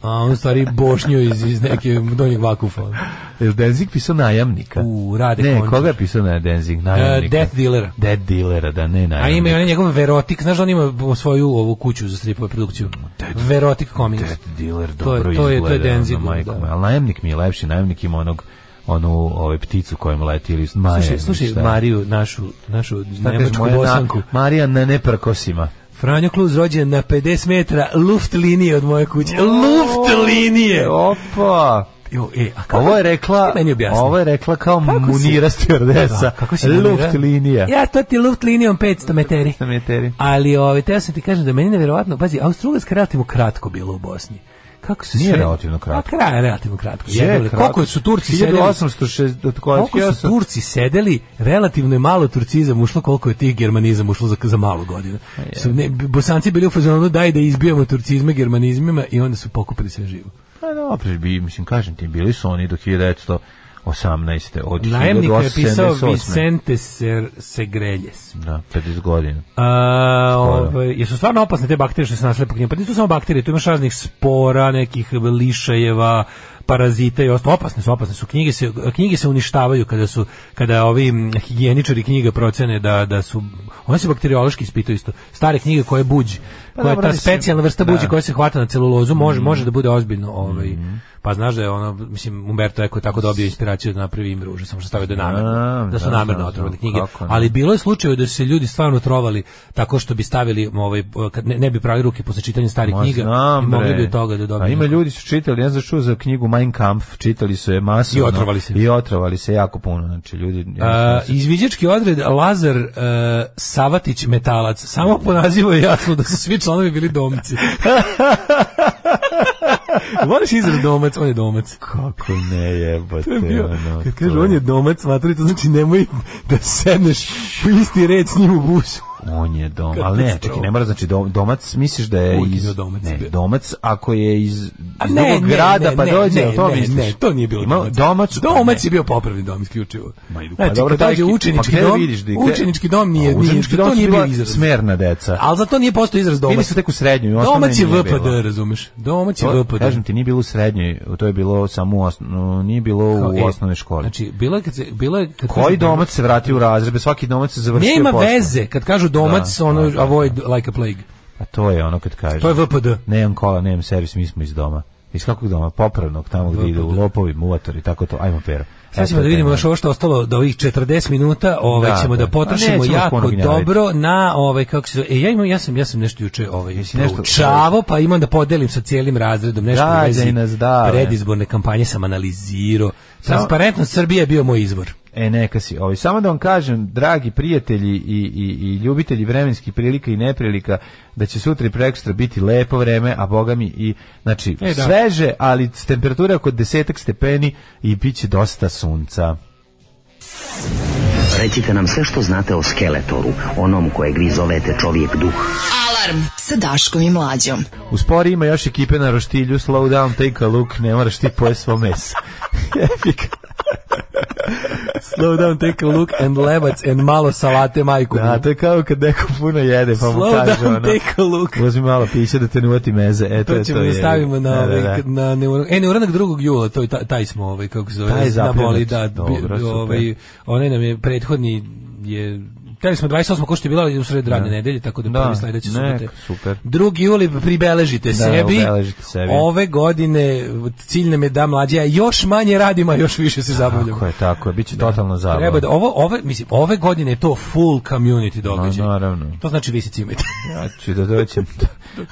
Speaker 8: A on u stvari bošnju iz, iz neke donjeg vakufa. ono.
Speaker 7: Jel Denzig pisao najamnika?
Speaker 8: U, Rade
Speaker 7: Ne,
Speaker 8: Končić.
Speaker 7: koga je pisao na Denzig?
Speaker 8: E,
Speaker 7: Najamnika.
Speaker 8: death dealera.
Speaker 7: Death dealera, da, ne
Speaker 8: A
Speaker 7: najamnika.
Speaker 8: ima i onaj njegov Verotik, znaš da on ima svoju ovu kuću za stripove produkciju? Verotik Comics.
Speaker 7: Death dealer
Speaker 8: To je-
Speaker 7: dobro
Speaker 8: to je- to je
Speaker 7: izgleda. ono,
Speaker 8: Denzig,
Speaker 7: majko
Speaker 8: da.
Speaker 7: moja. Ali najamnik mi je lepši, najamnik ima onog onu ovaj pticu kojom leti ili Maja.
Speaker 8: Slušaj,
Speaker 7: ili
Speaker 8: slušaj
Speaker 7: šta.
Speaker 8: Mariju, našu, našu
Speaker 7: Šta kažeš,
Speaker 8: nemačku
Speaker 7: moja na-
Speaker 8: bosanku.
Speaker 7: Marija na neprkosima.
Speaker 8: Franjo Kluz rođen na 50 metra luft linije od moje kuće. Luft linije!
Speaker 7: Opa!
Speaker 8: Jo, e, a kako,
Speaker 7: Ovo je rekla,
Speaker 8: E, Ti meni objasni.
Speaker 7: ovo je rekla kao
Speaker 8: Kako si-
Speaker 7: Munira
Speaker 8: Da,
Speaker 7: stjordesa.
Speaker 8: kako si
Speaker 7: Luft
Speaker 8: manira?
Speaker 7: linija.
Speaker 8: Ja to ti luft linijom 500 meteri.
Speaker 7: Sam je teri.
Speaker 8: Ali, ovaj, teo sam ti kažem da je meni nevjerovatno, pazi, Austro-Ugarska relativno kratko bilo u Bosni. Kako se
Speaker 7: Nije
Speaker 8: sve-
Speaker 7: relativno kratko.
Speaker 8: A kraj je relativno kratko.
Speaker 7: Je,
Speaker 8: Jebali, Koliko
Speaker 7: kratko.
Speaker 8: su Turci sedeli?
Speaker 7: 1860 od kojih
Speaker 8: Koliko su Turci sedeli, relativno je malo Turcizam ušlo, koliko je tih Germanizam ušlo za, za malo godina. Su, ne, Bosanci bili u fazonu, daj da izbijamo Turcizme Germanizmima i onda su pokupili sve živo.
Speaker 7: Pa dobro, bi, mislim, kažem ti, bili su oni do 1918. od
Speaker 8: Najemnik je pisao
Speaker 7: 1878.
Speaker 8: Vicente Ser, Segreljes.
Speaker 7: Da, 50 godina.
Speaker 8: A,
Speaker 7: Sporo.
Speaker 8: ovaj, jesu stvarno opasne te bakterije što se nasle po knjima? Pa nisu samo bakterije, tu imaš raznih spora, nekih lišajeva, parazita i ostalo. Opasne su, opasne su. Knjige se, knjige se uništavaju kada su kada ovi mm, higijeničari knjiga procene da, da su... One se bakteriološki ispituju isto. Stare knjige koje buđi,
Speaker 7: Pa
Speaker 8: koja je
Speaker 7: dobro,
Speaker 8: ta
Speaker 7: mislim,
Speaker 8: specijalna vrsta buđi
Speaker 7: da. Mhm.
Speaker 8: koja se hvata na celulozu, može, može da bude ozbiljno. Ovaj, Pa znaš da je ono, mislim, Umberto Eco je tako dobio inspiraciju da napravi im ruže, samo što stavio da je namerno,
Speaker 7: Znam,
Speaker 8: da su
Speaker 7: znam,
Speaker 8: namerno
Speaker 7: znam,
Speaker 8: otrovane
Speaker 7: znam,
Speaker 8: knjige.
Speaker 7: kako ne.
Speaker 8: Ali bilo je slučajeva da su se ljudi stvarno trovali tako što bi stavili ovaj kad ne, ne bi prali ruke posle čitanja starih
Speaker 7: Ma,
Speaker 8: knjiga
Speaker 7: znam,
Speaker 8: i mogli
Speaker 7: bre.
Speaker 8: bi od toga da dobiju.
Speaker 7: A ima
Speaker 8: neku-
Speaker 7: ljudi su čitali, ne znam čuo za knjigu Mein Kampf, čitali su je masovno.
Speaker 8: I otrovali se.
Speaker 7: I otrovali se jako puno, znači ljudi... ja mislim
Speaker 8: A,
Speaker 7: da se-
Speaker 8: izviđački odred Lazar e, Savatić Metalac. Samo po nazivu je jasno da su svi članovi bili domci. Moraš izraz domac, on je domac.
Speaker 7: Kako ne jebate,
Speaker 8: To je bio,
Speaker 7: ono,
Speaker 8: kad kažu
Speaker 7: to-
Speaker 8: on je domac, matri, to znači nemoj da sedneš u isti red s njim u busu.
Speaker 7: On je dom,
Speaker 8: Katastrofa.
Speaker 7: ali ne, čekaj, ne mora, znači dom- domac, misliš da je
Speaker 8: Uvijek je bio
Speaker 7: iz...
Speaker 8: domac.
Speaker 7: Ne, domac ako je iz,
Speaker 8: A
Speaker 7: iz drugog grada pa dođe, jel to
Speaker 8: ne,
Speaker 7: misliš?
Speaker 8: Ne, to nije bilo
Speaker 7: Ima domac,
Speaker 8: Domac je bio popravni dom isključivo.
Speaker 7: Ma idu, pa
Speaker 8: Znači,
Speaker 7: dobro,
Speaker 8: kad dođe
Speaker 7: taj ki-
Speaker 8: učenički
Speaker 7: pa gde
Speaker 8: dom,
Speaker 7: vidiš da- gde-
Speaker 8: učenički dom
Speaker 7: A,
Speaker 8: nije, nije,
Speaker 7: učenički dom
Speaker 8: to
Speaker 7: su
Speaker 8: nije
Speaker 7: bila
Speaker 8: bio izraz.
Speaker 7: Smerna deca.
Speaker 8: Ali za to nije postoji izraz domac.
Speaker 7: Bili su tek u srednjoj, u osnovnoj
Speaker 8: Domac je
Speaker 7: nije
Speaker 8: VPD,
Speaker 7: bilo.
Speaker 8: razumeš? Domac je
Speaker 7: To-
Speaker 8: VPD.
Speaker 7: Kažem ti, nije bilo u srednjoj, to je bilo samo u osnovnoj, nije bilo
Speaker 8: Kao,
Speaker 7: u
Speaker 8: e,
Speaker 7: osnovnoj školi.
Speaker 8: Znači, bilo je kad se... Bilo je kad
Speaker 7: Koji
Speaker 8: kažu-
Speaker 7: domac se vrati u razrebe, svaki domac se završio
Speaker 8: Nema
Speaker 7: posle.
Speaker 8: veze kad kažu domac,
Speaker 7: Da,
Speaker 8: ono
Speaker 7: da, da.
Speaker 8: avoid like a plague.
Speaker 7: A to je ono kad kaže.
Speaker 8: To je VPD.
Speaker 7: Nemam kola, nemam servis, mi smo iz doma. Iz kakvog doma? Popravnog, tamo gdje idu
Speaker 8: VPD.
Speaker 7: lopovi, muvatori, tako to. Ajmo pero.
Speaker 8: Sad ćemo
Speaker 7: Eto,
Speaker 8: da vidimo
Speaker 7: tema.
Speaker 8: još ovo što je ostalo do ovih 40 minuta, ovaj
Speaker 7: Da,
Speaker 8: ćemo da
Speaker 7: da. A
Speaker 8: potrošimo
Speaker 7: nećemo vas
Speaker 8: jako
Speaker 7: puno gnjaviti.
Speaker 8: dobro na ovaj kako se zove- e ja imam ja sam ja sam nešto juče ovaj
Speaker 7: Jesi nešto-
Speaker 8: proučavao, pa imam da podelim sa cijelim razredom nešto u vezi
Speaker 7: Rađaj nas, dale.
Speaker 8: predizborne kampanje sam analizirao. Transparentnost Srbije je bio moj izvor.
Speaker 7: E, neka si. Ovaj, samo da vam kažem, dragi prijatelji i, i, i ljubitelji vremenskih prilika i neprilika, da će sutra i prekstra biti lepo vreme, a boga mi i, znači,
Speaker 8: E, da.
Speaker 7: sveže, ali s temperature oko desetak stepeni i bit će dosta sunca.
Speaker 2: Recite nam sve što znate o Skeletoru, onom kojeg vi zovete čovjek duh.
Speaker 5: Alarm sa Daškom i Mlađom.
Speaker 7: U spori ima još ekipe na roštilju, slow down, take a look, ne moraš ti pojesti svo meso. Jebik.
Speaker 8: Slow down, take a look and levac and malo salate majku.
Speaker 7: Da, to je kao kad neko puno jede, pa mu
Speaker 8: Slow
Speaker 7: kaže
Speaker 8: down,
Speaker 7: ono,
Speaker 8: take a look.
Speaker 7: uzmi malo piće da te ne uvati meze. E, to,
Speaker 8: To
Speaker 7: je
Speaker 8: ćemo
Speaker 7: to,
Speaker 8: da
Speaker 7: jebi.
Speaker 8: stavimo na,
Speaker 7: Da, da, da.
Speaker 8: ovaj, na neuro- E, neuronak 2. jula, to je taj, taj smo, ovaj, kako se zove,
Speaker 7: Taj je
Speaker 8: na
Speaker 7: zapljenut.
Speaker 8: boli, da, bi-
Speaker 7: Dobro, super.
Speaker 8: ovaj, onaj nam je prethodni, je, Teli smo 28. ko što je bila, ali u sred radne nedelje, tako da,
Speaker 7: Da,
Speaker 8: prvi sledeće
Speaker 7: nek,
Speaker 8: subote.
Speaker 7: super.
Speaker 8: 2. juli pa pribeležite sebi.
Speaker 7: obeležite sebi.
Speaker 8: Ove godine cilj nam je da mlađe, a još manje radimo, a još više se zabavljamo.
Speaker 7: Tako je, tako je, bit će totalno zabavno.
Speaker 8: Treba da ovo ove mislim ove godine je to full community događaj.
Speaker 7: naravno.
Speaker 8: To znači vi se cimete.
Speaker 7: Ja ću da dođem.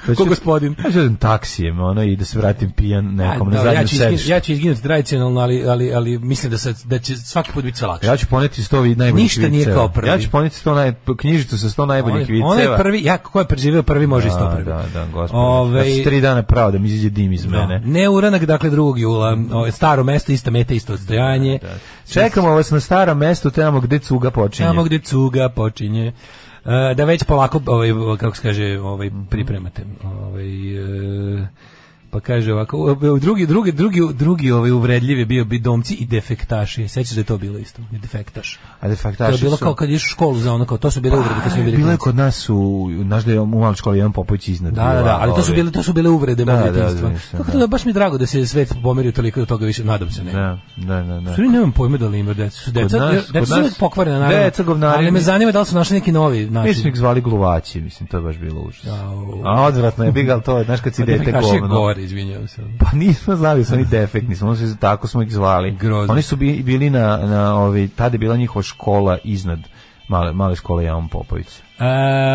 Speaker 7: Da
Speaker 8: Ko gospodin?
Speaker 7: Ja ću da idem taksijem, ono, i da se vratim pijan nekom na
Speaker 8: Da, ja,
Speaker 7: zadnju
Speaker 8: ću izgin,
Speaker 7: sedištu. Ja
Speaker 8: ja
Speaker 7: ću,
Speaker 8: ću izginuti tradicionalno, ali, ali, ali mislim da, se, da će svaki put biti sve lakše.
Speaker 7: poneti sto vid najboljih
Speaker 8: Ništa nije
Speaker 7: viceva.
Speaker 8: kao prvi.
Speaker 7: Ja ću poneti sto naj, knjižicu sa sto najboljih
Speaker 8: Onaj-
Speaker 7: viceva.
Speaker 8: onaj prvi, ja, ko je preživio prvi, može i sto
Speaker 7: Da,
Speaker 8: prvi.
Speaker 7: da, da, gospodin.
Speaker 8: Ovaj,
Speaker 7: Ove... Ja sam tri dana pravo da mi izađe dim iz
Speaker 8: da.
Speaker 7: mene.
Speaker 8: Neuranak, dakle, 2. jula, o, staro mesto, ista meta, isto odstojanje.
Speaker 7: Čekamo vas na starom mestu, tamo gde cuga počinje.
Speaker 8: Tamo gde cuga počinje. E, da već polako, ovaj, kako se kaže, ovaj,
Speaker 7: Mhm.
Speaker 8: pripremate. Ovaj, e, pa kaže ovako, u- u- drugi, drugi, drugi, drugi ovaj uvredljiv je bio bi domci i defektaši. Sećaš da je to bilo isto? Defektaš.
Speaker 7: A de facto,
Speaker 8: to je bilo kao kad ideš u školu za ono kao to su bile uvrede kad smo bili
Speaker 7: Pa, Bilo je
Speaker 8: klinci.
Speaker 7: kod nas u, znaš da je u maloj školi jedan Popović iznad.
Speaker 8: Da, da, da,
Speaker 7: bila,
Speaker 8: ali to su
Speaker 7: ovaj.
Speaker 8: bile to su bile uvrede
Speaker 7: Da,
Speaker 8: mog
Speaker 7: da,
Speaker 8: djetinjstva.
Speaker 7: da, mislim,
Speaker 8: Kako to
Speaker 7: da.
Speaker 8: da baš mi je drago da se je svet pomerio toliko da toga više nadam se ne.
Speaker 7: Da, da, da, da.
Speaker 8: Sve nemam pojma da li ima deca. Su deca,
Speaker 7: nas-
Speaker 8: deca
Speaker 7: kod
Speaker 8: su
Speaker 7: nas-
Speaker 8: uvijek pokvarena, naravno.
Speaker 7: Deca govnari.
Speaker 8: Ali me zanima da li su našli neki novi
Speaker 7: Mi smo
Speaker 8: način.
Speaker 7: ih zvali gluvači, mislim, to je baš bilo užas.
Speaker 8: Au.
Speaker 7: A odvratno je, bigal to je, znaš kad si dete
Speaker 8: Kaš je
Speaker 7: govno.
Speaker 8: Pa gore, izvinjavam se.
Speaker 7: Pa nismo znali da su oni defektni, smo se tako smo ih zvali.
Speaker 8: Grozno.
Speaker 7: Oni su bi- bili na, na ovaj, tada je bila njihova škola iznad male, male škole Javom Popović.
Speaker 8: A,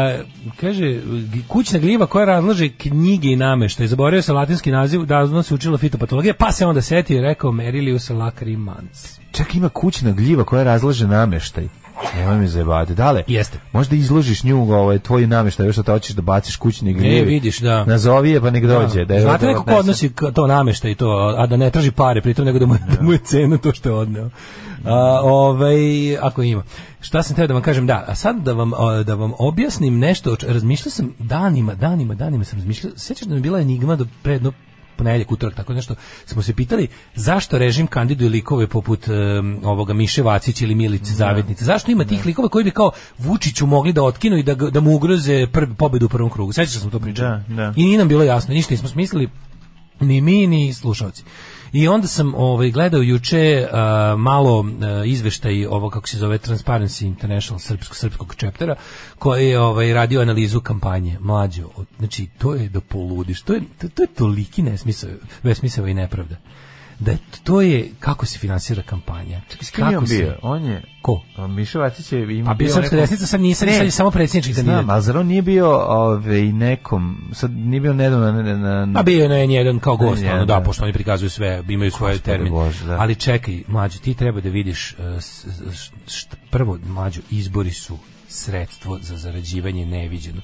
Speaker 8: E, kaže, kućna gljiva koja razlaže knjige i nameštaj. Zaboravio sam latinski naziv, davno se učila fitopatologija, pa se onda setio i rekao Merilius lacrimans. E,
Speaker 7: Čak ima kućna gljiva koja razlaže nameštaj. Nemoj mi zajebati. Dale,
Speaker 8: Jeste.
Speaker 7: možda izložiš nju, ovaj, tvoju namještaj, još što hoćeš da baciš kućni
Speaker 8: E,
Speaker 7: grilj.
Speaker 8: vidiš, da.
Speaker 7: Nazovi je, pa nek dođe. Da, je
Speaker 8: Znate
Speaker 7: da
Speaker 8: neko ko
Speaker 7: odnese.
Speaker 8: odnosi k- to namešta i to, a da ne traži pare pritom, nego da mu, da mu je cena to što je odneo. A, ovaj, ako ima. Šta sam teo da vam kažem, da, a sad da vam, a, da vam objasnim nešto, o č- razmišljao sam danima, danima, danima sam razmišljao, sjećaš da mi je bila enigma do predno ponedjeljak, utorak, tako nešto, smo se pitali zašto režim kandiduje likove poput em, ovoga Miše Vacić ili Milice Zavetnice, zašto ima tih likova koji bi kao Vučiću mogli da otkinu i da, ga- da mu ugroze prvi, pobedu u prvom krugu, sjećaš da smo to pričali?
Speaker 7: Da, da.
Speaker 8: I nije nam bilo jasno, ništa nismo smislili, ni mi, ni slušalci. I onda sam ovaj, gledao juče a, malo a, izveštaj ovo kako se zove Transparency International srpskog, srpskog čeptera koji je ovaj, radio analizu kampanje mlađo. od- Znači, to je da poludiš. To je, to, to je toliki nesmisao, besmisao i nepravda. Da je- to je kako se finansira kampanja.
Speaker 7: S kim je on
Speaker 8: se-
Speaker 7: bio? On je...
Speaker 8: Ko?
Speaker 7: A, Miša Vacić je ima
Speaker 8: Pa bio sam
Speaker 7: nekom-
Speaker 8: desnica, sam nisam,
Speaker 7: Ne,
Speaker 8: sad je samo predsjednički
Speaker 7: Znam,
Speaker 8: kandidat.
Speaker 7: ali zar on nije bio ovaj, nekom, sad nije bio nedavno na, na, na
Speaker 8: A bio je na N1 kao gost, ono, da,
Speaker 7: N1.
Speaker 8: pošto oni prikazuju sve, imaju svoje
Speaker 7: Gospode
Speaker 8: termine.
Speaker 7: Bože, da.
Speaker 8: Ali čekaj, mlađo, ti treba da vidiš, eh, s- s- šta- prvo, mlađo, izbori su sredstvo za zarađivanje neviđeno.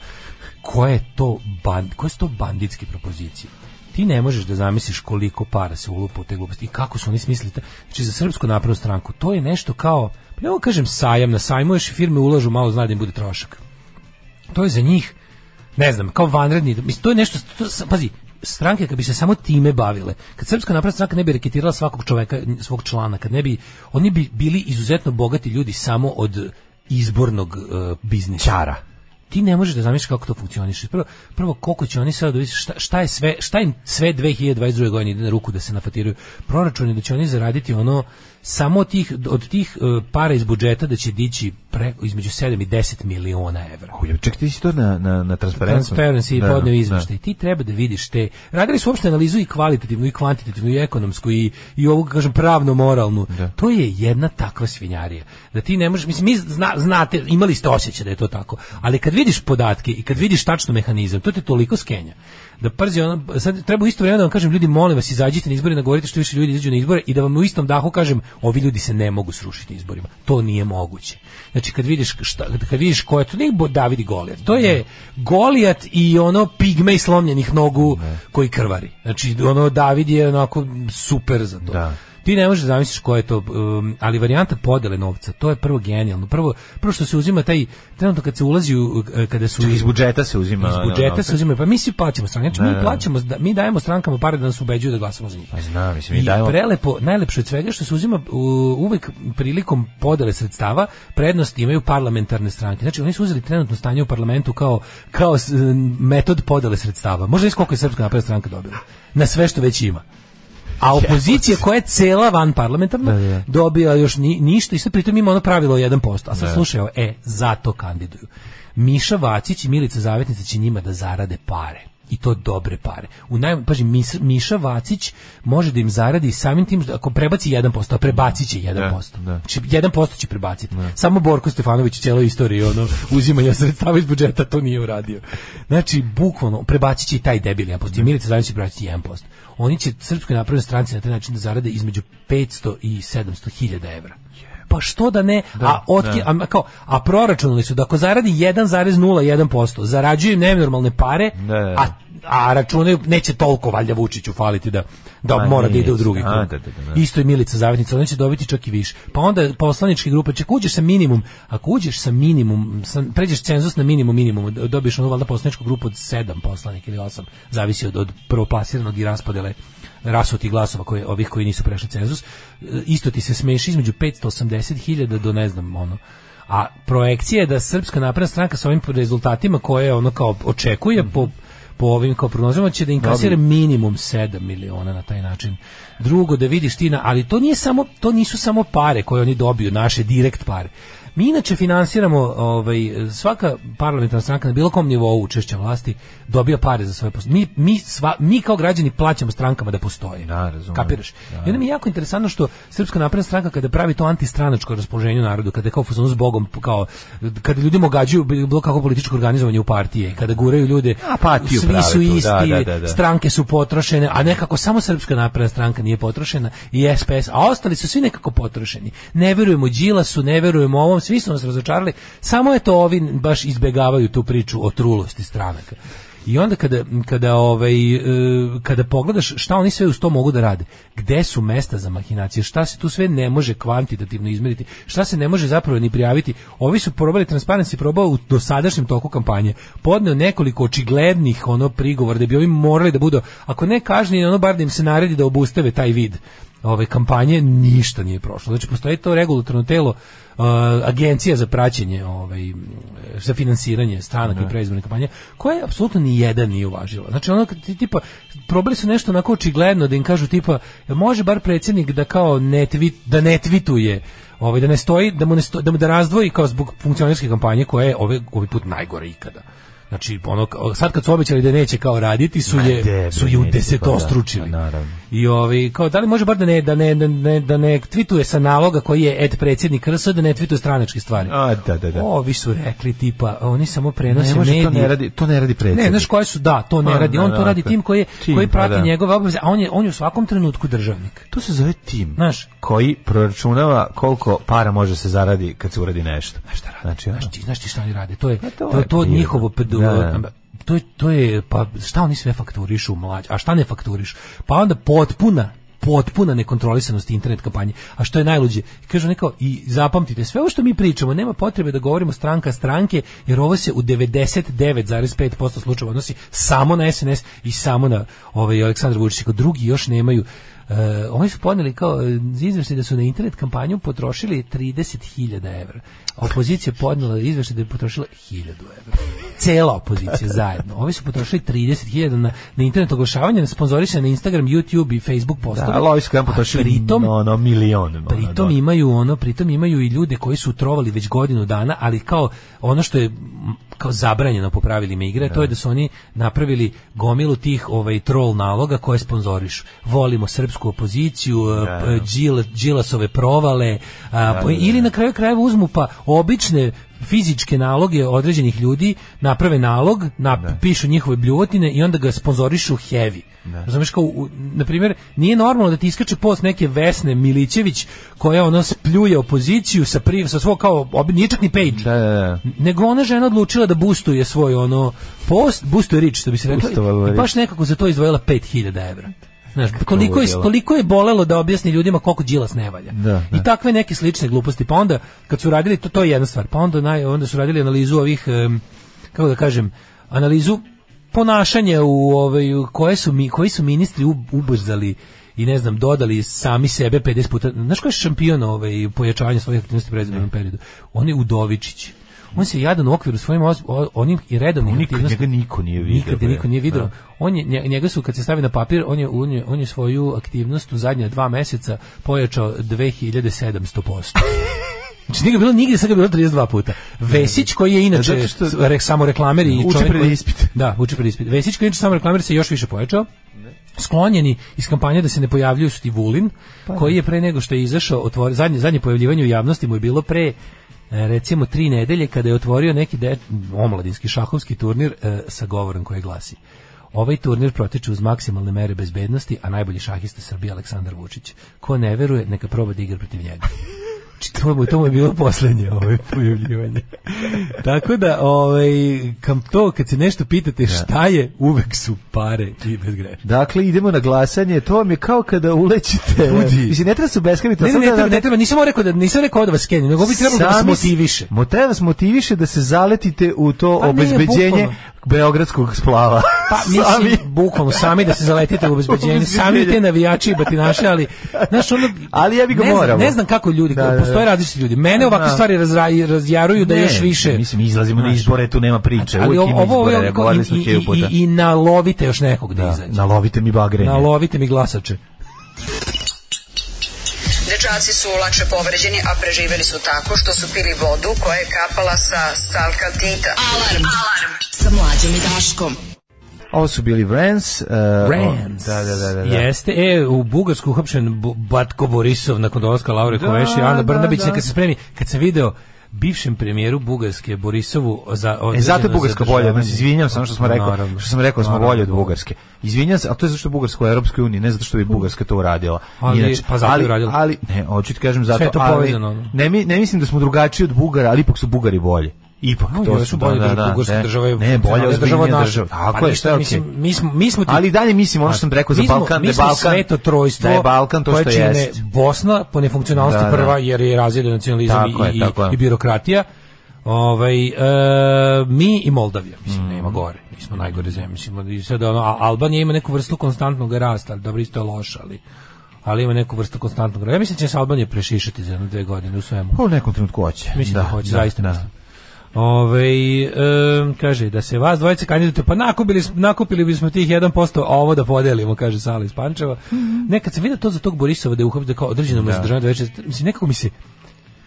Speaker 8: Koje, je to band, koje su to banditske propozicije? Ti ne možeš da zamisliš koliko para se ulupa u te gluposti i kako su oni smislili. te- Znači, za srpsku napravnu stranku, to je nešto kao, pa evo kažem sajam, na sajmu još i firme ulažu, malo zna da im bude trošak to je za njih ne znam, kao vanredni, mislim, to je nešto, to, to- pazi, stranke kad bi se samo time bavile, kad Srpska napredna stranka ne bi reketirala svakog čoveka, svog člana, kad ne bi, oni bi bili izuzetno bogati ljudi samo od izbornog eh, biznisa. Čara. Ti ne možeš da zamisliš kako to funkcioniše. Prvo, prvo koliko će oni sad dovesti, šta, šta je sve, šta im sve 2022. godine ide na ruku da se nafatiraju. Proračun je da će oni zaraditi ono samo od tih, od tih eh, para iz budžeta da će dići preko između 7 i 10 miliona evra.
Speaker 7: Uj, čekaj, ti si to na, na, na transparentnosti?
Speaker 8: Transparency i podneo izveštaj. Ti treba da vidiš te. Radili su uopšte analizu i kvalitativnu i kvantitativnu i ekonomsku i i ovu kažem pravno moralnu. To je jedna takva svinjarija. Da ti ne možeš mislim mi zna- znate imali ste osjećaj da je to tako. Ali kad vidiš podatke i kad vidiš tačno mehanizam, to te toliko skenja. Da przi ono, sad treba u isto vrijeme da vam kažem ljudi molim vas izađite na izbore, nagovorite što više ljudi izađu na izbore i da vam u istom dahu kažem ovi ljudi se ne mogu srušiti na izborima. To nije moguće. Znači kad vidiš šta kad vidiš ko je to nije Bo- David i Golijat. To je Golijat i ono pigmej slomljenih nogu koji krvari. Znači ono David je onako super za to.
Speaker 7: Da.
Speaker 8: Ti ne možeš da zamisliš ko je to, um, ali varijanta podele novca, to je prvo genijalno. Prvo, prvo što se uzima taj, trenutno kad se ulazi, u, e, kada su
Speaker 7: Iz budžeta se uzima.
Speaker 8: iz
Speaker 7: ono,
Speaker 8: budžeta se
Speaker 7: ono,
Speaker 8: uzimaju. Pa mi svi plaćamo strane. Znači,
Speaker 7: Da,
Speaker 8: mi
Speaker 7: da.
Speaker 8: plaćamo, da- mi dajemo strankama pare da nas ubeđuju da glasamo za njih.
Speaker 7: Pa znam, mislim, mi
Speaker 8: I
Speaker 7: dajemo-
Speaker 8: prelepo, najlepše od svega je što se uzima u- uvek prilikom podele sredstava, prednost imaju parlamentarne stranke. Znači, oni su uzeli trenutno stanje u parlamentu kao, kao s- metod podele sredstava. Možda iz koliko je Srpska napredna stranka dobila? Na sve što već ima. A opozicija koja je cela van parlamentarna dobija još ni, ništa i sad pritom ima ono pravilo 1%. A sad slušaj ovo, e, zato kandiduju. Miša Vacić i Milica Zavetnica će njima da zarade pare i to dobre pare. U naj, paži, Mis- Miša Vacić može da im zaradi samim tim, što ako prebaci 1%, a prebacit će 1%.
Speaker 7: Da, da.
Speaker 8: Znači, 1% će prebaciti. Samo Borko Stefanović u cijeloj istoriji ono, uzimanja sredstava iz budžeta to nije uradio. Znači, bukvalno, prebacit će i taj debil 1%. I Milica Zavić će prebaciti 1%. Oni će Srpskoj napravnoj stranci na taj način da zarade između 500 i 700 hiljada evra. Pa što da ne, a, otki, a, kao, a proračunali su da ako zaradi 1,01%, zarađuju im nenormalne pare,
Speaker 7: Da, da, da.
Speaker 8: a a računaju neće toliko valjda Vučiću faliti da da
Speaker 7: Ma,
Speaker 8: mora da ide u
Speaker 7: neće.
Speaker 8: drugi
Speaker 7: A,
Speaker 8: krug.
Speaker 7: da, da, da, da.
Speaker 8: Isto je Milica Zavetnica, ona će dobiti čak i više. Pa onda poslaničke grupe, čak uđeš sa minimum, ako uđeš sa minimum, sa, pređeš cenzus na minimum minimum, dobiješ ono valjda poslaničku grupu od 7 poslanika ili 8, zavisi od, od prvoplasiranog i raspodele rasuti glasova koje, ovih koji nisu prešli cenzus, E, isto ti se smeši između 580.000 do ne znam ono. A projekcija je da Srpska napredna stranka sa ovim rezultatima koje ono kao očekuje po po ovim kao prognozama će da inkasira minimum 7 miliona na taj način. Drugo da vidiš ti na, ali to nije samo to nisu samo pare koje oni dobiju, naše direkt pare. Mi inače finansiramo ovaj svaka parlamentarna stranka na bilo kom nivou učešća vlasti dobija pare za svoje post- Mi mi sva, mi kao građani plaćamo strankama da postoje.
Speaker 7: Da, razumem.
Speaker 8: Kapiraš? I onda mi je jako interesantno što Srpska napredna stranka kada pravi to antistranačko raspoloženje u narodu, kada je kao fuzon s Bogom, kao kada ljudi mogađuju bilo kako političko organizovanje u partije, kada guraju ljude
Speaker 7: Apatiju
Speaker 8: svi
Speaker 7: prave
Speaker 8: su
Speaker 7: tu, da,
Speaker 8: isti,
Speaker 7: da, da, da.
Speaker 8: stranke su potrošene, a nekako samo Srpska napredna stranka nije potrošena i SPS, a ostali su svi nekako potrošeni. Ne verujemo Đilasu, ne verujemo ovom, svi su nas razočarali, samo je to ovi baš izbegavaju tu priču o trulosti stranaka. I onda kada, kada, ovaj, e, kada pogledaš šta oni sve uz to mogu da rade, gde su mesta za mahinacije, šta se tu sve ne može kvantitativno izmeriti, šta se ne može zapravo ni prijaviti, ovi su probali, Transparency probao u dosadašnjem toku kampanje, podneo nekoliko očiglednih ono prigovora da bi ovi morali da budu, ako ne kažnjeni, ono bar da im se naredi da obustave taj vid ove kampanje ništa nije prošlo. Znači postoji to regulatorno telo uh, agencija za praćenje ovaj m, za finansiranje stranaka i predizborne kampanje koja apsolutno ni jedan nije uvažila. Znači ono kad ti tipa probali su nešto onako očigledno da im kažu tipa "Jel može bar predsjednik da kao ne tweet, da ne tweetuje ovaj da ne stoji da mu ne sto- da mu da razdvoji kao zbog funkcionerske kampanje koja je ove ovaj put najgore ikada. Znači ono kao- sad kad su obećali da neće kao raditi su je
Speaker 7: debe,
Speaker 8: su je u
Speaker 7: neće, pa da,
Speaker 8: desetostručili.
Speaker 7: naravno.
Speaker 8: I ovi, kao, da li može bar da ne, da ne, da ne, da ne tvituje sa naloga koji je ed predsjednik RS, da ne tvituje stranačke stvari.
Speaker 7: A, da, da, da.
Speaker 8: Ovi su rekli tipa, oni samo prenose
Speaker 7: Ne može, to
Speaker 8: medije.
Speaker 7: ne radi, to ne radi predsjednik.
Speaker 8: Ne, znaš koje su, da, to ne
Speaker 7: Pa,
Speaker 8: radi,
Speaker 7: da,
Speaker 8: on
Speaker 7: da,
Speaker 8: to radi
Speaker 7: da.
Speaker 8: tim koji, je-
Speaker 7: Tim,
Speaker 8: koji
Speaker 7: pa
Speaker 8: prati
Speaker 7: da.
Speaker 8: njegove obaveze, a on je, on je u svakom trenutku državnik.
Speaker 7: To se zove tim.
Speaker 8: Znaš,
Speaker 7: koji proračunava koliko para može se zaradi kad se uradi nešto. Znaš šta radi? Znači, ono, Pa
Speaker 8: znaš ti, znaš ti šta oni rade, to je,
Speaker 7: to
Speaker 8: to, to,
Speaker 7: je prirodno.
Speaker 8: njihovo, pd-
Speaker 7: Da, da.
Speaker 8: to je, to je, pa šta oni sve fakturišu mlađe, a šta ne fakturišu, pa onda potpuna, potpuna nekontrolisanost internet kampanje, a što je najluđe, kažu neko, i zapamtite, sve ovo što mi pričamo, nema potrebe da govorimo stranka stranke, jer ovo se u 99,5% slučajeva odnosi samo na SNS i samo na ovaj, Aleksandar Vučić, Kao drugi još nemaju, E, oni su podneli kao e, izveštaj da su na internet kampanju potrošili 30.000 evra. A Opozicija je podnela izveštaj da je potrošila 1000 evra. Cela opozicija zajedno. Ovi su potrošili 30.000 na, na internet oglašavanje, na sponzorisanje na Instagram, YouTube i Facebook postove.
Speaker 7: da, ali ovi su
Speaker 8: A
Speaker 7: kada potrošili
Speaker 8: pritom-
Speaker 7: no, no, milion. ono,
Speaker 8: pritom
Speaker 7: da.
Speaker 8: imaju ono pritom imaju i ljude koji su trovali već godinu dana ali kao ono što je m, kao zabranjeno popravili me igre to je da su oni napravili gomilu tih ovaj troll naloga koje sponzorišu volimo srpsku opoziciju eh, p- Đil- Đilasove provale a, po- ili na kraju krajeva uzmu pa obične fizičke naloge određenih ljudi naprave nalog, napišu njihove bljuvotine i onda ga sponzorišu heavy. Razumeš kao, u- na primjer, nije normalno da ti iskače post neke Vesne Milićević koja ono spljuje opoziciju sa, pri, sa svog kao, obi, nije čak ni page.
Speaker 7: Da, da, da.
Speaker 8: Nego ona žena odlučila da boostuje svoj ono post, boostuje rič, što bi se reklo.
Speaker 7: Boostovala
Speaker 8: I baš nekako za to izdvojila 5000 evra. Znaš, toliko je,
Speaker 7: ludilo.
Speaker 8: toliko je bolelo da objasni ljudima koliko Đilas ne valja.
Speaker 7: Da, da.
Speaker 8: I takve neke slične gluposti. Pa onda, kad su radili, to, to je jedna stvar, pa onda, naj, onda su radili analizu ovih, em, kako da kažem, analizu ponašanja u, ovaj, u koje su, mi, koji su ministri u- ubrzali i ne znam, dodali sami sebe 50 puta. Znaš ko je šampion ovaj, pojačavanja svojih aktivnosti u predizbornom periodu? On je Udovičić. On se jadan u okviru svojim oz- o- onim i redovnim
Speaker 7: Nikad
Speaker 8: aktivnostima.
Speaker 7: njega niko nije vidio,
Speaker 8: Nikad ga
Speaker 7: bre.
Speaker 8: niko nije video.
Speaker 7: Da.
Speaker 8: On je, nje- njega su, kad se stavi na papir, on je, on je, on je svoju aktivnost u zadnja dva meseca pojačao 2700%. Znači nije ga bilo nigdje, sad ga je bilo 32 puta. Vesić koji je inače
Speaker 7: Zato što-
Speaker 8: re- samo reklamer i
Speaker 7: Uči
Speaker 8: čovjek
Speaker 7: pred
Speaker 8: koji-
Speaker 7: ispit.
Speaker 8: Da, uči pred ispit. Vesić koji je inače samo reklamer se još više pojačao. Sklonjeni iz kampanje da se ne pojavljuju su ti Vulin,
Speaker 7: Pa
Speaker 8: koji je pre nego što je izašao, otvori, zadnje, zadnje pojavljivanje u javnosti mu je bilo pre e, recimo tri nedelje kada je otvorio neki de, omladinski šahovski turnir e, sa govorom koji glasi Ovaj turnir protiče uz maksimalne mere bezbednosti, a najbolji šahista Srbije Aleksandar Vučić. Ko ne veruje, neka proba da igra protiv njega. Znači, to mu, to mu je bilo poslednje ovaj pojavljivanje. Tako da, ovaj, kam to, kad se nešto pitate šta je, uvek su pare i bez greša.
Speaker 7: Dakle, idemo na glasanje, to vam je kao kada ulećete.
Speaker 8: Budi.
Speaker 7: Mislim, ne treba se beskamiti.
Speaker 8: Ne, ne, ne, treba, ne treba, nisam ovo rekao da nisam rekao da vas skenim, nego bi trebalo da vas motiviše.
Speaker 7: Mo treba vas motiviše da se zaletite u to
Speaker 8: Pa ne,
Speaker 7: obezbeđenje
Speaker 8: bukvalno.
Speaker 7: beogradskog splava.
Speaker 8: Pa
Speaker 7: Sami.
Speaker 8: mislim, bukvalno sami da se zaletite u obezbeđenje, sami te navijači i batinaše, ali znaš ono
Speaker 7: Ali jebi ga
Speaker 8: ne, znam-
Speaker 7: moramo.
Speaker 8: ne znam kako ljudi,
Speaker 7: Da, da, da.
Speaker 8: postoje različiti ljudi. Mene ovakve
Speaker 7: Da.
Speaker 8: stvari razra- razjaruju da
Speaker 7: Ne,
Speaker 8: još više
Speaker 7: Mislim, izlazimo na
Speaker 8: Znaš.
Speaker 7: izbore, tu nema priče.
Speaker 8: ali
Speaker 7: Uvijek
Speaker 8: ovo,
Speaker 7: ima
Speaker 8: ovo, ovo,
Speaker 7: izbore,
Speaker 8: je ono kao
Speaker 7: govorili
Speaker 8: i,
Speaker 7: smo
Speaker 8: i,
Speaker 7: hiljadu puta.
Speaker 8: i, i nalovite još nekog da, izađe.
Speaker 7: Nalovite mi bagrenje.
Speaker 8: Nalovite mi glasače.
Speaker 10: Dečaci su lakše povređeni, a preživeli su tako što su pili vodu koja je kapala sa stalkaltita.
Speaker 5: Alarm. Alarm. Sa mlađom i Daškom.
Speaker 7: Ovo su bili Rans. Uh,
Speaker 8: Brands.
Speaker 7: Da, da, da. da, da.
Speaker 8: Jeste, e, u Bugarsku uhapšen Bu- Batko Borisov nakon dolaska Laure
Speaker 7: Da,
Speaker 8: Koveši, Ana
Speaker 7: da,
Speaker 8: Brnabić,
Speaker 7: da.
Speaker 8: kad se spremi, kad sam video bivšem premijeru Bugarske Borisovu za
Speaker 7: E, zato je Bugarska bolja od nas,
Speaker 8: zadržavanje.
Speaker 7: izvinjam se, ono što smo rekao,
Speaker 8: Naravno.
Speaker 7: što sam rekao, da smo
Speaker 8: Naravno.
Speaker 7: bolji od Bugarske. Izvinjam se, ali to je zato što je Bugarska u Europskoj uniji, ne zato što bi Bugarska to uradila.
Speaker 8: Ali- pa zato je
Speaker 7: ali,
Speaker 8: uradila.
Speaker 7: Ali, ne, hoću ti kažem zato,
Speaker 8: Sve je to
Speaker 7: ali-
Speaker 8: povezano, ono.
Speaker 7: ne, mi- ne mislim da smo drugačiji od Bugara, ali ipak su Bugari bolji. Ipak,
Speaker 8: No,
Speaker 7: to
Speaker 8: još
Speaker 7: su
Speaker 8: su bolje
Speaker 7: da, da, da,
Speaker 8: Bugarska
Speaker 7: ne,
Speaker 8: država je
Speaker 7: ne, bolja
Speaker 8: nacionalna
Speaker 7: ozbiljnija
Speaker 8: od
Speaker 7: država.
Speaker 8: naše.
Speaker 7: Tako
Speaker 8: Pa
Speaker 7: je,
Speaker 8: ništa,
Speaker 7: šta je
Speaker 8: mislim,
Speaker 7: okej.
Speaker 8: mi smo mi smo ti-
Speaker 7: Ali i dalje mislim ono što sam rekao za
Speaker 8: mi smo-
Speaker 7: Balkan, da
Speaker 8: mi
Speaker 7: je
Speaker 8: smo
Speaker 7: Balkan,
Speaker 8: sveto trojstvo,
Speaker 7: da je Balkan to
Speaker 8: koje
Speaker 7: što
Speaker 8: čine
Speaker 7: jest.
Speaker 8: Bosna po nefunkcionalnosti
Speaker 7: Da, da.
Speaker 8: prva jer je razjeljen nacionalizam i,
Speaker 7: Tako je,
Speaker 8: i,
Speaker 7: tako je.
Speaker 8: i birokratija. Ovaj e, mi i Moldavija,
Speaker 7: Mm.
Speaker 8: mislim nema gore. Mi smo najgore zemlje, mislim i sad ono a- Albanija ima neku vrstu konstantnog rasta, ali dobro isto je loša, ali ali ima neku vrstu konstantnog rasta. Ja mislim da će se Albanija prešišati za jedno dve godine u svemu.
Speaker 7: Pa u nekom trenutku hoće.
Speaker 8: Mislim da, hoće, zaista
Speaker 7: da.
Speaker 8: mislim. Ove, kaže, da se vas dvojice kandidate, pa nakupili, sm- nakupili bismo tih 1%, a ovo da podelimo, kaže Sala iz Pančeva. Nekad sam vidio to za tog Borisova da je uhapio, da kao određeno mu je zadržano dve večeri. mislim, nekako mi se,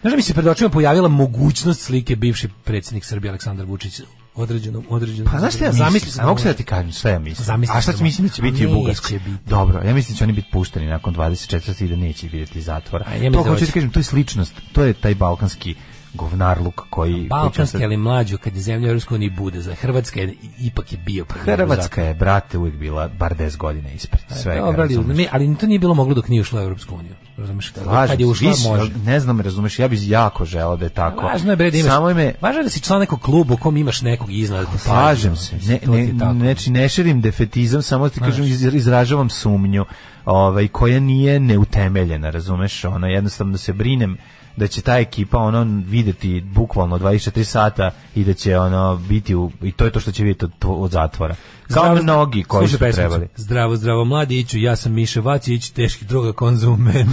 Speaker 8: znaš da mi se pred očima pojavila mogućnost slike bivši predsjednik Srbije Aleksandar Vučić u određenom, određenom.
Speaker 7: Pa znaš šta ja
Speaker 8: zamisli
Speaker 7: mislim?
Speaker 8: se
Speaker 7: A mogu
Speaker 8: da
Speaker 7: sad da ti kažem šta ja mislim?
Speaker 8: Zamisli
Speaker 7: A šta
Speaker 8: se
Speaker 7: će
Speaker 8: da
Speaker 7: mislim da će
Speaker 8: može.
Speaker 7: biti u
Speaker 8: A neće
Speaker 7: Bugarskoj?
Speaker 8: biti.
Speaker 7: Dobro, ja mislim da će oni biti pušteni nakon 24. i da neće vidjeti zatvora.
Speaker 8: A ja mi
Speaker 7: to hoću
Speaker 8: se
Speaker 7: da
Speaker 8: hoće.
Speaker 7: ti kažem, to je sličnost. To je taj balkanski govnarluk koji... koji će
Speaker 8: Balkanski,
Speaker 7: sad-
Speaker 8: ali mlađo, kad je zemlja Europska unija bude za Hrvatska, je- ipak je bio premijer u
Speaker 7: Hrvatska je, brate, uvijek bila bar 10 godina ispred svega.
Speaker 8: Dobro, ali,
Speaker 7: razumeš?
Speaker 8: ne, ali to nije bilo moglo dok nije ušla u Europsku uniju. Razumeš? Kad,
Speaker 7: Slažem
Speaker 8: kad je
Speaker 7: se,
Speaker 8: ušla,
Speaker 7: više,
Speaker 8: može.
Speaker 7: Ne znam, razumeš, ja bih jako želeo da je tako.
Speaker 8: Važno je bre da imaš.
Speaker 7: Samo ime...
Speaker 8: Važno je da si član nekog kluba u kom imaš nekog iznad.
Speaker 7: Slažem se. Ne,
Speaker 8: To ti je
Speaker 7: ne,
Speaker 8: tako.
Speaker 7: znači, ne širim defetizam, samo ti kažem, iz- izražavam sumnju ovaj, koja nije neutemeljena, razumeš? Ono, jednostavno se brinem da će ta ekipa ono videti bukvalno 24 sata i da će ono biti u, i to je to što će vidjeti od, tvo- od zatvora. Kao mnogi koji su
Speaker 8: Slušaj pesmicu.
Speaker 7: trebali.
Speaker 8: Zdravo, zdravo, mladi iću, ja sam Miša Vacić, teški droga konzument.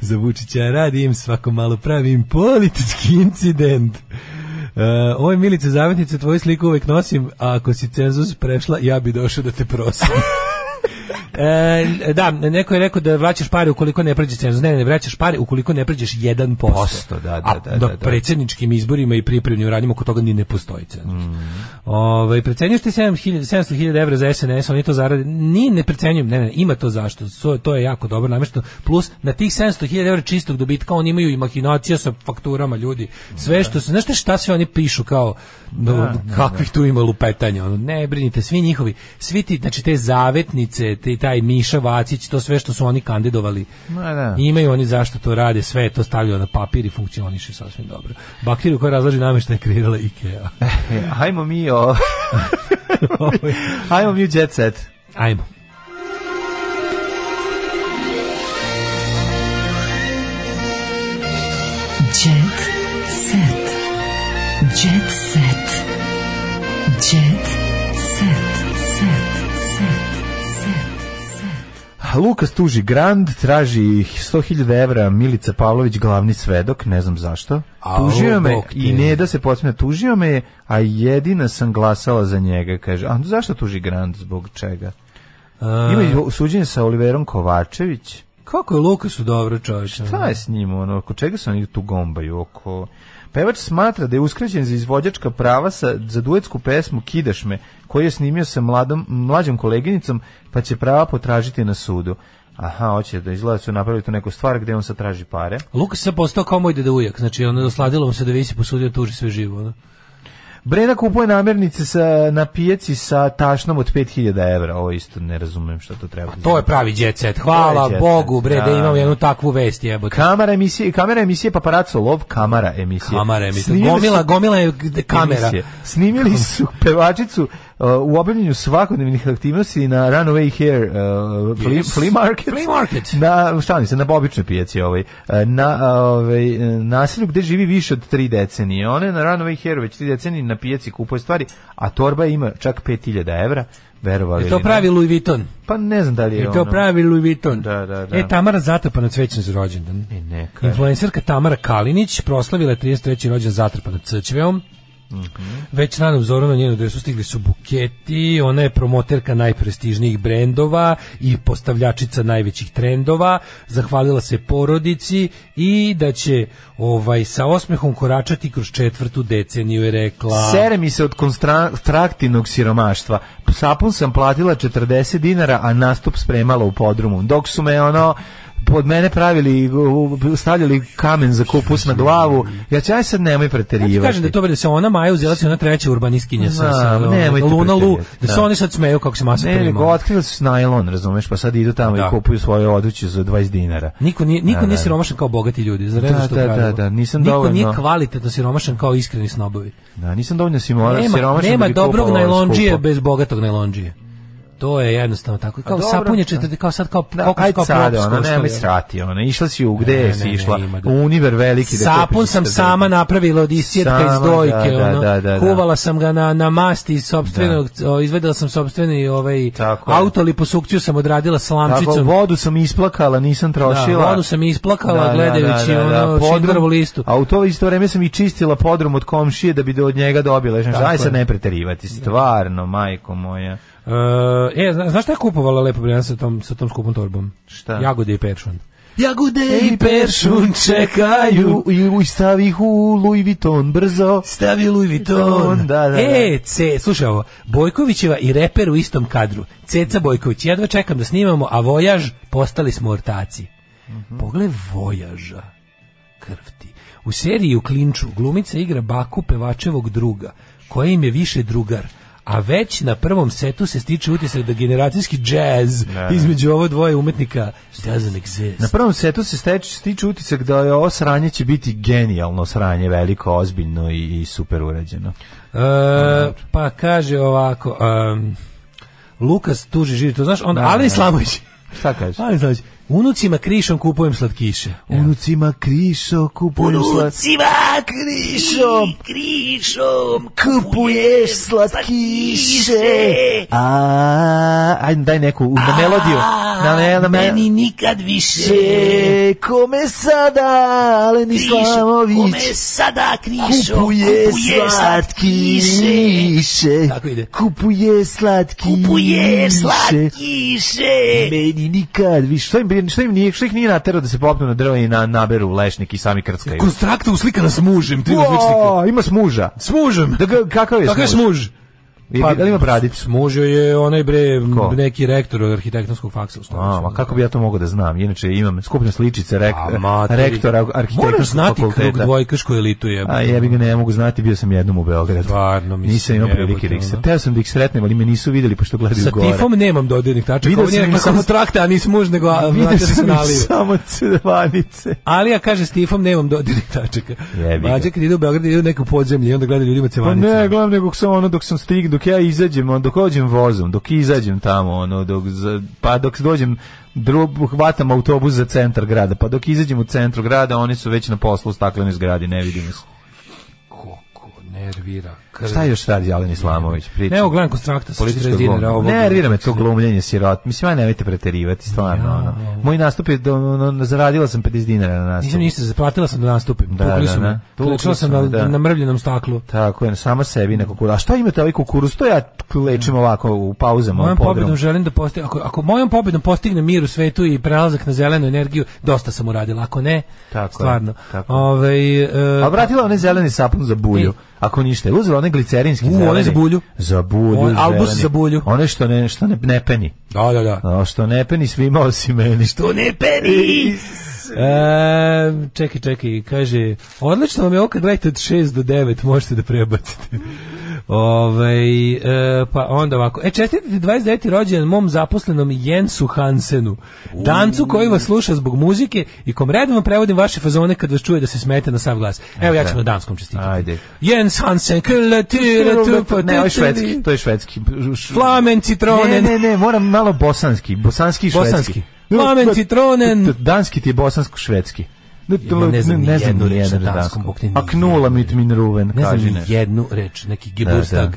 Speaker 8: Za Vučića radim, svako malo pravim politički incident. Uh, oj Milice Zavetnice, tvoju sliku uvek nosim, a ako si cenzus prešla, ja bi došao da te prosim. E, da, neko je rekao da vraćaš pare ukoliko ne pređeš cenzus. Ne, ne, ne vraćaš pare ukoliko ne pređeš 1%.
Speaker 7: Posto, da, da, da,
Speaker 8: A
Speaker 7: da,
Speaker 8: na
Speaker 7: da.
Speaker 8: predsjedničkim izborima i pripremnim radnjama oko toga ni ne postoji cenzus.
Speaker 7: Mm.
Speaker 8: Ovaj precenjuješ ti 7.000 700.000 evra za SNS, oni to zarade. Ni ne precenjujem, ne, ne, ima to zašto. So- to je jako dobro namešteno. Plus na tih 700.000 evra čistog dobitka oni imaju i mahinacija sa fakturama ljudi. Sve što se, znaš te šta sve oni pišu kao no, kakvih tu ima lupetanja. Ono, ne brinite, svi njihovi, svi ti, znači te zavetnice, te, taj Miša Vacić, to sve što su oni kandidovali.
Speaker 7: Ma da.
Speaker 8: I Imaju oni zašto to rade, sve je to stavljeno na papir i funkcioniše sasvim dobro. Bakteriju koja razlaži namještaj je kreirala IKEA.
Speaker 7: E, Hajmo mi o... Hajmo mi u jet set.
Speaker 8: Ajmo.
Speaker 5: Jet set. Jet set. Jet set. Set.
Speaker 7: Lukas tuži Grand, traži 100.000 evra, Milica Pavlović glavni svedok, ne znam zašto.
Speaker 8: Au,
Speaker 7: Tužio me
Speaker 8: bog te.
Speaker 7: i ne da se podsmije, tužio me, je, a jedina sam glasala za njega, kaže. A zašto tuži Grand, zbog čega? Ima i suđenje sa Oliverom Kovačević.
Speaker 8: Kako je Lukasu dobro čovječ?
Speaker 7: Šta je s njim, ono, oko čega se oni tu gombaju, oko... Pevač smatra da je uskraćen za izvođačka prava sa, za duetsku pesmu Kidaš me, koju je snimio sa mladom, mlađom koleginicom, pa će prava potražiti na sudu. Aha, hoće da izgleda da su napravili tu neku stvar gde on sad traži pare.
Speaker 8: Lukas se postao kao moj deda ujak, znači ono osladilo mu se da visi posudio tuži sve živo. Ono.
Speaker 7: Brena kupuje namirnice sa, na pijaci sa tašnom od 5000 evra. Ovo isto ne razumem što to treba.
Speaker 8: Pa
Speaker 7: znači.
Speaker 8: To je pravi jet set. Hvala
Speaker 7: To je jet set,
Speaker 8: Bogu, bre, da
Speaker 7: da.
Speaker 8: imam jednu takvu vest, jebote.
Speaker 7: Kamera emisije, kamera emisije paparaco lov, kamera emisije.
Speaker 8: Kamera, mislim.
Speaker 7: Snimili su-
Speaker 8: Gomila, gomila je g- kamera.
Speaker 7: emisije. Snimili su pevačicu uh, u obavljanju svakodnevnih aktivnosti na Runaway Hair uh, flea,
Speaker 8: Yes.
Speaker 7: flea Market.
Speaker 8: Flea market.
Speaker 7: Na, šta se, na bobičnoj pijaci ovaj. uh, Na ovaj, uh, naselju gde živi više od tri decenije. Ona je na Runaway Hair već tri decenije na pijaci kupuje stvari, a torba ima čak 5000 evra. Verovali
Speaker 8: Je to
Speaker 7: ili ne.
Speaker 8: pravi Louis Vuitton.
Speaker 7: Pa ne znam da li je,
Speaker 8: Je to
Speaker 7: ono-
Speaker 8: pravi Louis Vuitton.
Speaker 7: Da, da, da.
Speaker 8: E, Tamara zatrpana cvećem za rođendan.
Speaker 7: E, neka.
Speaker 8: Influencerka Tamara Kalinić proslavila je 33. rođen zatrpana crčveom. Već na obzoru na njenu dresu stigli su buketi, ona je promoterka najprestižnijih brendova i postavljačica najvećih trendova, zahvalila se porodici i da će ovaj sa osmehom koračati kroz četvrtu deceniju je rekla.
Speaker 7: Sere mi se od konstraktivnog siromaštva. Sapun sam platila 40 dinara, a nastup spremala u podrumu. Dok su me ono pod mene pravili u- u- stavljali kamen za kupus na glavu. Ja ću aj sad nemoj preterivati.
Speaker 8: Ja ti kažem da to bude da se ona Maja uzela se ona treća urbanistkinja sa,
Speaker 7: Znam,
Speaker 8: sa ono,
Speaker 7: nemojte
Speaker 8: Luna Lu,
Speaker 7: preterivati,
Speaker 8: da se
Speaker 7: da.
Speaker 8: oni sad smeju kako se masa
Speaker 7: Ne, nego
Speaker 8: prima.
Speaker 7: otkrili su s najlon, razumeš, pa sad idu tamo
Speaker 8: Da.
Speaker 7: i kupuju svoje oduće za 20 dinara.
Speaker 8: Niko nije niko
Speaker 7: Da,
Speaker 8: nije
Speaker 7: da.
Speaker 8: siromašan kao bogati ljudi, za
Speaker 7: Da, da, da, da, nisam
Speaker 8: niko nije
Speaker 7: dovoljno-
Speaker 8: kvalitetno siromašan kao iskreni snobovi.
Speaker 7: Da, nisam dovoljno simora,
Speaker 8: Nema,
Speaker 7: siromašan
Speaker 8: nema
Speaker 7: da bi
Speaker 8: dobrog
Speaker 7: kupovao
Speaker 8: najlonđije
Speaker 7: skupo.
Speaker 8: bez bogatog najlonđije. To je jednostavno tako. Kao
Speaker 7: dobro,
Speaker 8: sapunje
Speaker 7: da.
Speaker 8: četvrti, kao sad kao
Speaker 7: Da,
Speaker 8: pokus,
Speaker 7: ajde
Speaker 8: kao
Speaker 7: sad,
Speaker 8: propus,
Speaker 7: ona,
Speaker 8: kao što
Speaker 7: nemoj
Speaker 8: je.
Speaker 7: srati, ona, išla si u gde
Speaker 8: Ne, ne,
Speaker 7: si
Speaker 8: ne,
Speaker 7: išla,
Speaker 8: ima da-
Speaker 7: u univer veliki da
Speaker 8: Sapun
Speaker 7: kupiš
Speaker 8: sam
Speaker 7: za dete.
Speaker 8: sama napravila od isjetka
Speaker 7: Sama,
Speaker 8: iz dojke,
Speaker 7: da, da,
Speaker 8: ono.
Speaker 7: da, da, da.
Speaker 8: kuvala sam ga na, na masti iz sobstvenog, o, izvedela sam sobstveni ovaj,
Speaker 7: Tako je.
Speaker 8: autoliposukciju sam odradila
Speaker 7: Tako,
Speaker 8: slamčicom.
Speaker 7: vodu sam isplakala, nisam trošila.
Speaker 8: Da, vodu sam isplakala gledajući ono šindrovu listu.
Speaker 7: A u to isto vreme sam i čistila podrum od komšije da bi do- od njega dobila. Znaš,
Speaker 8: Tako
Speaker 7: aj sad
Speaker 8: je.
Speaker 7: ne preterivati, stvarno, majko moja.
Speaker 8: E, e, zna- znaš šta je kupovala lepo Brijana sa tom, sa tom skupom torbom?
Speaker 7: Šta?
Speaker 8: Jagode i peršun.
Speaker 7: Jagode
Speaker 8: i peršun čekaju.
Speaker 7: I, i stavi ih u Louis Vuitton, brzo.
Speaker 8: Stavi Louis
Speaker 7: Vuitton. Da, da, da.
Speaker 8: E, C, slušaj ovo, Bojkovićeva i reper u istom kadru. Ceca Bojković, jedva čekam da snimamo, a Vojaž, postali smo ortaci.
Speaker 7: Mhm.
Speaker 8: Pogled Vojaža, krvti. U seriji u Klinču glumica igra baku pevačevog druga, koja im je više drugar. A već na prvom setu se stiče utisak da generacijski džez između ovo dvoje umetnika doesn't exist.
Speaker 7: Na prvom setu se steče, stiče utisak da je ovo sranje će biti genijalno sranje, veliko, ozbiljno i, i super urađeno.
Speaker 8: E, pa kaže ovako, em, Lukas tuži živi, to znaš, onda
Speaker 7: Da,
Speaker 8: Alen
Speaker 7: da.
Speaker 8: Islamović.
Speaker 7: Šta kažeš?
Speaker 8: Alen Islamović, Pa, unucima krišom kupujem slatkiše. Ono,
Speaker 7: Unucima krišo kupuju
Speaker 8: krišom, krišom,
Speaker 7: kupuješ slatkiše. A, ajde daj neku na melodiju. Na me, E, na me.
Speaker 8: nikad više.
Speaker 7: E, kome sada Alen Islamović
Speaker 8: sada krišom,
Speaker 7: kupuje slatkiše?
Speaker 8: Tako ide.
Speaker 7: Kupuje slatkiše.
Speaker 8: slatkiše.
Speaker 7: Meni nikad više. Što im, bri- što im nije, što ih nije naterao da se popnu na drvo i na, naberu u lešnik i sami krckaju?
Speaker 8: Konstrakta uslikana s mužem, ti imaš već sliku.
Speaker 7: Uo, ima smuža.
Speaker 8: S mužem.
Speaker 7: Da ga, kakav je
Speaker 8: Kakav je
Speaker 7: smuž?
Speaker 8: smuž?
Speaker 7: Je- je Pa, li ima bradicu?
Speaker 8: Smužio je onaj bre
Speaker 7: Ko?
Speaker 8: neki rektor od arhitektonskog faksa u
Speaker 7: A, ma kako bi ja to mogao da znam? Inače imam skupne sličice rek, rektora arhitektonskog
Speaker 8: Moraš znati
Speaker 7: fakulteta.
Speaker 8: krug dvojkašku elitu je.
Speaker 7: A jebi ga ne mogu znati, bio sam jednom u Beogradu.
Speaker 8: Stvarno, mislim,
Speaker 7: Nisam imao
Speaker 8: jebote,
Speaker 7: prilike da ih
Speaker 8: ono.
Speaker 7: se. Teo sam da ih sretnem, ali me nisu vidjeli pošto gledaju
Speaker 8: Sa
Speaker 7: gore.
Speaker 8: tifom nemam dodirnih tačaka.
Speaker 7: Vidio
Speaker 8: Ovo nije
Speaker 7: sam
Speaker 8: rekla
Speaker 7: samo-
Speaker 8: samo trakta, a nisi muž, nego a,
Speaker 7: Vidio
Speaker 8: vratio se
Speaker 7: sam ih
Speaker 8: naliju.
Speaker 7: samo cedvanice.
Speaker 8: Ali ja kaže, s tifom nemam dodirnih tačaka.
Speaker 7: Jebi ga.
Speaker 8: Mađe kad idu u Beograd, idu u neko podzemlje i onda gleda ljudima
Speaker 7: Pa
Speaker 8: cevanice.
Speaker 7: ne, gledam nego sam ono dok sam stig, dok ja izađem, on, dok ođem vozom, dok izađem tamo, ono, dok, za- pa dok dođem, drugu, hvatam autobus za centar grada, pa dok izađem u centru grada, oni su već na poslu u staklenoj zgradi, ne vidimo se.
Speaker 8: Koliko nervira. krv.
Speaker 7: Šta još radi Alen Islamović? Priča.
Speaker 8: Ne, evo gledam konstrakta sa 40 dinara. ovo-
Speaker 7: Ne, nervira me to glumljenje sirot. Mislim, aj nemojte preterivati, stvarno. ono. Moj nastup je, do- ono, zaradila sam 50 dinara na nastup.
Speaker 8: Nisam ništa, zaplatila sam da nastupim.
Speaker 7: Da,
Speaker 8: Tukli
Speaker 7: da,
Speaker 8: su
Speaker 7: da.
Speaker 8: me.
Speaker 7: Tukli
Speaker 8: Klečala sam
Speaker 7: su me,
Speaker 8: na,
Speaker 7: da.
Speaker 8: na mrvljenom staklu.
Speaker 7: Tako je, sama sebi na kukuruz. A šta imate ovaj kukuruz? To ja lečim ovako u pauzama.
Speaker 8: Mojom
Speaker 7: u podrumu.
Speaker 8: pobedom želim da postignem, ako, ako mojom pobedom postignem mir u svetu i prelazak na zelenu energiju, dosta sam uradila, ako ne,
Speaker 7: Tako je,
Speaker 8: stvarno.
Speaker 7: tako je.
Speaker 8: Ovaj, e,
Speaker 7: A vratila onaj zeleni sapun za bulju.
Speaker 8: I-
Speaker 7: Ako ništa, je uzela onaj glicerinski
Speaker 8: E. U, onaj
Speaker 7: zeleni.
Speaker 8: za bulju.
Speaker 7: Za bulju.
Speaker 8: On- Albus
Speaker 7: zeleni.
Speaker 8: za bulju.
Speaker 7: One što ne, što ne, ne peni.
Speaker 8: da, da, da.
Speaker 7: A što ne peni svima osim meni. Što ne peni?
Speaker 8: E, čekaj, čekaj, kaže, odlično vam je ovo kad gledajte od 6 do 9, možete da prebacite. Ovaj, e, pa onda ovako. E, čestitite 29. rođendan mom zaposlenom Jensu Hansenu, dancu koji vas sluša zbog muzike i kom redovno prevodim vaše fazone kad vas čuje da se smete na sav glas. Evo, ja ću na danskom čestitati.
Speaker 7: Ajde.
Speaker 8: Jens Hansen, kle tira tu pa
Speaker 7: Ne, ovo je
Speaker 8: tu tiri.
Speaker 7: švedski, to je švedski.
Speaker 8: Flamen
Speaker 7: Ne,
Speaker 8: citronen.
Speaker 7: ne, ne, moram malo bosanski, bosanski i švedski.
Speaker 8: Bosanski. Flamen citronen.
Speaker 7: Danski ti je bosansko-švedski. Ne,
Speaker 8: Ja ne znam ni jednu
Speaker 7: ni
Speaker 8: reč na
Speaker 7: jedan
Speaker 8: danskom,
Speaker 7: danskom.
Speaker 8: Bog te ni
Speaker 7: A knula mit min ruven,
Speaker 8: Ne znam
Speaker 7: kaži
Speaker 8: ni
Speaker 7: nešto.
Speaker 8: jednu reč, neki Geburstag.
Speaker 7: da.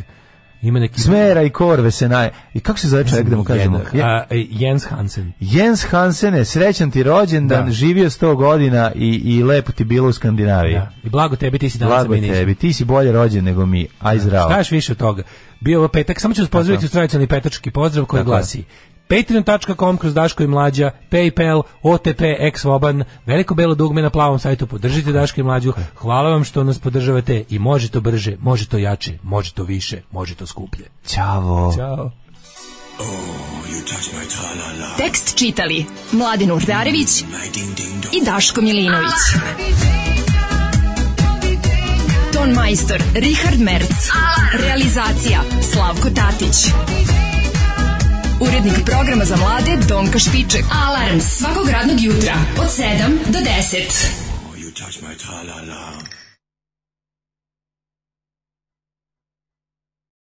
Speaker 8: Ima neki...
Speaker 7: Smera i korve se naj... I kako se zove čovjek da mu kažemo?
Speaker 8: Jednak.
Speaker 7: Je-
Speaker 8: A, e, Jens Hansen.
Speaker 7: Jens Hansene, srećan ti rođendan,
Speaker 8: Da.
Speaker 7: živio 100 godina i, i lepo ti bilo u Skandinaviji.
Speaker 8: Da. I blago tebi, ti si danas
Speaker 7: Blago
Speaker 8: ministar.
Speaker 7: tebi, ti si bolje rođen nego mi, aj zdravo.
Speaker 8: Šta još više od toga? Bio je ovo petak, samo ću vas pozdraviti uz tradicionalni petački pozdrav koji
Speaker 7: Tako je.
Speaker 8: glasi patreon.com kroz Daško i Mlađa, Paypal, OTP, Exvoban, veliko belo dugme na plavom sajtu, podržite Daško i Mlađu, hvala vam što nas podržavate i može to brže, može to jače, može to više, može to skuplje.
Speaker 7: Ćavo.
Speaker 8: Ćao.
Speaker 5: Tekst čitali Mladin Urdarević i Daško Milinović. Ton majstor Richard Merc. Realizacija Slavko Tatić. Urednik programa za mlade Donka Špiček. Alarms svakog radnog jutra od 7 do 10.
Speaker 11: You touch my tra-la-la.